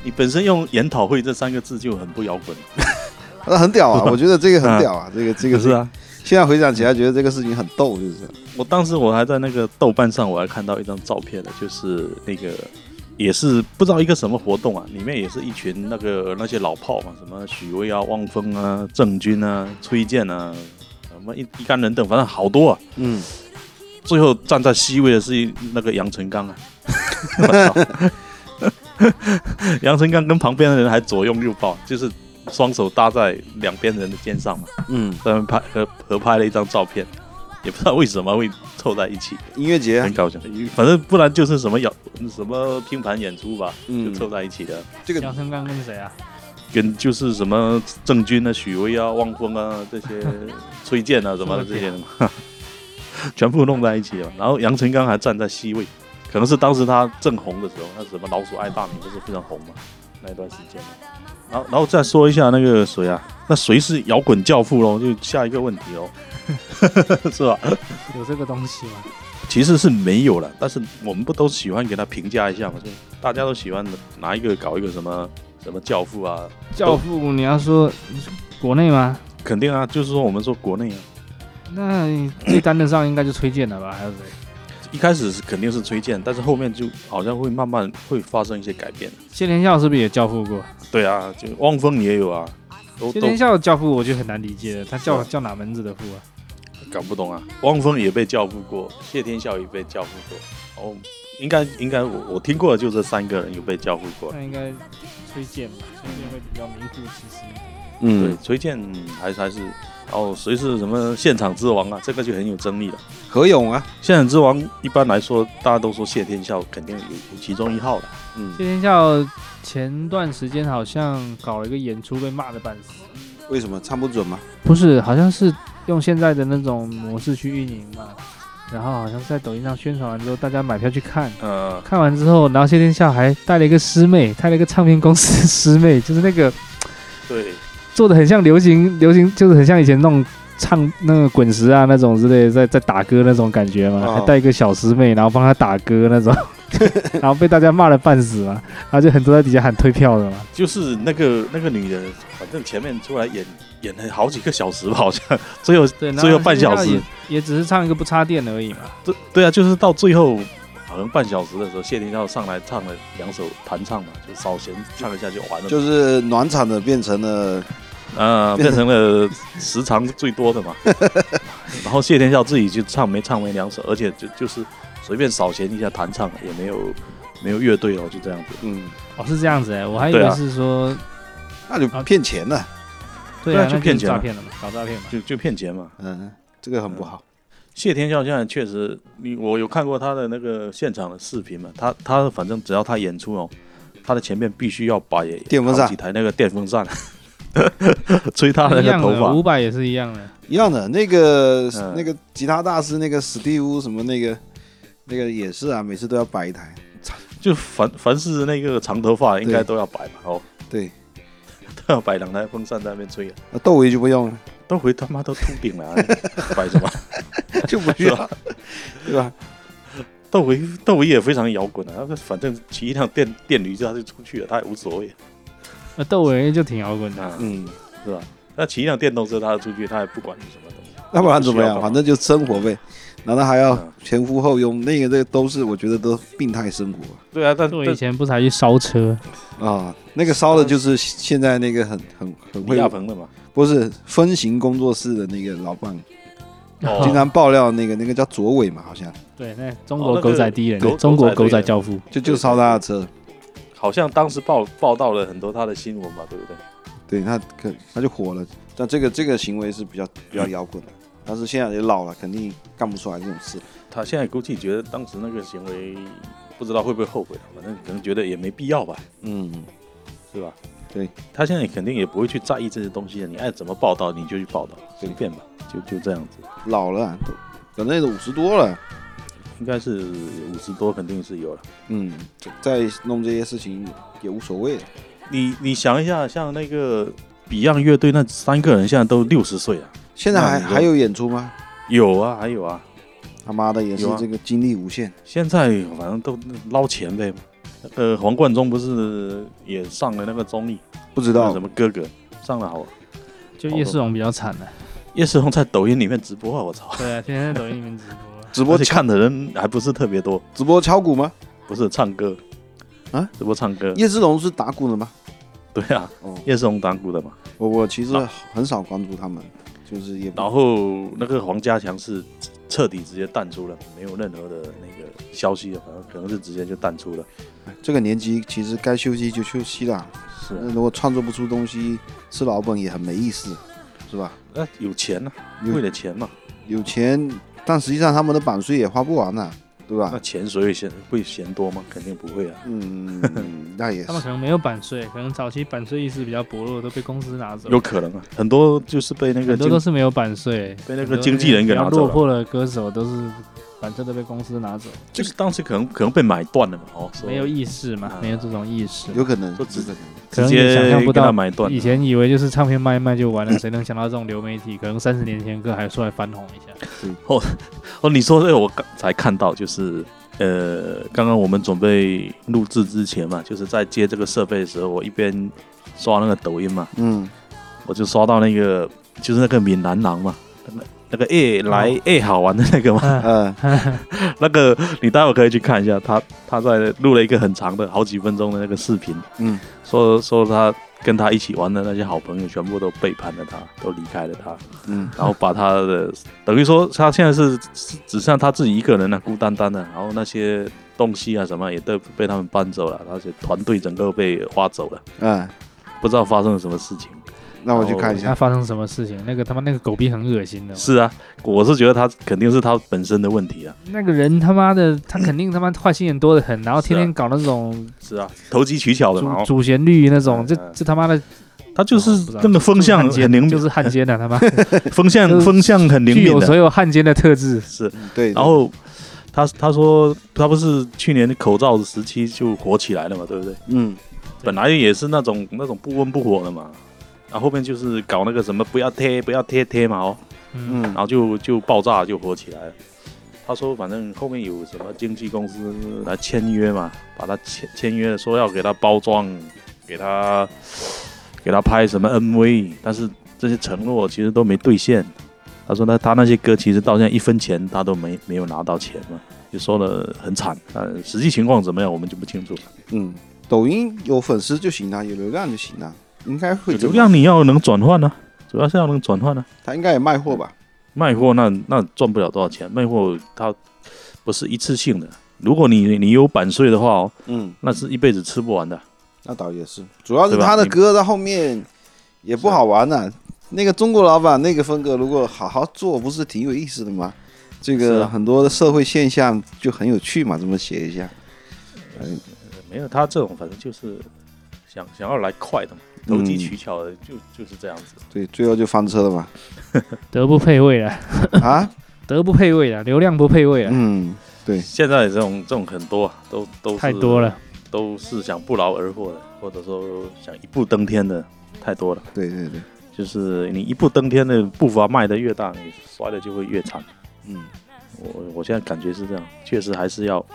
Speaker 3: 你本身用研讨会这三个字就很不摇滚，
Speaker 2: 那很屌啊！
Speaker 3: *laughs*
Speaker 2: 我觉得这个很屌啊，这个这个
Speaker 3: 是，啊。
Speaker 2: 现在回想起来觉得这个事情很逗，就是
Speaker 3: 我当时我还在那个豆瓣上，我还看到一张照片的，就是那个也是不知道一个什么活动啊，里面也是一群那个那些老炮嘛，什么许巍啊、汪峰啊、郑钧啊、崔健啊，什么一一干人等，反正好多啊。
Speaker 2: 嗯，
Speaker 3: 最后站在 C 位的是那个杨成刚啊， *laughs* 我操杨成刚跟旁边的人还左拥右抱，就是双手搭在两边人的肩上嘛，
Speaker 2: 嗯，
Speaker 3: 他们拍合合拍了一张照片，也不知道为什么会凑在一起，
Speaker 2: 音乐节啊
Speaker 3: 很搞笑。反正不然就是什么摇什么拼盘演出吧，
Speaker 2: 嗯
Speaker 3: 就凑在一起的，
Speaker 2: 这个
Speaker 1: 杨成刚跟谁啊？
Speaker 3: 跟就是什么郑钧啊、许巍啊、汪峰啊这些崔健啊什么的这些的嘛，全部弄在一起了。然后杨成刚还站在 C 位，可能是当时他正红的时候，那什么老鼠爱大米不是非常红嘛，那一段时间。然后，然后再说一下那个谁啊，那谁是摇滚教父喽？就下一个问题喽， *laughs* 是吧？
Speaker 1: 有这个东西吗？
Speaker 3: 其实是没有了，但是我们不都喜欢给他评价一下嘛？就大家都喜欢拿一个搞一个什么什么教父啊，
Speaker 1: 教父，你要说国内吗？
Speaker 3: 肯定啊，就是说我们说国内啊，
Speaker 1: 那最担得上应该就崔健了吧？还有谁？
Speaker 3: 一开始是肯定是崔健，但是后面就好像会慢慢会发生一些改变。
Speaker 1: 谢天笑是不是也教父过？
Speaker 3: 对啊，就汪峰也有啊，都
Speaker 1: 谢
Speaker 3: 都
Speaker 1: 天笑的教父我就很难理解了，他叫
Speaker 3: 是
Speaker 1: 叫哪门子的父啊？
Speaker 3: 搞不懂啊。汪峰也被教父过，谢天笑也被教父过，哦，应该应该我我听过的就这三个人有被教父过。
Speaker 1: 那应该崔健吧，崔健会比较名副其实。
Speaker 3: 对
Speaker 2: 嗯，，
Speaker 3: 崔健还是还是，哦，谁是什么现场之王啊？这个就很有争议了。
Speaker 2: 何勇啊，
Speaker 3: 现场之王一般来说，大家都说谢天笑肯定有有其中一号的。
Speaker 2: 嗯
Speaker 1: 谢，天笑前段时间好像搞了一个演出，被骂的半死。
Speaker 2: 为什么唱不准吗？
Speaker 1: 不是，好像是用现在的那种模式去运营嘛，然后好像是在抖音上宣传完之后，大家买票去看。
Speaker 3: 呃，
Speaker 1: 看完之后，然后谢天笑还带了一个师妹，带了一个唱片公司的师妹， *laughs* 就是那个
Speaker 3: 对，
Speaker 1: 做的很像流行，流行就是很像以前那种唱那个滚石啊那种之类的，在在打歌那种感觉嘛，
Speaker 2: 哦
Speaker 1: 还带一个小师妹，然后帮他打歌那种， *laughs* 然后被大家骂的半死嘛，然后就很多在底下喊退票的嘛，
Speaker 3: 就是那个那个女的，反正前面出来演演了好几个小时吧，好像最后
Speaker 1: 对，
Speaker 3: 最后半小时
Speaker 1: 也，也只是唱一个不插电而已嘛，
Speaker 3: 对对啊，就是到最后好像半小时的时候，谢天笑上来唱了两首弹唱嘛，就扫弦唱一下就完了，
Speaker 2: 就是暖场的变成了
Speaker 3: 呃变成了时长最多的嘛。然后谢天笑自己就唱没唱没两首，而且就就是随便扫弦一下弹唱，也没有没有乐队哦，就这样子。
Speaker 2: 嗯，
Speaker 1: 哦是这样子哎、我还以
Speaker 3: 对
Speaker 1: 为
Speaker 3: 啊
Speaker 1: 是说
Speaker 2: 那就骗钱了，
Speaker 1: 对
Speaker 3: 对啊
Speaker 1: 啊，
Speaker 3: 就
Speaker 1: 那
Speaker 3: 骗
Speaker 1: 是
Speaker 3: 钱
Speaker 1: 诈
Speaker 3: 嘛
Speaker 1: 骗了嘛，搞诈骗嘛，
Speaker 3: 就就骗钱嘛，
Speaker 2: 嗯，这个很不好。
Speaker 3: 嗯谢天笑现在确实，你我有看过他的那个现场的视频嘛，他他反正只要他演出哦，他的前面必须要摆
Speaker 2: 电风扇
Speaker 3: 好几台那个电风扇， *laughs* 吹他的
Speaker 1: 一
Speaker 3: 那个
Speaker 1: 样
Speaker 3: 头
Speaker 1: 的，
Speaker 3: 发
Speaker 1: 五百也是一样的，
Speaker 2: 一样的，那个、
Speaker 3: 嗯
Speaker 2: 那个吉他大师，那个史蒂夫什么那个，那个也是啊，每次都要摆一台。，
Speaker 3: 就凡凡是那个长头发应该
Speaker 2: 对
Speaker 3: 都要摆嘛，哦，
Speaker 2: 对，
Speaker 3: *laughs* 都要摆两台风扇在那边吹啊，
Speaker 2: 那窦唯就不用
Speaker 3: *laughs*
Speaker 2: 了，
Speaker 3: 都回他妈都秃顶了、啊， *laughs* 摆什么？
Speaker 2: 就不需 *laughs* 要，对吧？
Speaker 3: 窦唯窦唯也非常摇滚啊，他反正骑一辆电电驴他就出去了，他也无所谓
Speaker 1: 那呃窦唯就挺摇滚的。
Speaker 3: 啊，
Speaker 2: 嗯，
Speaker 3: 是吧？那骑一辆电动车他出去，他也不管你什么东西。
Speaker 2: 要不然怎么
Speaker 3: 不需要干
Speaker 2: 样？
Speaker 3: 嘛
Speaker 2: 反正就生活呗，难道还要
Speaker 3: 嗯
Speaker 2: 前呼后拥？那个这个都是我觉得都病态生活
Speaker 3: 对啊，但
Speaker 1: 窦
Speaker 3: 但
Speaker 1: 唯以前不是还去烧车？
Speaker 2: 啊、那个烧的就是现在那个很很很
Speaker 3: 李
Speaker 2: 会
Speaker 3: 亚鹏的嘛，
Speaker 2: 不是分型工作室的那个老板，
Speaker 1: *laughs*
Speaker 3: 哦
Speaker 2: 经常爆料那个那个叫左伟嘛，好像
Speaker 1: 对，那中
Speaker 3: 哦
Speaker 1: 国
Speaker 3: 那个
Speaker 1: 狗仔第一人，
Speaker 3: 狗
Speaker 1: 中国
Speaker 3: 狗
Speaker 1: 狗
Speaker 3: 仔
Speaker 1: 仔
Speaker 3: 教
Speaker 1: 教父。
Speaker 2: 就就烧他的车，
Speaker 3: 好像当时报报道了很多他的新闻嘛，对不对？
Speaker 2: 对他可他就火了。但这个这个行为是比较比较摇滚的，但是现在也老了，肯定干不出来这种事。
Speaker 3: 他现在估计觉得当时那个行为不知道会不会后悔了，啊反正可能觉得也没必要吧，
Speaker 2: 嗯，
Speaker 3: 是吧？
Speaker 2: 对，
Speaker 3: 他现在肯定也不会去在意这些东西了，你爱怎么报道你就去报道，随便吧，就就这样子。
Speaker 2: 老了都，反正五十多了，
Speaker 3: 应该是五十多，肯定是有了。
Speaker 2: 嗯，再弄这些事情也无所谓了。
Speaker 3: 你你想一下，像那个 Beyond 乐队那三个人现在都六十岁了，
Speaker 2: 现在还
Speaker 3: 那你就
Speaker 2: 还有演出吗？
Speaker 3: 有啊，还有啊，
Speaker 2: 他妈的也是
Speaker 3: 有啊
Speaker 2: 这个精力无限。
Speaker 3: 现在反正都捞钱呗。呃，黄贯中不是也上了那个综艺，
Speaker 2: 不知
Speaker 3: 那
Speaker 2: 道
Speaker 3: 什么哥哥上了好
Speaker 1: 就
Speaker 3: 哦
Speaker 1: 叶世荣比较惨了，
Speaker 3: 叶世宏在抖音里面直播啊，我操！
Speaker 1: 对啊，天天在抖音里面直
Speaker 3: *laughs*
Speaker 1: 播。
Speaker 2: 直播
Speaker 3: 而且看的人还不是特别多，
Speaker 2: 直播敲鼓吗？
Speaker 3: 不是唱歌
Speaker 2: 啊，
Speaker 3: 直播唱歌。
Speaker 2: 叶志龙是打鼓的吗？
Speaker 3: 对啊，
Speaker 2: 哦，
Speaker 3: 叶世宏打鼓的嘛。
Speaker 2: 我我其实
Speaker 3: 那
Speaker 2: 很少关注他们，就是也不
Speaker 3: 然后那个黄家强是彻底直接淡出了，没有任何的那个啊消息了，反正可能是直接就淡出了。
Speaker 2: 这个年纪其实该休息就休息啦。
Speaker 4: 是
Speaker 2: 那如果创作不出东西，吃老本也很没意思，是吧？
Speaker 4: 那有钱
Speaker 3: 啊
Speaker 4: 呐、
Speaker 2: 有
Speaker 4: 为了钱嘛，
Speaker 2: 有钱，但实际上他们的版税也花不完呐，对吧
Speaker 3: 呃
Speaker 4: 那？钱谁会嫌会嫌多吗？肯定不会啊。
Speaker 2: 嗯，
Speaker 3: *laughs*
Speaker 2: 那也
Speaker 1: 他们
Speaker 2: 是
Speaker 1: 可能没有版税，可能早期版税意识比较薄弱，都被公司
Speaker 2: 嗯
Speaker 1: 拿走。
Speaker 4: 有可能啊，很多就是被那个
Speaker 1: 很多
Speaker 4: 经
Speaker 1: 都是没有版税，
Speaker 4: 被那
Speaker 1: 很
Speaker 4: 个
Speaker 1: 多
Speaker 4: 经纪人给
Speaker 1: 比较
Speaker 4: 拿走
Speaker 1: 落
Speaker 4: 了
Speaker 1: 魄的歌手都是版税都被公司拿走，
Speaker 4: 就是当时可能可能被买断了嘛，哦，说
Speaker 1: 没有意识嘛
Speaker 4: 啊，
Speaker 1: 没有这种意识。
Speaker 2: 有可能
Speaker 4: 说，只
Speaker 2: 有可能
Speaker 1: 可
Speaker 3: 直
Speaker 1: 能
Speaker 3: 接
Speaker 1: 也想象不
Speaker 3: 给他
Speaker 1: 到，
Speaker 3: 买断
Speaker 1: 以。前以为就是唱片卖一卖就完了，谁能想到这种流媒体，可能三十年前歌还出来翻红一下。
Speaker 3: 哦，你说这个我刚才看到，就是呃，刚刚我们准备录制之前嘛，就是在接这个设备的时候，我一边刷那个抖音嘛，
Speaker 2: 嗯，
Speaker 3: 我就刷到那个就是那个闽南郎嘛，那那个诶来
Speaker 1: 哦啊
Speaker 3: 诶好玩的那个嘛，
Speaker 2: 呃，
Speaker 3: 那个你待会可以去看一下，他他在录了一个很长的好几分钟的那个视频，
Speaker 2: 嗯，
Speaker 3: 说说他跟他一起玩的那些好朋友全部都背叛了他，都离开了他，
Speaker 2: 嗯，
Speaker 3: 然后把他的等于说他现在是只只剩他自己一个人了，孤单单的，然后那些东西啊什么也都被他们搬走了，而且团队整个被挖走了，
Speaker 2: 嗯，
Speaker 3: 不知道发生了什么事情。
Speaker 2: 那我去看一
Speaker 1: 那
Speaker 2: 下，
Speaker 1: 发生什么事情？那个他妈那个狗逼很恶心的嘛，
Speaker 3: 是啊，我是觉得他肯定是他本身的问题啊，
Speaker 1: 那个人他妈的，他肯定他妈坏心眼多得很，然后天
Speaker 3: 啊
Speaker 1: 天搞那种
Speaker 3: 是啊，投机取巧的嘛，
Speaker 1: 主
Speaker 3: 哦
Speaker 1: 主旋律那种，
Speaker 3: 嗯
Speaker 1: 这
Speaker 3: 嗯
Speaker 1: 这他妈的
Speaker 3: 他就是
Speaker 1: 哦不知道
Speaker 3: 那个风向
Speaker 1: 汉奸
Speaker 3: 很灵敏，
Speaker 1: 就是汉奸啊的他妈
Speaker 3: 风向
Speaker 1: 就是
Speaker 3: 风向很灵
Speaker 1: 具
Speaker 3: 敏
Speaker 1: 有
Speaker 3: 的，
Speaker 1: 所有汉奸的特质。
Speaker 3: 是。
Speaker 2: 对，
Speaker 3: 然后他他说他不是去年口罩时期就火起来了嘛，对不对？
Speaker 2: 嗯，
Speaker 3: 本来也是那种那种不温不火的嘛，然后后面就是搞那个什么不要贴不要贴贴嘛哦，
Speaker 1: 嗯，
Speaker 2: 嗯
Speaker 3: 然，后就就爆炸就火起来了。他说反正后面有什么经纪公司来签约嘛，把他签签约说要给他包装，给他给他拍什么 MV，但是这些承诺其实都没兑现。他说那他那些歌其实到现在一分钱他都没没有拿到钱嘛，就说的很惨。但实际情况怎么样我们就不清楚。
Speaker 2: 嗯，抖音有粉丝就行了，啊有流量就行了，应该会
Speaker 3: 流量，你要能转换呢、主要是要能转换呢、啊
Speaker 2: 他应该也卖货吧？
Speaker 3: 卖货那那赚不了多少钱，卖货它不是一次性的。如果你你有版税的话哦，
Speaker 2: 嗯，
Speaker 3: 那是一辈子吃不完的。
Speaker 2: 那倒也是，主要是
Speaker 3: 对吧
Speaker 2: 他的
Speaker 3: 你
Speaker 2: 歌到后面也不好玩了、那个中国老板那个风格，如果好好做，不是挺有意思的吗？这
Speaker 3: 是
Speaker 2: 个
Speaker 3: 啊
Speaker 2: 很多的社会现象就很有趣嘛，这么写一下，
Speaker 3: 没有他这种，反正就是想想要来快的嘛，投机取巧的，就就是这样子。
Speaker 2: 对，最后就翻车了
Speaker 3: *laughs*
Speaker 2: 嘛。
Speaker 1: 德不配位了，
Speaker 2: 啊，
Speaker 1: 德不配位了，流量不配位了，
Speaker 2: 嗯，
Speaker 3: 现在这种这种很多啊，都都是
Speaker 1: 太多，了。
Speaker 3: 都是想不劳而获的，或者说想一步登天的太多了。
Speaker 2: 对对对，
Speaker 3: 就是你一步登天的步伐迈得越大，你摔的就会越惨。
Speaker 2: 嗯，
Speaker 3: 我我现在感觉是这样，确实还是要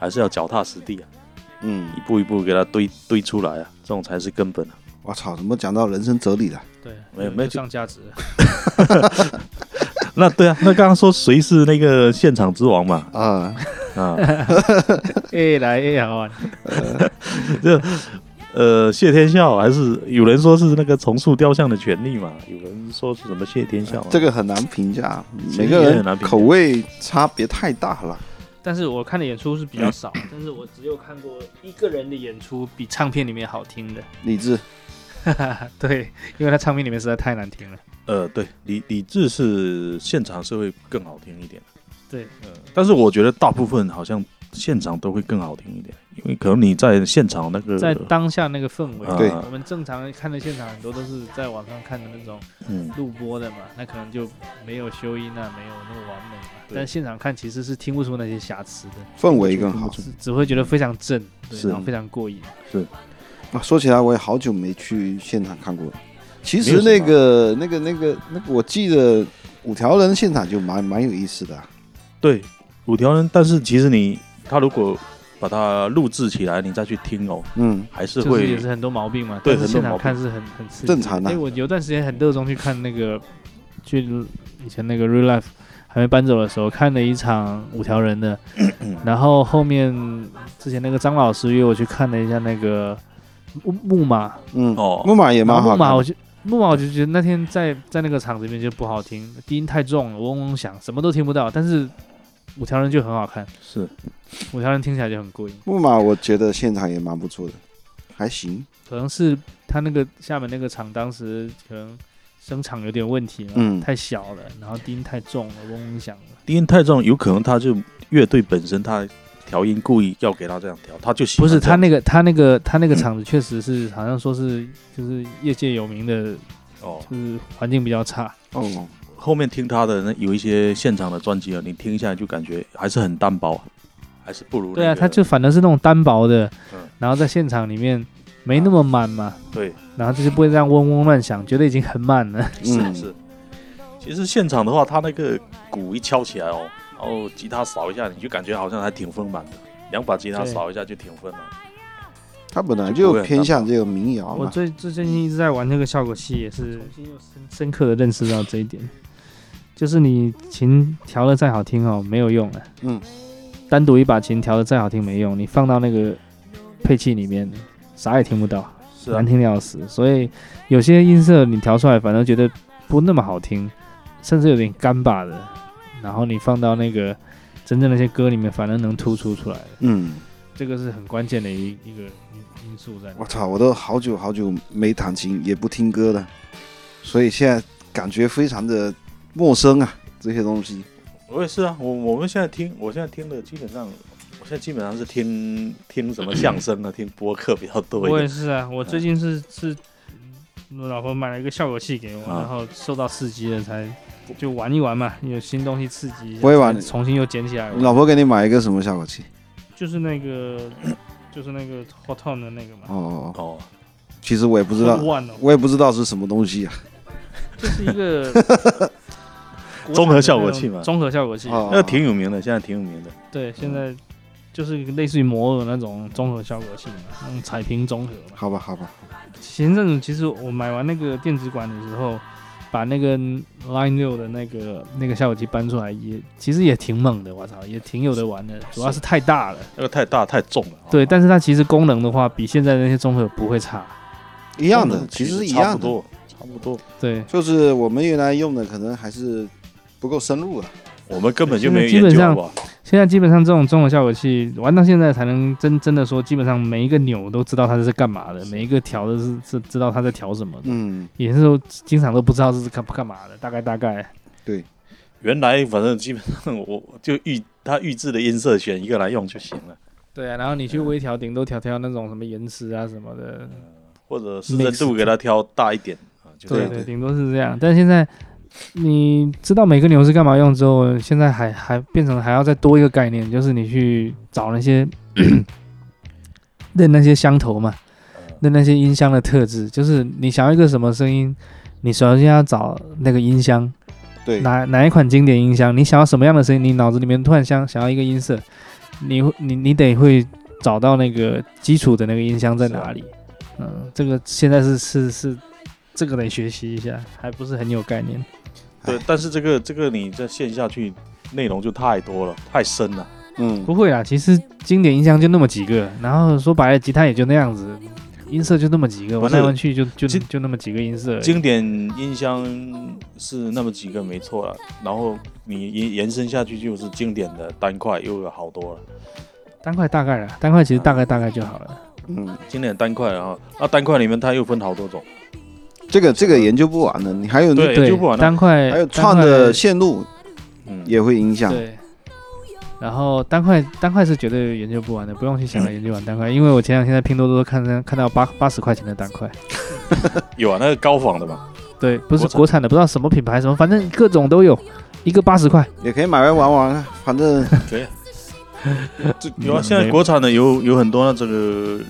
Speaker 3: 还是要脚踏实地啊，
Speaker 2: 嗯
Speaker 3: 一，步一步给它堆堆出来啊，这种才是根本啊。
Speaker 2: 我操，怎么讲到人生哲理了？
Speaker 1: 对，
Speaker 3: 没有没有
Speaker 1: 就上价
Speaker 3: *laughs*
Speaker 1: 值了。
Speaker 3: *laughs* 那对啊，那刚刚说谁是那个现场之王嘛？
Speaker 2: 啊，
Speaker 3: 啊， *laughs*
Speaker 1: 哎，来哎，好玩。
Speaker 3: 呃，谢天笑还是有人说是那个重塑雕像的权利嘛，有人说是什么谢天笑、啊，
Speaker 2: *laughs* 这个很难评价，
Speaker 3: *laughs* 其实
Speaker 2: 每个
Speaker 3: 也很难
Speaker 2: 人
Speaker 3: 评价
Speaker 2: 口味差别太大了。
Speaker 1: 但是我看的演出是
Speaker 3: 嗯
Speaker 1: 比较少，但是我只有看过一个人的演出比唱片里面好听的。 *laughs*
Speaker 2: 理智，
Speaker 1: 对，因为他唱片里面实在太难听了。
Speaker 3: 呃，对，李李志是现场是会更好听一点，呃
Speaker 1: 对，
Speaker 3: 但是我觉得大部分好像现场都会更好听一点，因为可能你在现场那个
Speaker 1: 在当下那个氛围，
Speaker 3: 嗯对
Speaker 1: 我们正常看的现场很多都是在网上看的那种
Speaker 3: 嗯
Speaker 1: 录播的嘛，那可能就没有修音啊，没有那么完美嘛。
Speaker 3: 对
Speaker 1: 但现场看其实是听不出那些瑕疵的，
Speaker 2: 氛围更好。
Speaker 1: 只只会觉得非常正，对，
Speaker 3: 是
Speaker 1: 然后非常过瘾。
Speaker 2: 啊，说起来我也好久没去现场看过了。其
Speaker 3: 没
Speaker 2: 实
Speaker 3: 有什么
Speaker 2: 那个、那个、那个、那个，我记得五条人现场就蛮蛮有意思的啊、
Speaker 3: 对，五条人，但是其实你他如果把它录制起来，你再去听哦，
Speaker 2: 嗯，
Speaker 3: 还是
Speaker 1: 就是
Speaker 3: 会、
Speaker 1: 也是很多毛病嘛，
Speaker 3: 对
Speaker 1: 但是现
Speaker 3: 很多
Speaker 1: 场
Speaker 3: 毛病
Speaker 1: 看是很很刺激的
Speaker 2: 正常的
Speaker 1: 因为我有段时间很热衷去看那个，去以前那个 Real Life 还没搬走的时候，看了一场五条人
Speaker 3: *clears throat*
Speaker 1: 的，然后后面之前那个张老师约我去看了一下那个木木马，
Speaker 2: 嗯，
Speaker 3: 哦
Speaker 2: 木马也
Speaker 1: 然
Speaker 2: 蛮
Speaker 1: 后
Speaker 2: 好
Speaker 1: 木马
Speaker 2: 看
Speaker 1: 我
Speaker 2: 的，
Speaker 1: 就。木马我就觉得那天在在那个场子里面就不好听，低音太重了，嗡嗡响，什么都听不到。但是五条人就很好看，
Speaker 3: 是
Speaker 1: 五条人听起来就很过瘾。
Speaker 2: 木马我觉得现场也蛮不错的。还行，
Speaker 1: 可能是他那个厦门那个厂当时可能声场有点问题嘛，
Speaker 2: 嗯
Speaker 1: 太小了，然后低音太重了，嗡嗡响了。
Speaker 3: 低音太重，有可能他就乐队本身他调音故意要给他这样调，他就喜
Speaker 1: 不
Speaker 3: 欢
Speaker 1: 是他
Speaker 3: 这样
Speaker 1: 那个他那个他那个厂子确实是好像说是就是业界有名的，
Speaker 3: 哦。
Speaker 1: 就是环境比较差。
Speaker 2: 哦，
Speaker 3: 后面听他的那有一些现场的专辑啊，你听一下就感觉还是很单薄啊，还是不如、那
Speaker 1: 对啊，
Speaker 3: 个
Speaker 1: 他就反而是那种单薄的
Speaker 3: 嗯，
Speaker 1: 然后在现场里面没那么满嘛，
Speaker 3: 对，
Speaker 1: 然后就是不会这样嗡嗡乱响，觉得已经很满了。
Speaker 2: 嗯
Speaker 3: 是是。其实现场的话，他那个鼓一敲起来哦，然后吉他扫一下，你就感觉好像还挺丰满的，两把吉他
Speaker 1: 对
Speaker 3: 扫一下就挺丰满。
Speaker 2: 他本来
Speaker 3: 就
Speaker 2: 就
Speaker 3: 不会很
Speaker 2: 偏向这个民谣
Speaker 1: 我
Speaker 2: 嘛，
Speaker 1: 最最最近一直在玩这个效果器，也是深刻的认识到这一点，就是你琴调的再好听哦，没有用啊。
Speaker 2: 嗯，
Speaker 1: 单独一把琴调的再好听没用，你放到那个配器里面，啥也听不到，
Speaker 3: 是啊
Speaker 1: 难，听的要死。所以有些音色你调出来，反而觉得不那么好听，甚至有点干巴的。然后你放到那个真正那些歌里面，反而能突出出来，
Speaker 2: 嗯，
Speaker 1: 这个是很关键的一一个因因素在里面。
Speaker 2: 我操，我都好久好久没弹琴，也不听歌了，所以现在感觉非常的陌生啊，这些东西，
Speaker 3: 我也是啊。我我们现在听，我现在听的基本上，我现在基本上是听听什么相声啊，听播客比较多一
Speaker 1: 我也
Speaker 3: 点。
Speaker 1: 是啊，我最近是是，嗯我老婆买了一个效果器给我，
Speaker 3: 啊
Speaker 1: 然后受到刺激了才就玩一玩嘛，有新东西刺激一下，
Speaker 2: 我也玩
Speaker 1: 才重新又捡起来
Speaker 2: 你
Speaker 1: 玩，
Speaker 2: 老婆给你买一个什么效果器？
Speaker 1: 就是那个就是那个 Hot Tone 的那个嘛，
Speaker 2: 哦哦，哦，
Speaker 3: 哦，
Speaker 2: 其实我也不知道，
Speaker 1: One 哦，
Speaker 2: 我也不知道是什么东西啊，
Speaker 1: 就是一
Speaker 3: *laughs*
Speaker 1: 个国产的那种
Speaker 3: 综合效果器嘛
Speaker 1: 综合效果器，
Speaker 2: 哦
Speaker 3: 那个挺有名的，现在挺有名的。
Speaker 1: 对，现在就是类似于摩尔那种综合效果器嘛，那种彩屏综合嘛。
Speaker 2: 好吧好吧，
Speaker 1: 前阵子其实我买完那个电子管的时候，把那个 Line 六的那个那个效果器搬出来也，其实也挺猛的，我操，也挺有的玩的。主要是太大了，
Speaker 3: 那个太大太重了。哦
Speaker 1: 对，但是它其实功能的话，比现在那些综合不会差。
Speaker 2: 一样的，其实
Speaker 3: 实
Speaker 2: 一
Speaker 3: 差
Speaker 2: 样
Speaker 3: 不
Speaker 2: 的，
Speaker 3: 多，差不多。
Speaker 1: 对，
Speaker 2: 就是我们原来用的可能还是不够深入啊了，
Speaker 3: 我们根本就没有
Speaker 1: 基本
Speaker 3: 研究，
Speaker 1: 上
Speaker 3: 好不好？
Speaker 1: 现在基本上这种综合效果器玩到现在才能真真的说，基本上每一个钮都知道它是干嘛的，每一个调的是是知道它在调什么的，
Speaker 2: 嗯，
Speaker 1: 也是说经常都不知道这是干干嘛的，大概大概。
Speaker 3: 原来反正基本上我就预他预制的音色选一个来用就行了，
Speaker 1: 对啊，然后你去微调，顶多调调那种什么延迟啊什么的，
Speaker 3: 或者是深度给他挑大一点啊，就这
Speaker 1: 对
Speaker 3: 样。
Speaker 1: 对，
Speaker 2: 对
Speaker 1: 顶多是这样。但现在你知道每个牛是干嘛用之后，现在还还变成还要再多一个概念，就是你去找那些认那些箱头嘛，
Speaker 3: 嗯
Speaker 1: 认那些音箱的特质，就是你想要一个什么声音，你首先要找那个音箱，
Speaker 2: 对，
Speaker 1: 哪哪一款经典音箱，你想要什么样的声音，你脑子里面突然想想要一个音色，你会你你得会找到那个基础的那个音箱在
Speaker 3: 啊
Speaker 1: 哪里。嗯，这个现在是是是，这个得学习一下，还不是很有概念。
Speaker 2: 哎
Speaker 3: 对，但是这个这个你在线下去内容就太多了，太深了。
Speaker 2: 嗯，
Speaker 1: 不会啦，啊其实经典音箱就那么几个，然后说白了，吉他也就那样子，音色就那么几个，
Speaker 3: 不
Speaker 1: 玩
Speaker 3: 是
Speaker 1: 来玩去就就
Speaker 3: 经
Speaker 1: 就那么几个音色而已。
Speaker 3: 经典音箱是那么几个没错了，然后你延延伸下去就是经典的单块又有好多了，
Speaker 1: 单块大概啦，单块其实大概大概就好了。
Speaker 2: 嗯，
Speaker 3: 经典单块啊，那单块里面它又分好多种，
Speaker 2: 这个这个研究不完的，你还有
Speaker 3: 对
Speaker 1: 对
Speaker 3: 就不玩，了
Speaker 1: 单块
Speaker 2: 还有
Speaker 1: 单
Speaker 2: 串
Speaker 1: 块
Speaker 2: 的线路
Speaker 3: 嗯，
Speaker 2: 也会影响，
Speaker 1: 对。然后单块单块是绝对研究不完的，不用去
Speaker 3: 嗯
Speaker 1: 想着研究完单块，因为我前两天在拼多多看看到八八十块钱的单块，
Speaker 3: 有啊，那个高仿的嘛，
Speaker 1: 对，不是
Speaker 3: 国产
Speaker 1: 国产的，不知道什么品牌什么，反正各种都有，一个八十块，
Speaker 2: 也可以买来玩玩啊，
Speaker 3: *laughs*
Speaker 2: 反正
Speaker 3: 可以啊。
Speaker 2: 这
Speaker 3: 有啊，
Speaker 1: 嗯
Speaker 3: 现在
Speaker 1: 没
Speaker 3: 国产的有有很多那这个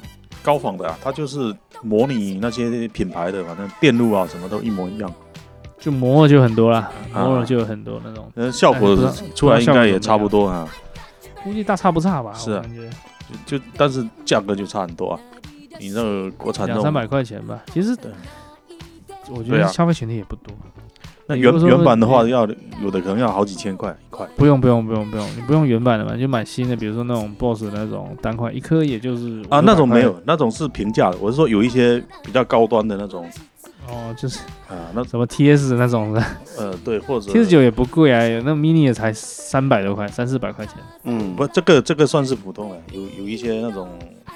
Speaker 3: 高仿的啊，它就是模拟那些品牌的，反正电路啊什么都一模一样，
Speaker 1: 就磨了就很多啦，
Speaker 3: 啊
Speaker 1: 磨了就有很多那种，
Speaker 3: 呃，效果
Speaker 1: 哎不知道
Speaker 3: 出来应该也差不多啊，
Speaker 1: 估计大差不差吧，
Speaker 3: 是啊
Speaker 1: 我感觉
Speaker 3: 就就但是价格就差很多啊。你那个国产那
Speaker 1: 两三
Speaker 3: 种，
Speaker 1: 百块钱吧，其实
Speaker 3: 对
Speaker 1: 我觉
Speaker 3: 对
Speaker 1: 得
Speaker 3: 啊
Speaker 1: 消费群体也不多，
Speaker 3: 那原
Speaker 1: 有的时候
Speaker 3: 原版的话要有的可能要好几千块一块，
Speaker 1: 不用不用不用不用，你不用原版的嘛，你就买新的，比如说那种 BOSS 的那种单块，一颗也就是
Speaker 3: 啊，
Speaker 1: 500
Speaker 3: 那种
Speaker 1: 块
Speaker 3: 没有，那种是平价的。我是说有一些比较高端的那种
Speaker 1: 哦，就是
Speaker 3: 啊，那
Speaker 1: 什么 TS 的那种的，
Speaker 3: 呃对，或者
Speaker 1: 七十九也不贵啊，有那 mini 也才三百多块，三四百块钱。
Speaker 2: 嗯，
Speaker 3: 不，这个这个算是普通的，有有一些那种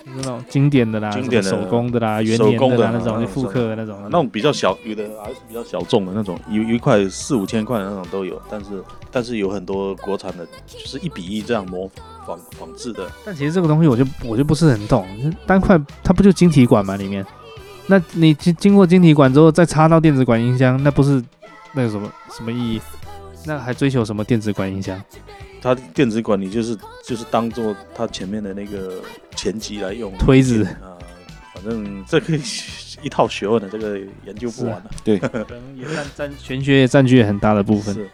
Speaker 1: 就是那种经典的啦，
Speaker 3: 经典的
Speaker 1: 什么手工的啦，元
Speaker 3: 手
Speaker 1: 年
Speaker 3: 工的
Speaker 1: 啦
Speaker 3: 啦
Speaker 1: 那
Speaker 3: 那
Speaker 1: 种
Speaker 3: 种
Speaker 1: 复刻的那种，
Speaker 3: 呃那种比较小，有的还是比较小众的那种，一一块四五千块的那种都有，但是但是有很多国产的，就是一比一这样模仿仿制的，
Speaker 1: 但其实这个东西我就我就不是很懂，单块它不就晶体管吗？里面，那你经经过晶体管之后再插到电子管音箱，那不是那有什么什么意义？那还追求什么电子管音箱？
Speaker 3: 它电子管你就是就是当做它前面的那个前级来用，
Speaker 1: 推
Speaker 3: *laughs*
Speaker 1: 子
Speaker 3: 啊、反正这个一套学问的，这个研究不完啊了。
Speaker 1: 可能也占占玄学也占据很大的啊部分。
Speaker 3: 是，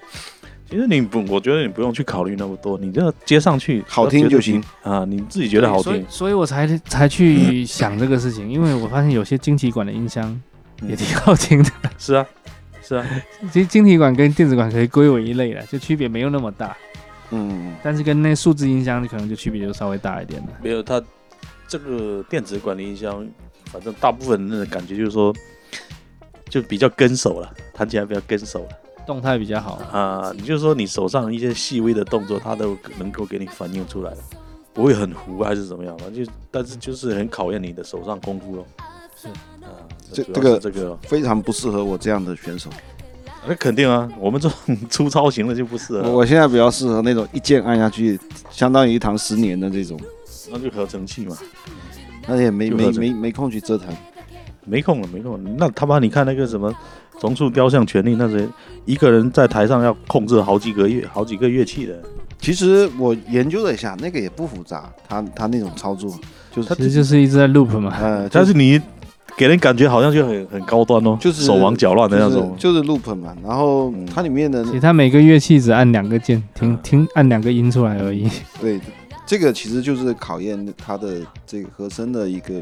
Speaker 3: 其实你不，我觉得你不用去考虑那么多，你这接上去
Speaker 2: 好听就行。
Speaker 3: 啊，你自己觉得好
Speaker 1: 所以
Speaker 3: 听，
Speaker 1: 所以我才才去想这个事情，因为我发现有些晶体管的音箱
Speaker 3: 嗯
Speaker 1: 也挺好听的。
Speaker 3: 是啊，是啊，
Speaker 1: 其实晶体管跟电子管可以归为一类了，就区别没有那么大，
Speaker 2: 嗯，
Speaker 1: 但是跟那数字音箱可能就区别就稍微大一点了。
Speaker 3: 没有它这个电子管理音箱，反正大部分人的感觉就是说，就比较跟手了，弹起来比较跟手了
Speaker 1: 动态比较好，
Speaker 3: 啊。你就是说你手上一些细微的动作，它都能够给你反映出来了，不会很糊还是怎么样，反正就但是就是很考验你的手上功夫咯。
Speaker 1: 是
Speaker 3: 啊，
Speaker 2: 这
Speaker 3: 主要
Speaker 2: 这个
Speaker 3: 是这个咯， *laughs*
Speaker 2: 非常不适合我这样的选手。
Speaker 3: 那肯定啊，我们这种粗糙型的就不适
Speaker 2: 我
Speaker 3: 合，
Speaker 2: 我现在比较适合那种一键按下去，相当于一堂十年的这种，
Speaker 3: 那就合成器嘛。
Speaker 2: 那也没
Speaker 3: 就
Speaker 2: 没
Speaker 3: 合成
Speaker 2: 没没空去折腾。
Speaker 3: 没空了，没空了。那他妈，你看那个什么《重塑雕像权力》，那谁一个人在台上要控制好几个乐、好几个乐器的，
Speaker 2: 其实我研究了一下，那个也不复杂，他他那种操作就是
Speaker 1: 其实就是一直在 loop 嘛。
Speaker 2: 呃，
Speaker 3: 但
Speaker 2: 是
Speaker 3: 是你给人感觉好像就很很高端哦，
Speaker 2: 就是
Speaker 3: 手忙脚乱的那
Speaker 2: 就是
Speaker 3: 种。
Speaker 2: 就是 loop 嘛，然后
Speaker 3: 嗯
Speaker 2: 它里面的
Speaker 1: 其实它每个乐器只按两个键，听听按两个音出来而已。
Speaker 2: 对这个其实就是考验他的这个和声的一个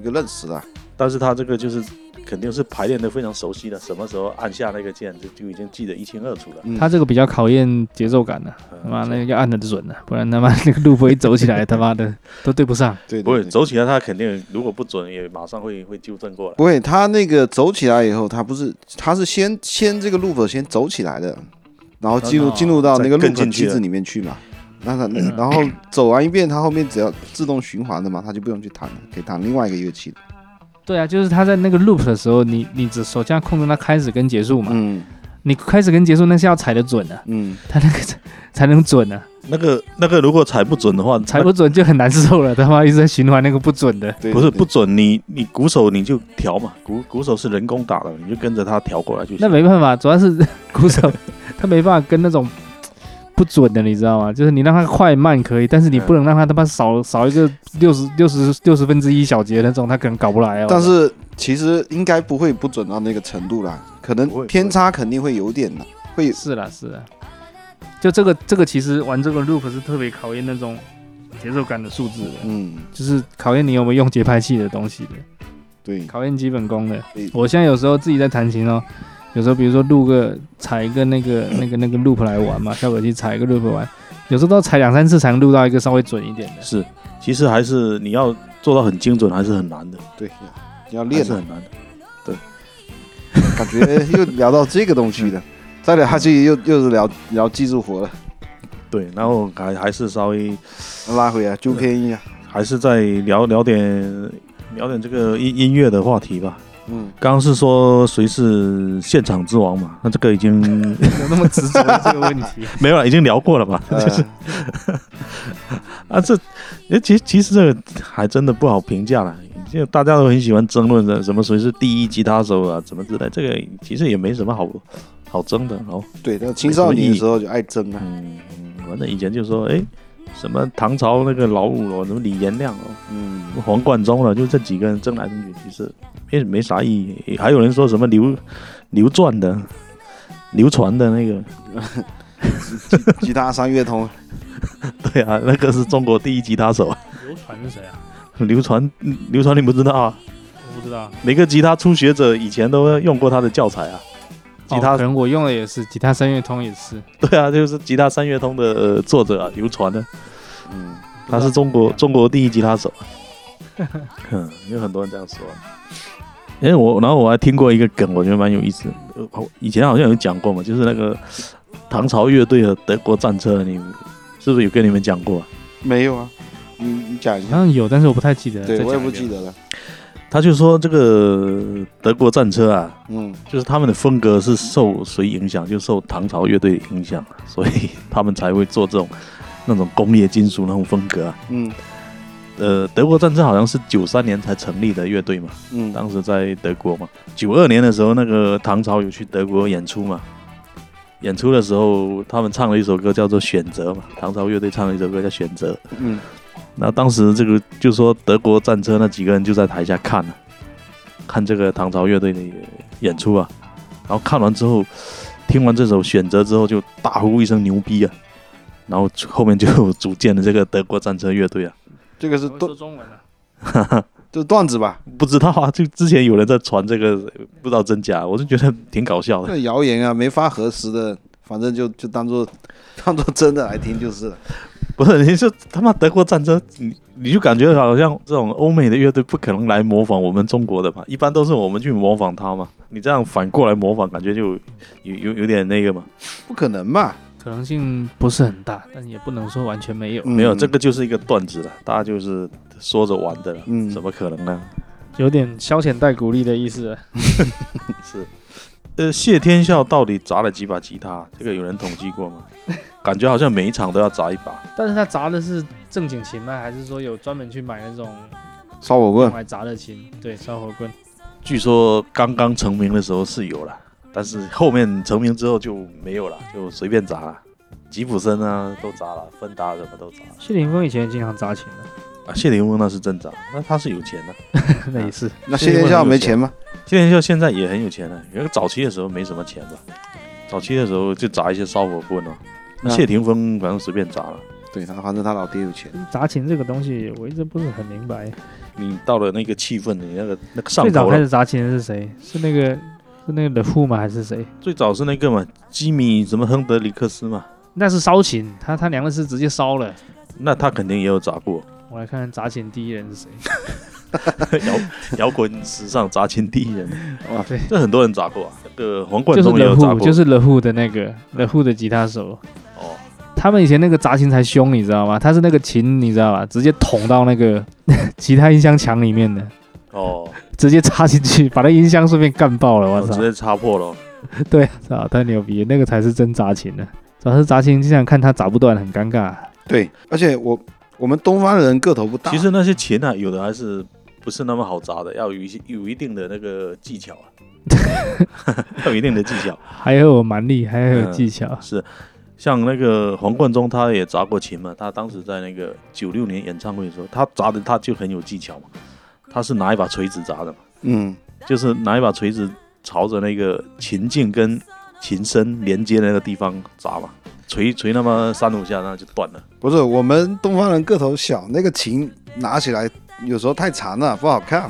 Speaker 2: 一个认识啦。
Speaker 3: 但是他这个就是肯定是排练的非常熟悉的，什么时候按下那个键就就已经记得一清二楚了。
Speaker 2: 嗯
Speaker 1: 它这个比较考验节奏感的、他
Speaker 3: 嗯
Speaker 1: 妈那个要按的准的、不然他妈那个路不一走起来，他妈 *laughs* 的都对不上。
Speaker 2: 对，对
Speaker 3: 不会
Speaker 2: 对
Speaker 3: 走起来，啊他肯定如果不准也马上会会纠正过来。
Speaker 2: 不会，他那个走起来以后，他不是，他是先先这个 loop 先走起来的，然后进入
Speaker 3: 哦
Speaker 2: 进入到那个
Speaker 3: 再更进
Speaker 2: loop
Speaker 3: 去
Speaker 2: 机
Speaker 3: 了嗯
Speaker 2: 制里面去嘛。那他那然后走完一遍，他后面只要自动循环的嘛，他就不用去弹了，可以弹另外一个乐器了。
Speaker 1: 对啊，就是他在那个 loop 的时候，你你只手这样控制它开始跟结束嘛，
Speaker 2: 嗯
Speaker 1: 你开始跟结束那是要踩得准的、
Speaker 2: 嗯，
Speaker 1: 它那个 *laughs* 才才能准啊，
Speaker 3: 那个那个如果踩不准的话，
Speaker 1: 踩不准就很难受了，他妈一直在循环那个不准的。
Speaker 2: 对，
Speaker 3: 不是
Speaker 2: 对
Speaker 3: 不，准你你鼓手你就调嘛，鼓鼓手是人工打的，你就跟着他调过来就行。
Speaker 1: 那没办法，主要
Speaker 2: *laughs*
Speaker 1: 是鼓手他没办法跟那种不准的，你知道吗？就是你让他快慢可以，但是你不能让他他妈少少一个六十六十六十分之一小节那种，他可能搞不来哦。
Speaker 2: 但是其实应该不会不准到那个程度啦，可能
Speaker 3: 不会不会
Speaker 2: 偏差肯定会有点的，会
Speaker 1: 是啦是啦，就这个这个其实玩这个 loop 是特别考验那种节奏感的素质的，
Speaker 2: 嗯
Speaker 1: 就是考验你有没有用节拍器的东西的。
Speaker 2: 对，
Speaker 1: 考验基本功的
Speaker 2: 对。
Speaker 1: 我现在有时候自己在弹琴哦，有时候比如说录个踩一个那个
Speaker 2: *coughs*
Speaker 1: 那个那个 loop 来玩嘛，效果器踩一个 loop 玩，有时候都要踩两三次才能录到一个稍微准一点的。
Speaker 3: 是，其实还是你要做到很精准，还是很难的，
Speaker 2: 对，要
Speaker 3: 还
Speaker 2: 练啊
Speaker 3: 是
Speaker 2: 的
Speaker 3: 很难的。
Speaker 2: 感觉又聊到这个东西了，再聊下去又又是聊聊技术活了，
Speaker 3: 对，然后还还是稍微
Speaker 2: 拉回来纠偏一下，啊
Speaker 3: 还是再聊聊点聊点这个音音乐的话题吧。
Speaker 2: 嗯。
Speaker 3: 刚刚是说谁是现场之王嘛？那这个已经
Speaker 2: *laughs*
Speaker 1: 有那么执着的这个问题？
Speaker 3: 没有了，已经聊过了吧？
Speaker 2: 呃
Speaker 3: 啊，这诶其实其实这个还真的不好评价了。就大家都很喜欢争论的，什么谁是第一吉他手啊，怎么之类，这个其实也没什么好好争的哦。
Speaker 2: 对，那青少年的时候就爱争啊，
Speaker 3: 嗯，反正以前就说，哎，什么唐朝那个老五了，什么李延亮哦，
Speaker 2: 嗯，
Speaker 3: 黄贯中啊了，就这几个人争来争去，其实没没啥意义。还有人说什么流 *laughs* 流传的、流传的那个，
Speaker 2: 吉他三乐通，
Speaker 3: 对啊，那个是中国第一吉他手，
Speaker 1: 流传是谁啊？
Speaker 3: 流传流传你不知道啊？
Speaker 1: 我不知道。
Speaker 3: 每个吉他初学者以前都用过他的教材啊。吉他、
Speaker 1: 哦可能我用的也是，吉他三乐通也是。
Speaker 3: 对啊，就是吉他三乐通的、呃、作者啊，流传的，
Speaker 2: 嗯，
Speaker 3: 他是中国中国第一吉他 *laughs* 手。嗯，有很多人这样说。哎，我然后我还听过一个梗，我觉得蛮有意思的。呃我以前好像有讲过嘛，就是那个唐朝乐队的德国战车，你们是不是有跟你们讲过、啊？
Speaker 2: 没有啊，你你讲一
Speaker 1: 好
Speaker 2: 下，
Speaker 1: 像有，但是我不太记得。
Speaker 2: 对
Speaker 1: 嗯再
Speaker 2: 我也
Speaker 1: 讲一
Speaker 2: 不
Speaker 1: 遍
Speaker 2: 记得了。
Speaker 3: 他就说这个德国战车啊，
Speaker 2: 嗯，
Speaker 3: 就是他们的风格是受谁影响？就受唐朝乐队影响，所以他们才会做这种那种工业金属那种风格啊。
Speaker 2: 嗯
Speaker 3: 呃，德国战车好像是九三年才成立的乐队嘛，
Speaker 2: 嗯，
Speaker 3: 当时在德国嘛。九二年的时候，那个唐朝有去德国演出嘛，演出的时候他们唱了一首歌叫做《选择》嘛，唐朝乐队唱了一首歌叫《选择》。
Speaker 2: 嗯
Speaker 3: 那当时这个就说德国战车那几个人就在台下看了、看这个唐朝乐队的演出啊，然后看完之后，听完这首《选择》之后就大呼一声牛逼啊，然后后面就组建了这个德国战车乐队啊，
Speaker 2: 这个是
Speaker 1: 我会
Speaker 2: 段
Speaker 1: 说中文啊
Speaker 3: 哈哈，
Speaker 2: 这是段子吧？
Speaker 3: 不知道啊，就之前有人在传这个，不知道真假，我就觉得挺搞笑的。
Speaker 2: 这谣言啊，没法核实的，反正就就当做当做真的来听就是了。
Speaker 3: 不是，你说他妈德国战车，你你就感觉好像这种欧美的乐队不可能来模仿我们中国的嘛，一般都是我们去模仿他嘛。你这样反过来模仿，感觉就有有有点那个嘛。
Speaker 2: 不可能嘛？
Speaker 1: 可能性不是很大，但也不能说完全没有，
Speaker 3: 没有，
Speaker 2: 嗯
Speaker 3: 这个就是一个段子了，大家就是说着玩的了，
Speaker 2: 嗯
Speaker 3: 怎么可能呢？
Speaker 1: 有点消遣带鼓励的意思。
Speaker 3: 是，呃，谢天笑到底砸了几把吉他？这个有人统计过吗？感觉好像每一场都要砸一把。
Speaker 1: 但是他砸的是正经琴呢，还是说有专门去买那种
Speaker 2: 烧火
Speaker 1: 用
Speaker 2: 棍，
Speaker 1: 来砸的琴？对，烧火棍。
Speaker 3: 据说刚刚成名的时候是有了，但是后面成名之后就没有了，就随便砸了。吉普森啊都砸了，芬达什么都砸了。
Speaker 1: 谢霆锋以前也经常砸琴
Speaker 3: *laughs*
Speaker 1: 的，
Speaker 3: 啊，谢霆锋那是真砸，那他是有钱的。
Speaker 1: 那也是。
Speaker 2: 那谢天笑没钱吗？
Speaker 3: 谢天笑现在也很有钱了，因为早期的时候没什么钱吧，早期的时候就砸一些烧火棍哦。那
Speaker 2: 啊
Speaker 3: 谢霆锋反正随便砸了。
Speaker 2: 对他，反正他老爹有
Speaker 3: 嗯
Speaker 2: 钱。
Speaker 1: 砸琴这个东西，我一直不是很明白。
Speaker 3: 你到了那个气氛，你那个那个上
Speaker 1: 最早
Speaker 3: 头
Speaker 1: 开
Speaker 3: 了。
Speaker 1: 始砸琴的是谁？是那个是那个 The Who 吗？还是谁？
Speaker 3: 最早是那个嘛，基米什么亨德里克斯嘛，
Speaker 1: 那是烧琴，他他娘的是直接烧了。
Speaker 3: 那他肯定也有砸过。 *laughs*
Speaker 1: 我来看看砸琴第一人是谁。
Speaker 3: 摇摇滚史上砸琴第一人。
Speaker 1: 哇， *laughs* 对，
Speaker 3: 这很多人砸过啊，那个黄
Speaker 1: 就
Speaker 3: 贯
Speaker 1: 是
Speaker 3: 中也有
Speaker 1: The
Speaker 3: 砸
Speaker 1: Who，
Speaker 3: 过，
Speaker 1: 就是 The Who 的那个 The Who 的吉他手。
Speaker 3: 哦，
Speaker 1: 他们以前那个砸琴才凶，你知道吗？他是那个琴，你知道吧？直接捅到那个 *laughs* 吉他音箱墙里面的，
Speaker 3: 哦，
Speaker 1: 直接插进去，把那音箱顺便干爆了。我
Speaker 3: 我
Speaker 1: 操
Speaker 3: 直！接插破了，
Speaker 1: *laughs* 对，啊操，太牛逼了，那个才是真砸琴呢。主要是砸琴，经常看他砸不断，很尴尬。
Speaker 2: 对，而且我我们东方人个头不大，
Speaker 3: 其实那些琴啊，有的还是不是那么好砸的，要有一些有一定的那个技巧啊， *laughs* 要有一定的技巧。
Speaker 1: 还有蛮力，还有
Speaker 3: 嗯
Speaker 1: 技巧。
Speaker 3: 是，像那个黄贯中，他也砸过琴嘛。他当时在那个九六年演唱会的时候，他砸的他就很有技巧嘛。他是拿一把锤子砸的嘛，
Speaker 2: 嗯，
Speaker 3: 就是拿一把锤子朝着那个琴颈跟琴身连接的那个地方砸嘛，锤锤那么三五下，那就断了。
Speaker 2: 不是我们东方人个头小，那个琴拿起来有时候太长了，不好看。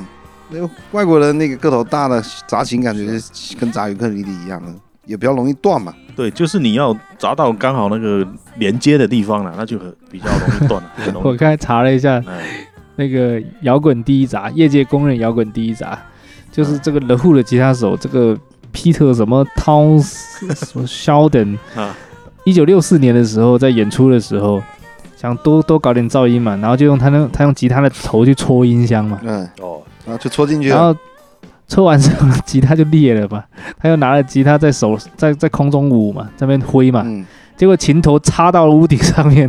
Speaker 2: 那个外国人那个个头大的砸琴，感觉
Speaker 3: 啊
Speaker 2: 跟砸尤克里里一样的，也比较容易断嘛。
Speaker 3: 对，就是你要砸到刚好那个连接的地方了，那就很比较容易断
Speaker 1: *laughs*
Speaker 3: 了，很容
Speaker 1: 我
Speaker 3: 易。
Speaker 1: 刚才查了一下，
Speaker 3: 哎，
Speaker 1: 那个摇滚第一砸，业界公认摇滚第一砸，就是这个 The Who 的吉他手，这个 Peter 什么 Town 什么 Sheldon，
Speaker 3: 啊
Speaker 1: 一九六四年的时候在演出的时候，想多多搞点噪音嘛，然后就用他那他用吉他的头去戳音箱嘛，
Speaker 2: 嗯，
Speaker 3: 哦，
Speaker 2: 然后就戳进去
Speaker 1: 然
Speaker 2: 了。
Speaker 1: 后戳完之后吉他就裂了嘛， *laughs* 他又拿了吉他在手在在空中舞嘛，在那边挥嘛，
Speaker 2: 嗯，
Speaker 1: 结果琴头插到了屋顶上
Speaker 3: *laughs*
Speaker 1: 面，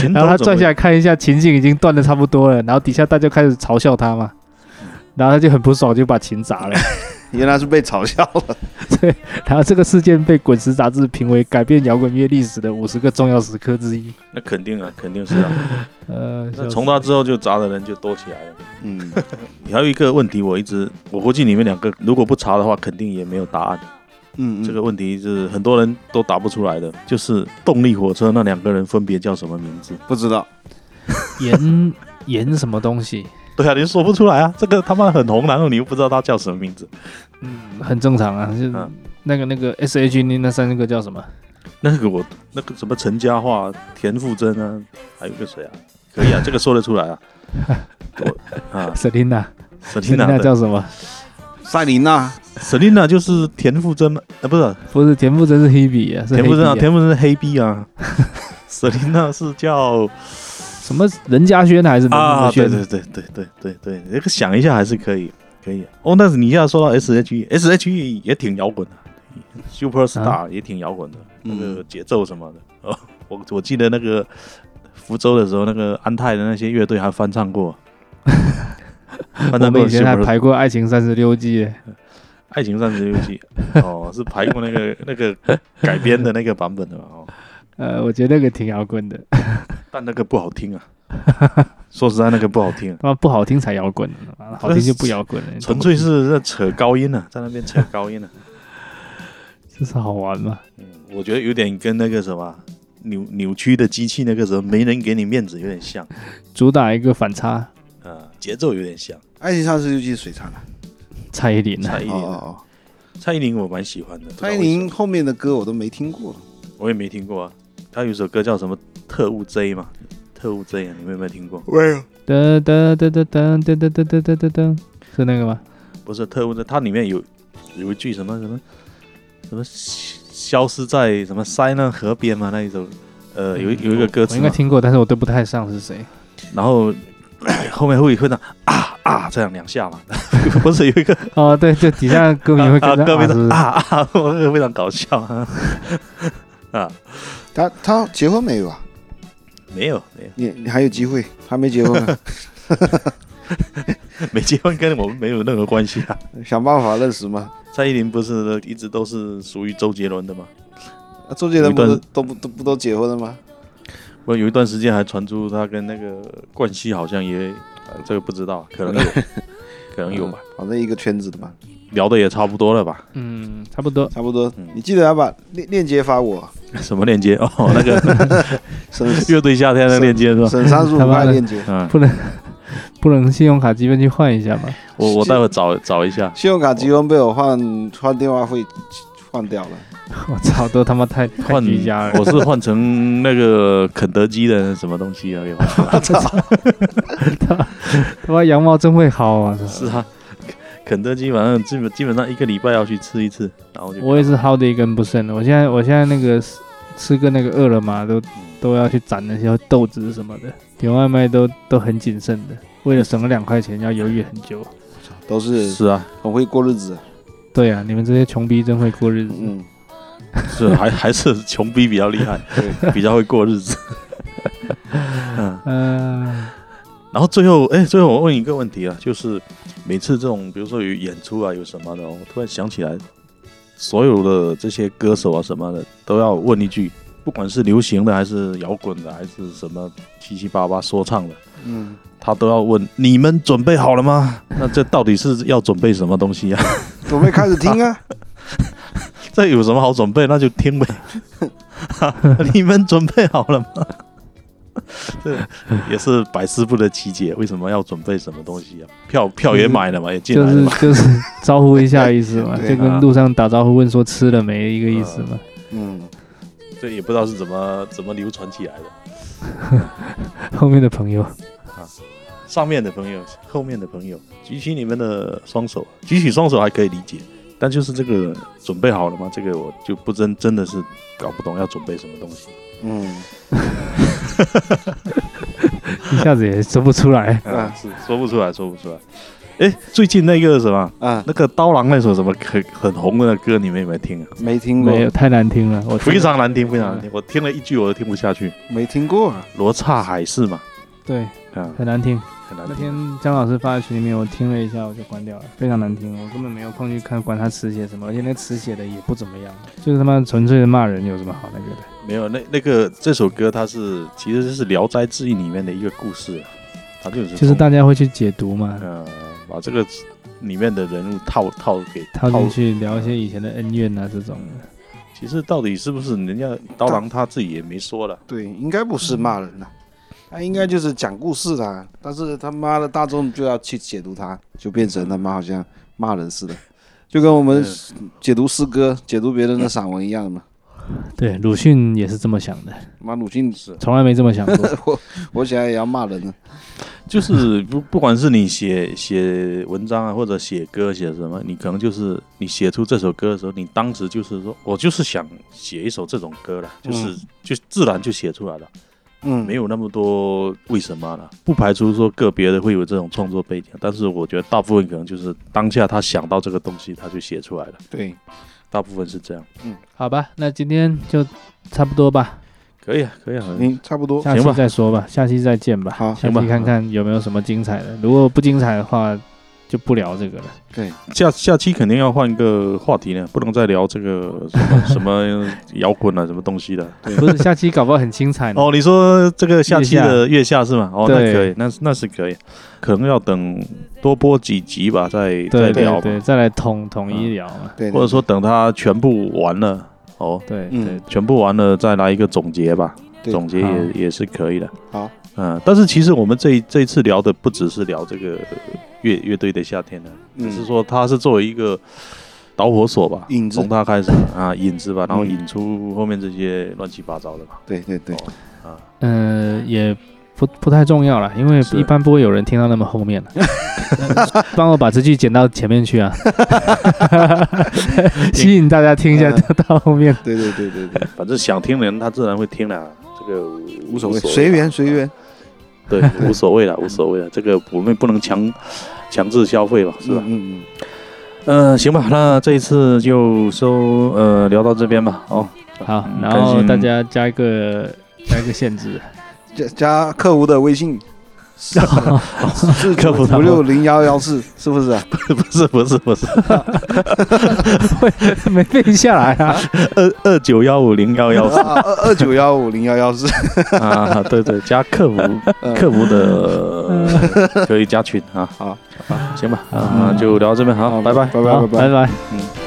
Speaker 3: 琴
Speaker 1: 然后
Speaker 3: 头
Speaker 1: 他
Speaker 3: 怎么
Speaker 1: 转下来看一下，琴颈已经断的差不多了，然后底下大家开始嘲笑他嘛， *laughs* 然后他就很不爽，就把琴砸了。 *laughs*
Speaker 2: 原来是被嘲笑了。
Speaker 1: 然后这个事件被《滚石》杂志评为改变摇滚乐历史的五十个重要时刻之一。
Speaker 3: 那肯定啊，肯定是啊。
Speaker 1: 呃，
Speaker 3: 那
Speaker 1: 笑
Speaker 3: 从
Speaker 1: 死
Speaker 3: 他之后就砸的人就多起来了。
Speaker 2: 嗯，
Speaker 3: *laughs* 还有一个问题，我一直我估计你们两个如果不查的话，肯定也没有答案。
Speaker 2: 嗯，嗯
Speaker 3: 这个问题是很多人都答不出来的，就是动力火车那两个人分别叫什么名字？
Speaker 2: 不知道。
Speaker 1: *laughs* 盐盐什么东西？
Speaker 3: 对啊，你说不出来啊，这个他妈很红，然后你又不知道他叫什么名字。
Speaker 1: 嗯，很正常啊，就是
Speaker 3: 嗯
Speaker 1: 那个那个 S H E 那三个叫什么？
Speaker 3: 那个我那个什么陈嘉桦、田馥甄啊，还有一个谁啊？可以啊，这个说得出来
Speaker 1: *laughs*
Speaker 3: 啊。我啊
Speaker 1: Selina，
Speaker 3: ，Selina
Speaker 1: 叫什么？
Speaker 2: 赛琳娜，
Speaker 3: Selina 就是田馥甄嘛，啊不是
Speaker 1: 不是田馥甄是 Hebe 啊，是
Speaker 3: 田馥甄啊，
Speaker 1: *laughs* Hebe 啊
Speaker 3: 田馥甄是黑逼啊。Selina 是叫
Speaker 1: 什什么任嘉轩还是林
Speaker 3: 啊，
Speaker 1: 文
Speaker 3: 对
Speaker 1: 轩？
Speaker 3: 对对对对对对，这个想一下还是可以，可以。哦，但是你要说到 S H E，S H E 也挺摇滚的，Super
Speaker 1: 啊
Speaker 3: Star 也挺摇滚的，
Speaker 2: 呃
Speaker 3: 那
Speaker 1: 嗯
Speaker 3: 个节奏什么的。哦，我我记得那个福州的时候，那个安泰的那些乐队还翻
Speaker 1: *laughs*
Speaker 3: 唱过，翻
Speaker 1: 我们
Speaker 3: 唱过
Speaker 1: 以前还
Speaker 3: Super
Speaker 1: 排过《爱情三十六计》，
Speaker 3: 《爱情三十六
Speaker 1: *laughs*
Speaker 3: 计》，哦，是排过那个那个改编的那个版本的嘛？哦，
Speaker 1: 呃，我觉得那个挺摇滚的，
Speaker 3: 但那个不好听啊，说实在那个不好
Speaker 1: *laughs*
Speaker 3: 听啊。
Speaker 1: 他妈不好听才摇滚，好听就不摇滚了，
Speaker 3: 纯粹是在扯高音啊，在那边扯高音啊。
Speaker 1: 这是好玩嘛？
Speaker 3: 嗯，我觉得有点跟那个什么扭扭曲的机器那个什么没人给你面子有点像，
Speaker 1: 主打一个反差，
Speaker 3: 啊，节奏有
Speaker 1: *laughs*
Speaker 3: 点像。
Speaker 2: 爱情三十六计谁唱的？
Speaker 1: 蔡依林啊，
Speaker 3: 蔡依
Speaker 2: 啊哦
Speaker 3: 林，
Speaker 2: 哦哦，
Speaker 3: 蔡依林我蛮喜欢的。
Speaker 2: 蔡依
Speaker 3: 不知道为什
Speaker 2: 林
Speaker 3: 么
Speaker 2: 后面的歌我都没听过。
Speaker 3: 我也没听过啊，她有首歌叫什么《特务 J》嘛，《特务 J》啊，你们有没有听过？
Speaker 2: 没有。
Speaker 1: 噔噔噔噔噔噔噔噔噔噔噔噔，是那个吗？
Speaker 3: 不是《特务 J》，它里面有有一句什么什么什么消失在什么塞纳河边嘛，那一首，呃，有有一个歌
Speaker 1: 嗯我
Speaker 3: 词
Speaker 1: 应该
Speaker 3: 嘛，
Speaker 1: 听过，但是我对不太上是谁。
Speaker 3: 然后 *coughs* 后面会会那啊啊这样两下嘛， *laughs* 不是有
Speaker 1: *laughs*
Speaker 3: 一个
Speaker 1: 哦，对，就底下歌迷会
Speaker 3: 啊，
Speaker 1: 跟着
Speaker 3: 歌迷
Speaker 1: 啊是不
Speaker 3: 的
Speaker 1: 是
Speaker 3: 啊啊，我这个非常搞笑 *laughs* 啊！啊，
Speaker 2: 他他结婚没有啊？
Speaker 3: 没有没有 *laughs*
Speaker 2: 你你还有机会，还没结婚呢，啊
Speaker 3: 没结婚跟我们没有任何关系啊。
Speaker 2: 想办法认识嘛。
Speaker 3: 蔡依林不是一直都是属于周杰伦的吗？
Speaker 2: 那啊周杰伦不
Speaker 3: 有
Speaker 2: 是
Speaker 3: 一
Speaker 2: 都不都不都结婚了吗？
Speaker 3: 我有一段时间还传出他跟那个冠希好像也，呃这个不知道啊，可能
Speaker 1: *laughs*
Speaker 3: 有，可能有吧。
Speaker 2: 反正一个圈子的嘛，
Speaker 3: 聊的也差不多了吧？
Speaker 1: 嗯，差不多。
Speaker 2: 差不多
Speaker 3: 嗯。
Speaker 2: 你记得要把链链接发我，
Speaker 3: 什么链接？哦，
Speaker 1: *laughs*
Speaker 3: 那个
Speaker 2: 省
Speaker 3: 乐队夏天的链接是吧？
Speaker 2: 省三十五
Speaker 1: 他妈
Speaker 2: 块
Speaker 1: 的
Speaker 2: 链接，
Speaker 3: 嗯，
Speaker 1: 不能信用卡积分去换一下吗？ *laughs*
Speaker 3: 我我待会找找一下。
Speaker 2: 信用卡积分被我换换电话费换掉了。
Speaker 1: 我操，都他妈太太
Speaker 3: 换
Speaker 1: 居家了。
Speaker 3: 我是换成那个肯德基的什么东西
Speaker 1: *laughs*
Speaker 3: 啊？给我。
Speaker 1: 他妈羊毛真会薅啊！真是
Speaker 3: 是啊，肯德基反正基本基本上一个礼拜要去吃一次，然后就
Speaker 1: 我也是薅的一根不剩了。我现在我现在那个吃吃个那个饿了么都都要去攒那些豆子什么的，点外卖都都很谨慎的，为了省了两块钱要犹豫很久。
Speaker 2: 都是
Speaker 3: 是啊，
Speaker 2: 很会过日子，
Speaker 1: 对啊，你们这些穷逼真会过日子。
Speaker 2: 嗯，
Speaker 3: 是啊还还是穷逼比较厉害， *laughs* 比较会过日子。嗯，
Speaker 1: 嗯，
Speaker 3: 然后最后哎，最后我问一个问题啊，就是每次这种比如说有演出啊有什么的，我突然想起来，所有的这些歌手啊什么的都要问一句，不管是流行的还是摇滚的还是什么七七八八说唱的。
Speaker 2: 嗯，
Speaker 3: 他都要问你们准备好了吗？那这到底是要准备什么东西呀、
Speaker 2: 准备开始听啊。
Speaker 3: *laughs* 这有什么好准备？那就
Speaker 1: *laughs*
Speaker 3: 听呗。你们准备好了吗？ *laughs* 这也是百思不得其解，为什么要准备什么东西啊？票票也买了嘛，也进
Speaker 1: 就
Speaker 3: 来了
Speaker 1: 是
Speaker 3: 嘛。
Speaker 1: 就是招呼一下意思 *laughs* 嘛，
Speaker 2: 对啊
Speaker 1: 就跟路上打招呼问说吃了没一个意思嘛。
Speaker 2: 嗯，
Speaker 3: 这也不知道是怎么怎么流传起来的。
Speaker 1: 嗯后面的朋友，
Speaker 3: 上面的朋友，后面的朋友，举起你们的双手，啊举起双手还可以理解，但就是这个准备好了吗？这个我就不真真的是搞不懂要准备什么东西。
Speaker 2: 嗯，
Speaker 1: 一下子也说不出来。
Speaker 3: 啊，是说不出来，说不出来。哎，最近那个什么，
Speaker 2: 啊，
Speaker 3: 那个刀郎那首什么很很红的那歌，你们有没有听啊？
Speaker 2: 没听
Speaker 1: *laughs*
Speaker 2: 过
Speaker 1: 没，有，太难听了，我
Speaker 3: 非常难听，非常难听，我听了一句我都听不下去。
Speaker 2: 没听过，啊
Speaker 3: 罗刹海市嘛，
Speaker 1: 对
Speaker 3: 啊，
Speaker 1: 很难听。
Speaker 3: 很难
Speaker 1: 那
Speaker 3: 听
Speaker 1: 天。姜老师发在群里面，我听了一下，我就关掉了，非常难听，我根本没有空去看管他词写什么，而且那词写的也不怎么样，就是他妈纯粹的骂人，有什么好那个的？
Speaker 3: 没有，那那个这首歌它是其实是《聊斋志异》里面的一个故事啊，它就是
Speaker 1: 就是
Speaker 3: 从
Speaker 1: 大家会去解读嘛，
Speaker 3: 呃把这个里面的人物套套给
Speaker 1: 套进。去聊一些以前的恩怨啊这种的。
Speaker 3: 其实到底是不是人家刀郎他自己也没说了，
Speaker 2: 对，应该不是骂人的，啊他应该就是讲故事的啊，但是他妈的大众就要去解读他，就变成他妈好像骂人似的，就跟我们
Speaker 3: 嗯
Speaker 2: 解读诗歌、解读别人的散文一样的嘛。
Speaker 1: 对，鲁迅也是这么想的，
Speaker 2: 妈，鲁迅，
Speaker 1: 从来没这么想过。 *laughs*
Speaker 2: 我想也要骂人呢。
Speaker 3: 就是不不管是你写写文章啊，或者写歌写什么，你可能就是你写出这首歌的时候，你当时就是说我就是想写一首这种歌了，就是、就自然就写出来了。
Speaker 2: 嗯，
Speaker 3: 没有那么多为什么了，不排除说个别的会有这种创作背景，但是我觉得大部分可能就是当下他想到这个东西，他就写出来了，
Speaker 2: 对，
Speaker 3: 大部分是这样。
Speaker 1: 好吧，那今天就差不多吧，
Speaker 3: 可以啊，可以啊，
Speaker 2: 嗯，差不多，
Speaker 1: 下期
Speaker 3: 行吧
Speaker 1: 再说吧，下期再见吧。
Speaker 2: 好
Speaker 1: 下
Speaker 3: 行吧
Speaker 1: 期看看有没有什么精彩的，如果不精彩的话，就不聊这个了。
Speaker 2: 对，
Speaker 3: 下下期肯定要换个话题呢，不能再聊这个什么什么摇滚啊，什么东西的。
Speaker 1: 不是，下期搞不好很精彩呢。
Speaker 3: 哦，你说这个下期的月下是吗？哦，那
Speaker 1: 嗯对
Speaker 3: 可以，那那是可以，可能要等多播几集吧，再再
Speaker 1: 对
Speaker 3: 聊
Speaker 1: 对
Speaker 3: 吧，
Speaker 1: 对，再来统统一聊嘛。
Speaker 2: 对，
Speaker 3: 或者说等它全部完了，哦，
Speaker 1: 对
Speaker 2: 嗯
Speaker 1: 对，
Speaker 3: 全部完了再来一个总结吧，
Speaker 2: 对
Speaker 3: 总结
Speaker 1: 好
Speaker 3: 也也是可以的。
Speaker 2: 好，
Speaker 3: 嗯，但是其实我们这一这一次聊的不只是聊这个乐乐队的夏天的，
Speaker 2: 嗯
Speaker 3: 只是说它是作为一个导火索吧，
Speaker 2: 引子
Speaker 3: 从它开始啊引子吧，然后
Speaker 2: 嗯
Speaker 3: 引出后面这些乱七八糟的吧。
Speaker 2: 对对对，
Speaker 1: 呃，也不不太重要了，因为
Speaker 3: 是
Speaker 1: 一般不会有人听到那么后 *laughs* 面的。帮我把这句剪到前面去 *laughs* 啊，吸引大家听一下
Speaker 2: 嗯
Speaker 1: 到后面。
Speaker 2: 对对对对对，
Speaker 3: 反正想听的人他自然会听啦，这个 *laughs* 无啊
Speaker 2: 无所谓，
Speaker 3: 啦
Speaker 2: 随缘随缘，
Speaker 3: 对，无所
Speaker 2: *laughs*
Speaker 3: 谓了，无所谓了，这个我们不能强强制消费吧，是吧？
Speaker 2: 嗯嗯
Speaker 3: 嗯，行吧，那这一次就收呃聊到这边吧，
Speaker 2: *laughs*
Speaker 3: 哦。
Speaker 1: 好，
Speaker 3: 嗯
Speaker 1: 然后
Speaker 3: 更新
Speaker 1: 大家加一个加一个限制，
Speaker 2: 嗯，加加客服的微信，是是
Speaker 3: 哦 *laughs* 客服的
Speaker 2: 五六零幺幺四，是不是啊？
Speaker 3: 不是不是不是，
Speaker 1: *laughs* 没背下来啊。
Speaker 3: 二二九幺五零幺幺四
Speaker 2: 啊二二九幺五零幺幺四，
Speaker 3: 啊，对对，加客服
Speaker 2: *laughs* 嗯
Speaker 3: 客服的
Speaker 2: *laughs*
Speaker 3: 呃可以加群啊。
Speaker 2: 好，嗯
Speaker 3: 行吧，啊，就聊到这边，好，拜拜。
Speaker 2: 拜拜拜拜
Speaker 1: 好。拜拜。
Speaker 3: 嗯